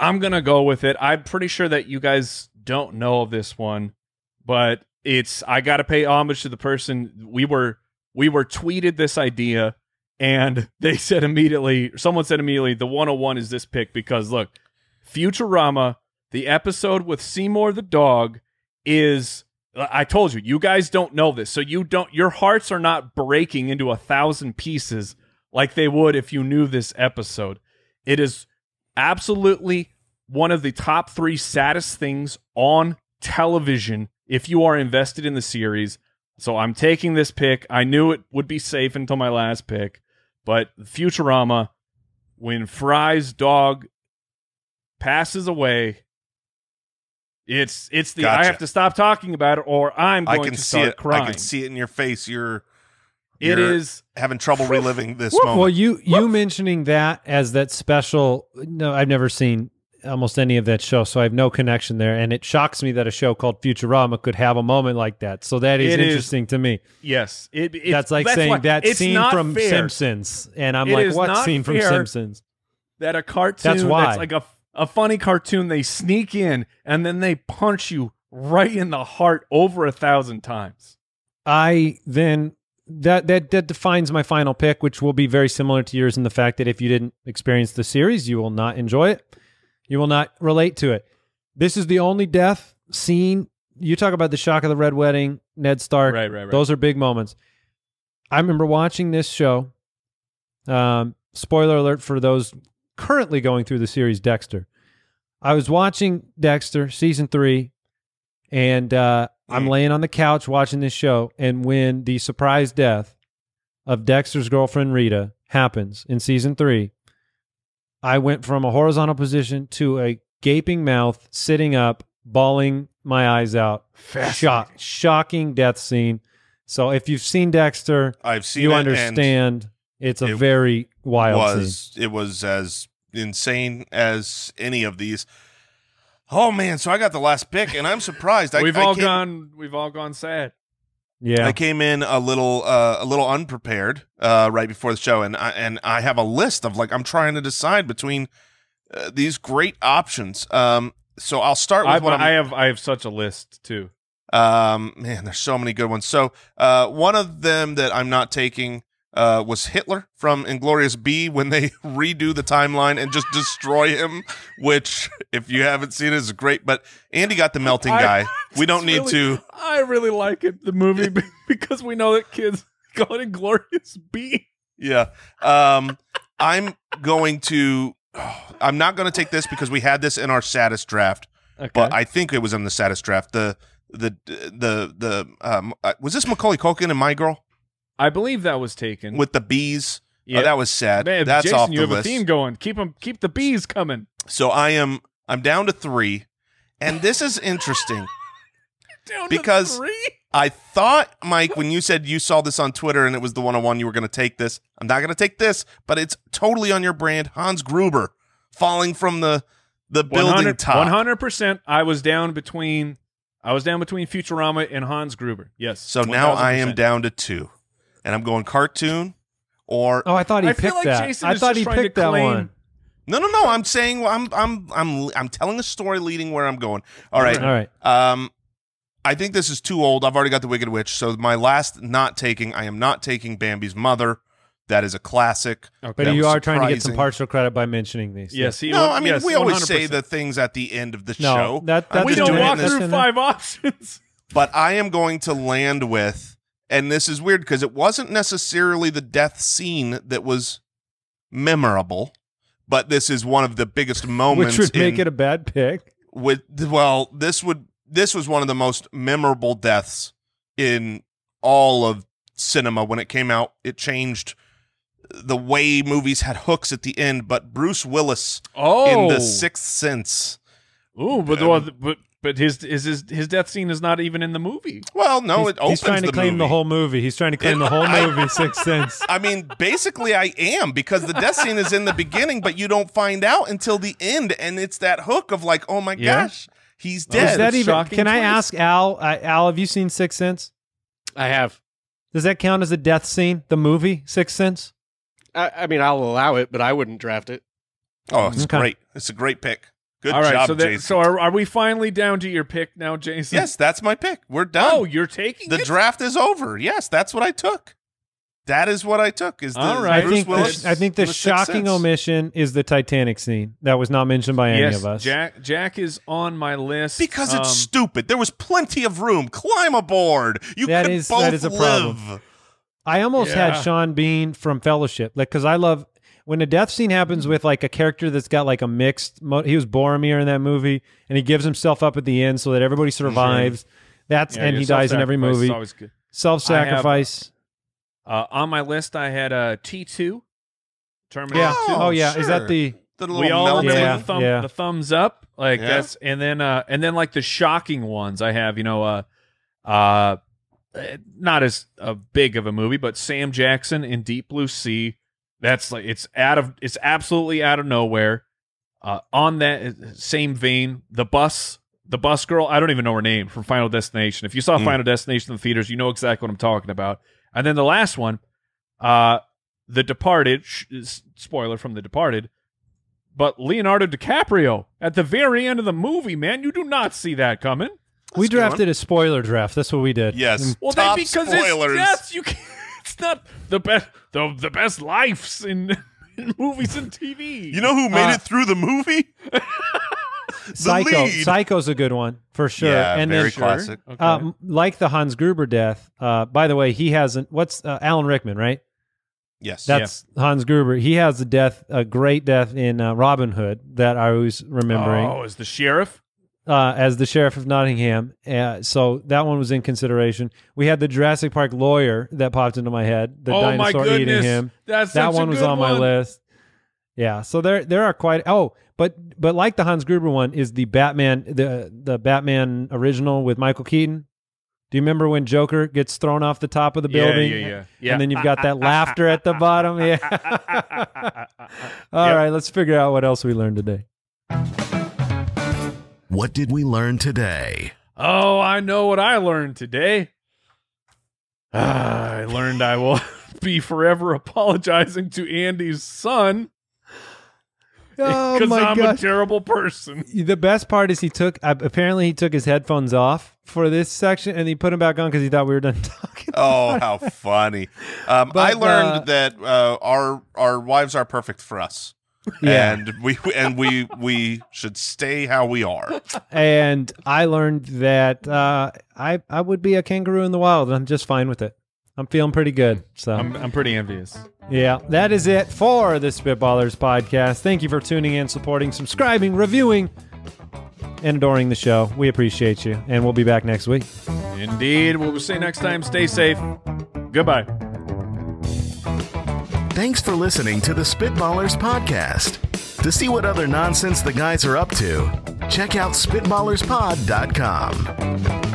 [SPEAKER 6] I'm gonna go with it. I'm pretty sure that you guys don't know of this one, but it's I gotta pay homage to the person we were we were tweeted this idea, and they said immediately. Someone said immediately the 101 is this pick because look, Futurama, the episode with Seymour the dog is I told you, you guys don't know this. So you don't your hearts are not breaking into a thousand pieces like they would if you knew this episode. It is absolutely one of the top 3 saddest things on television if you are invested in the series. So I'm taking this pick. I knew it would be safe until my last pick, but Futurama when Fry's dog passes away it's it's the I
[SPEAKER 2] Gotcha.
[SPEAKER 6] have to stop talking about it or I'm
[SPEAKER 2] I
[SPEAKER 6] going
[SPEAKER 2] can
[SPEAKER 6] to
[SPEAKER 2] see
[SPEAKER 6] start
[SPEAKER 2] it.
[SPEAKER 6] crying.
[SPEAKER 2] I can see it in your face. You're
[SPEAKER 6] it
[SPEAKER 2] you're-
[SPEAKER 6] is
[SPEAKER 2] having trouble reliving this moment.
[SPEAKER 3] Well, you you mentioning that as that special. No, I've never seen almost any of that show, so I have no connection there. And it shocks me that a show called Futurama could have a moment like that. So that is
[SPEAKER 6] It is-
[SPEAKER 3] interesting to me.
[SPEAKER 6] yes. It, it
[SPEAKER 3] that's like saying
[SPEAKER 6] why-
[SPEAKER 3] that
[SPEAKER 6] it's
[SPEAKER 3] scene
[SPEAKER 6] not
[SPEAKER 3] from
[SPEAKER 6] fair
[SPEAKER 3] Simpsons, and I'm
[SPEAKER 6] It
[SPEAKER 3] like,
[SPEAKER 6] is
[SPEAKER 3] what
[SPEAKER 6] not
[SPEAKER 3] scene from
[SPEAKER 6] fair.
[SPEAKER 3] Simpsons?
[SPEAKER 6] that a cartoon
[SPEAKER 3] That's why.
[SPEAKER 6] like a a funny cartoon they sneak in and then they punch you right in the heart over a thousand times.
[SPEAKER 3] I then that that that defines my final pick, which will be very similar to yours in the fact that if you didn't experience the series, you will not enjoy it. You will not relate to it. This is the only death scene you talk about the shock of the Red Wedding, Ned Stark.
[SPEAKER 6] Right, right, right.
[SPEAKER 3] Those are big moments. I remember watching this show. Um, spoiler alert for those currently going through the series Dexter. I was watching Dexter season three, and uh, I'm
[SPEAKER 2] Mm.
[SPEAKER 3] laying on the couch watching this show. And when the surprise death of Dexter's girlfriend Rita happens in season three, I went from a horizontal position to a gaping mouth, sitting up, bawling my eyes out. Shock, shocking death scene. So if you've seen Dexter,
[SPEAKER 2] I've seen
[SPEAKER 3] you
[SPEAKER 2] it, and
[SPEAKER 3] understand it's a
[SPEAKER 2] it
[SPEAKER 3] very wild scene.
[SPEAKER 2] was it was as insane as any of these. Oh man, so I got the last pick, and I'm surprised. I,
[SPEAKER 6] we've
[SPEAKER 2] I
[SPEAKER 6] all
[SPEAKER 2] came,
[SPEAKER 6] gone. We've all gone sad.
[SPEAKER 3] Yeah,
[SPEAKER 2] I came in a little uh, a little unprepared uh, right before the show, and I, and I have a list of like I'm trying to decide between uh, these great options. Um, so I'll start with
[SPEAKER 6] I,
[SPEAKER 2] what I'm,
[SPEAKER 6] I have. I have such a list too.
[SPEAKER 2] Um, man, there's so many good ones. So, uh, one of them that I'm not taking uh, was Hitler from Inglorious B when they redo the timeline and just destroy him, which, if you haven't seen it, is great. But Andy got the melting
[SPEAKER 6] I-
[SPEAKER 2] guy. We don't
[SPEAKER 6] It's
[SPEAKER 2] need
[SPEAKER 6] really-
[SPEAKER 2] to.
[SPEAKER 6] I really like it. The movie be- because we know that kids call it glorious B.
[SPEAKER 2] Yeah. Um, I'm going to. I'm not going to take this because we had this in our saddest draft.
[SPEAKER 3] okay.
[SPEAKER 2] but I think it was in the saddest draft. The the the the um, uh, was this Macaulay Culkin and My Girl
[SPEAKER 6] I believe that was taken.
[SPEAKER 2] with the bees? Yeah,
[SPEAKER 6] Yeah.
[SPEAKER 2] that was sad.
[SPEAKER 6] Man,
[SPEAKER 2] That's
[SPEAKER 6] Jason,
[SPEAKER 2] off the
[SPEAKER 6] you have
[SPEAKER 2] list.
[SPEAKER 6] a theme going. Keep 'em- Keep the bees coming.
[SPEAKER 2] So I am I'm down to three, and this is interesting. to
[SPEAKER 6] Down
[SPEAKER 2] Because-
[SPEAKER 6] three.
[SPEAKER 2] I thought Mike, when you said you saw this on Twitter and it was the one on one, you were going to take this. I'm not going to take this, but it's totally on your brand. Hans Gruber falling from the the building top.
[SPEAKER 6] One hundred percent. I was down between. I was down between Futurama and Hans Gruber. Yes.
[SPEAKER 2] So now I am
[SPEAKER 6] 1000%.
[SPEAKER 2] down to two, and I'm going cartoon or
[SPEAKER 3] oh, I thought he
[SPEAKER 6] I feel
[SPEAKER 3] picked
[SPEAKER 6] like
[SPEAKER 3] that.
[SPEAKER 6] Jason
[SPEAKER 3] I
[SPEAKER 6] is
[SPEAKER 3] thought
[SPEAKER 6] just
[SPEAKER 3] he
[SPEAKER 6] trying to
[SPEAKER 3] picked that
[SPEAKER 6] claim-
[SPEAKER 3] one.
[SPEAKER 2] No, no, no. I'm saying well, I'm I'm I'm I'm telling a story leading where I'm going. All right.
[SPEAKER 3] All right,
[SPEAKER 2] Um I think this is too old. I've already got the Wicked Witch. So my last not taking, I am not taking Bambi's mother. That is a classic.
[SPEAKER 3] but
[SPEAKER 2] That
[SPEAKER 3] you
[SPEAKER 2] was
[SPEAKER 3] are trying to get some
[SPEAKER 2] surprising.
[SPEAKER 3] partial credit by mentioning these.
[SPEAKER 6] Yes. He,
[SPEAKER 2] no, I mean
[SPEAKER 6] yes,
[SPEAKER 2] we always say
[SPEAKER 6] 100%.
[SPEAKER 2] the things at the end of the
[SPEAKER 3] No,
[SPEAKER 2] show.
[SPEAKER 3] that-
[SPEAKER 2] I'm
[SPEAKER 3] that's
[SPEAKER 6] we
[SPEAKER 2] just
[SPEAKER 3] a
[SPEAKER 6] don't
[SPEAKER 2] doing
[SPEAKER 3] no
[SPEAKER 6] walk
[SPEAKER 2] this-
[SPEAKER 3] different.
[SPEAKER 6] through five options.
[SPEAKER 2] but I am going to land with, and this is weird because it wasn't necessarily the death scene that was memorable, but this is one of the biggest moments.
[SPEAKER 3] which would make
[SPEAKER 2] in-
[SPEAKER 3] it a bad pick.
[SPEAKER 2] with well this would this was one of the most memorable deaths in all of cinema when it came out it changed the way movies had hooks at the end but bruce willis
[SPEAKER 6] Oh,
[SPEAKER 2] in the sixth sense
[SPEAKER 6] Ooh, but the one- but but his is his his death scene is not even in the movie.
[SPEAKER 2] well
[SPEAKER 6] Oh,
[SPEAKER 2] no
[SPEAKER 3] he's,
[SPEAKER 2] it opens
[SPEAKER 3] he's trying to
[SPEAKER 2] the
[SPEAKER 3] claim
[SPEAKER 2] movie.
[SPEAKER 3] the whole movie. He's trying to claim the whole movie. Sixth Sense.
[SPEAKER 2] i mean basically i am because the death scene is in the beginning but you don't find out until the end and it's that hook of like oh my
[SPEAKER 6] Yeah.
[SPEAKER 2] gosh he's
[SPEAKER 6] Yeah,
[SPEAKER 3] Oh, Is
[SPEAKER 2] dead
[SPEAKER 3] that e-
[SPEAKER 6] it's
[SPEAKER 3] even?
[SPEAKER 6] shocking
[SPEAKER 3] Can I
[SPEAKER 6] twist.
[SPEAKER 3] ask Al? I, Al, have you seen Sixth Sense?
[SPEAKER 5] I have.
[SPEAKER 3] Does that count as a death scene? The movie Sixth Sense.
[SPEAKER 5] I, I mean, I'll allow it, but I wouldn't draft it.
[SPEAKER 2] oh it's
[SPEAKER 3] Okay.
[SPEAKER 2] great it's a great pick good
[SPEAKER 6] All right,
[SPEAKER 2] job
[SPEAKER 6] so that,
[SPEAKER 2] jason
[SPEAKER 6] so are, are we finally down to your pick now, Jason?
[SPEAKER 2] yes that's my pick we're done
[SPEAKER 6] Oh, you're taking
[SPEAKER 2] the
[SPEAKER 6] it?
[SPEAKER 2] draft is over. Yes, that's what I took. That is what I took. Is the
[SPEAKER 6] All right.
[SPEAKER 2] Bruce
[SPEAKER 3] I think
[SPEAKER 2] Willis?
[SPEAKER 3] the, I think the
[SPEAKER 2] with Sixth
[SPEAKER 3] shocking
[SPEAKER 2] Sense.
[SPEAKER 3] omission is the Titanic scene that was not mentioned by any
[SPEAKER 6] yes,
[SPEAKER 3] of us.
[SPEAKER 6] Jack. Jack is on my list
[SPEAKER 2] because it's
[SPEAKER 6] Um,
[SPEAKER 2] stupid. There was plenty of room. Climb aboard. You
[SPEAKER 3] That
[SPEAKER 2] could
[SPEAKER 3] is-
[SPEAKER 2] both
[SPEAKER 3] that is a
[SPEAKER 2] live.
[SPEAKER 3] problem. I almost
[SPEAKER 6] Yeah.
[SPEAKER 3] had Sean Bean from Fellowship, like because I love when a death scene happens with like a character that's got like a mixed. Mo- he was Boromir in that movie, and he gives himself up at the end so that everybody
[SPEAKER 2] Mm-hmm.
[SPEAKER 3] survives. That's
[SPEAKER 6] yeah,
[SPEAKER 3] and
[SPEAKER 6] your
[SPEAKER 3] he dies in every
[SPEAKER 6] self-sacrifice is
[SPEAKER 3] movie.
[SPEAKER 6] always good.
[SPEAKER 3] Self-sacrifice.
[SPEAKER 6] Uh, on my list, I had uh, T two, Terminator
[SPEAKER 3] yeah.
[SPEAKER 2] Oh,
[SPEAKER 3] Oh, yeah. Is that
[SPEAKER 2] sure.
[SPEAKER 3] the?
[SPEAKER 2] The
[SPEAKER 6] two.
[SPEAKER 2] little
[SPEAKER 6] We all
[SPEAKER 2] melting.
[SPEAKER 6] remember
[SPEAKER 3] Yeah.
[SPEAKER 6] the, thumb,
[SPEAKER 3] yeah.
[SPEAKER 6] the thumbs up, like
[SPEAKER 2] Yeah.
[SPEAKER 6] that's, and then uh, and then like the shocking ones. I have, you know, uh, uh, eh, not as uh, big of a movie, but Sam Jackson in Deep Blue Sea. That's like it's out of it's absolutely out of nowhere. Uh, on that eh, same vein, the bus, the bus girl. I don't even know her name from Final Destination. If you saw
[SPEAKER 2] Mm.
[SPEAKER 6] Final Destination in the theaters, you know exactly what I'm talking about. And then the last one, uh, The Departed. Sh- s- spoiler from The Departed. But Leonardo DiCaprio at the very end of the movie, man, you do not see that coming.
[SPEAKER 3] We
[SPEAKER 2] That's a good
[SPEAKER 3] drafted a spoiler draft. That's what we did.
[SPEAKER 2] Yes.
[SPEAKER 6] Well,
[SPEAKER 2] Top
[SPEAKER 6] then because
[SPEAKER 2] spoilers.
[SPEAKER 6] it's death, you can't, it's not the best the the best lives in, in movies and TV.
[SPEAKER 2] You know who made
[SPEAKER 3] Uh,
[SPEAKER 2] it through the movie?
[SPEAKER 3] Psycho.
[SPEAKER 2] lead.
[SPEAKER 3] Psycho's a good one for sure.
[SPEAKER 2] Yeah,
[SPEAKER 3] and then
[SPEAKER 2] very classic.
[SPEAKER 6] Okay.
[SPEAKER 3] um, like the Hans Gruber death. Uh, by the way, he hasn't. What's uh, Alan Rickman? Right.
[SPEAKER 2] Yes.
[SPEAKER 3] That's Hans Gruber. He has a death, a great death in uh, Robin Hood that I was remembering
[SPEAKER 6] Oh, is the sheriff?
[SPEAKER 3] uh, as the sheriff of Nottingham. Uh, so that one was in consideration. We had the Jurassic Park lawyer that popped into my head. The
[SPEAKER 6] oh
[SPEAKER 3] dinosaur
[SPEAKER 6] my goodness,
[SPEAKER 3] eating him.
[SPEAKER 6] That's
[SPEAKER 3] that
[SPEAKER 6] such a
[SPEAKER 3] one was
[SPEAKER 6] good
[SPEAKER 3] on my
[SPEAKER 6] one.
[SPEAKER 3] list. Yeah, so there there are quite oh, but but like the Hans Gruber one is the Batman the the Batman original with Michael Keaton. Do you remember when Joker gets thrown off the top of the
[SPEAKER 6] Yeah,
[SPEAKER 3] building?
[SPEAKER 6] yeah, yeah, yeah.
[SPEAKER 3] And then you've got that laughter at the bottom. Yeah. All right, let's figure out what else we learned today.
[SPEAKER 4] What did we learn today?
[SPEAKER 6] Oh, I know what I learned today. Ah, I learned I will be forever apologizing to Andy's son
[SPEAKER 3] Oh
[SPEAKER 6] because
[SPEAKER 3] my
[SPEAKER 6] I'm
[SPEAKER 3] gosh.
[SPEAKER 6] a terrible person.
[SPEAKER 3] the best part is he took uh, apparently he took his headphones off for this section and he put them back on because he thought we were done talking.
[SPEAKER 2] oh, how funny! Um,
[SPEAKER 3] But,
[SPEAKER 2] I learned
[SPEAKER 3] uh,
[SPEAKER 2] that uh, our our wives are perfect for us,
[SPEAKER 3] Yeah.
[SPEAKER 2] and we and we we should stay how we are.
[SPEAKER 3] and I learned that uh, I I would be a kangaroo in the wild, and I'm just fine with it. I'm feeling pretty good. So
[SPEAKER 6] I'm pretty envious.
[SPEAKER 3] yeah, that is it for the Spitballers podcast. Thank you for tuning in, supporting, subscribing, reviewing, and adoring the show. We appreciate you, and we'll be back next week.
[SPEAKER 6] Indeed. What we'll say next time, stay safe. Goodbye.
[SPEAKER 4] Thanks for listening to the Spitballers Podcast. To see what other nonsense the guys are up to, check out SpitballersPod.com.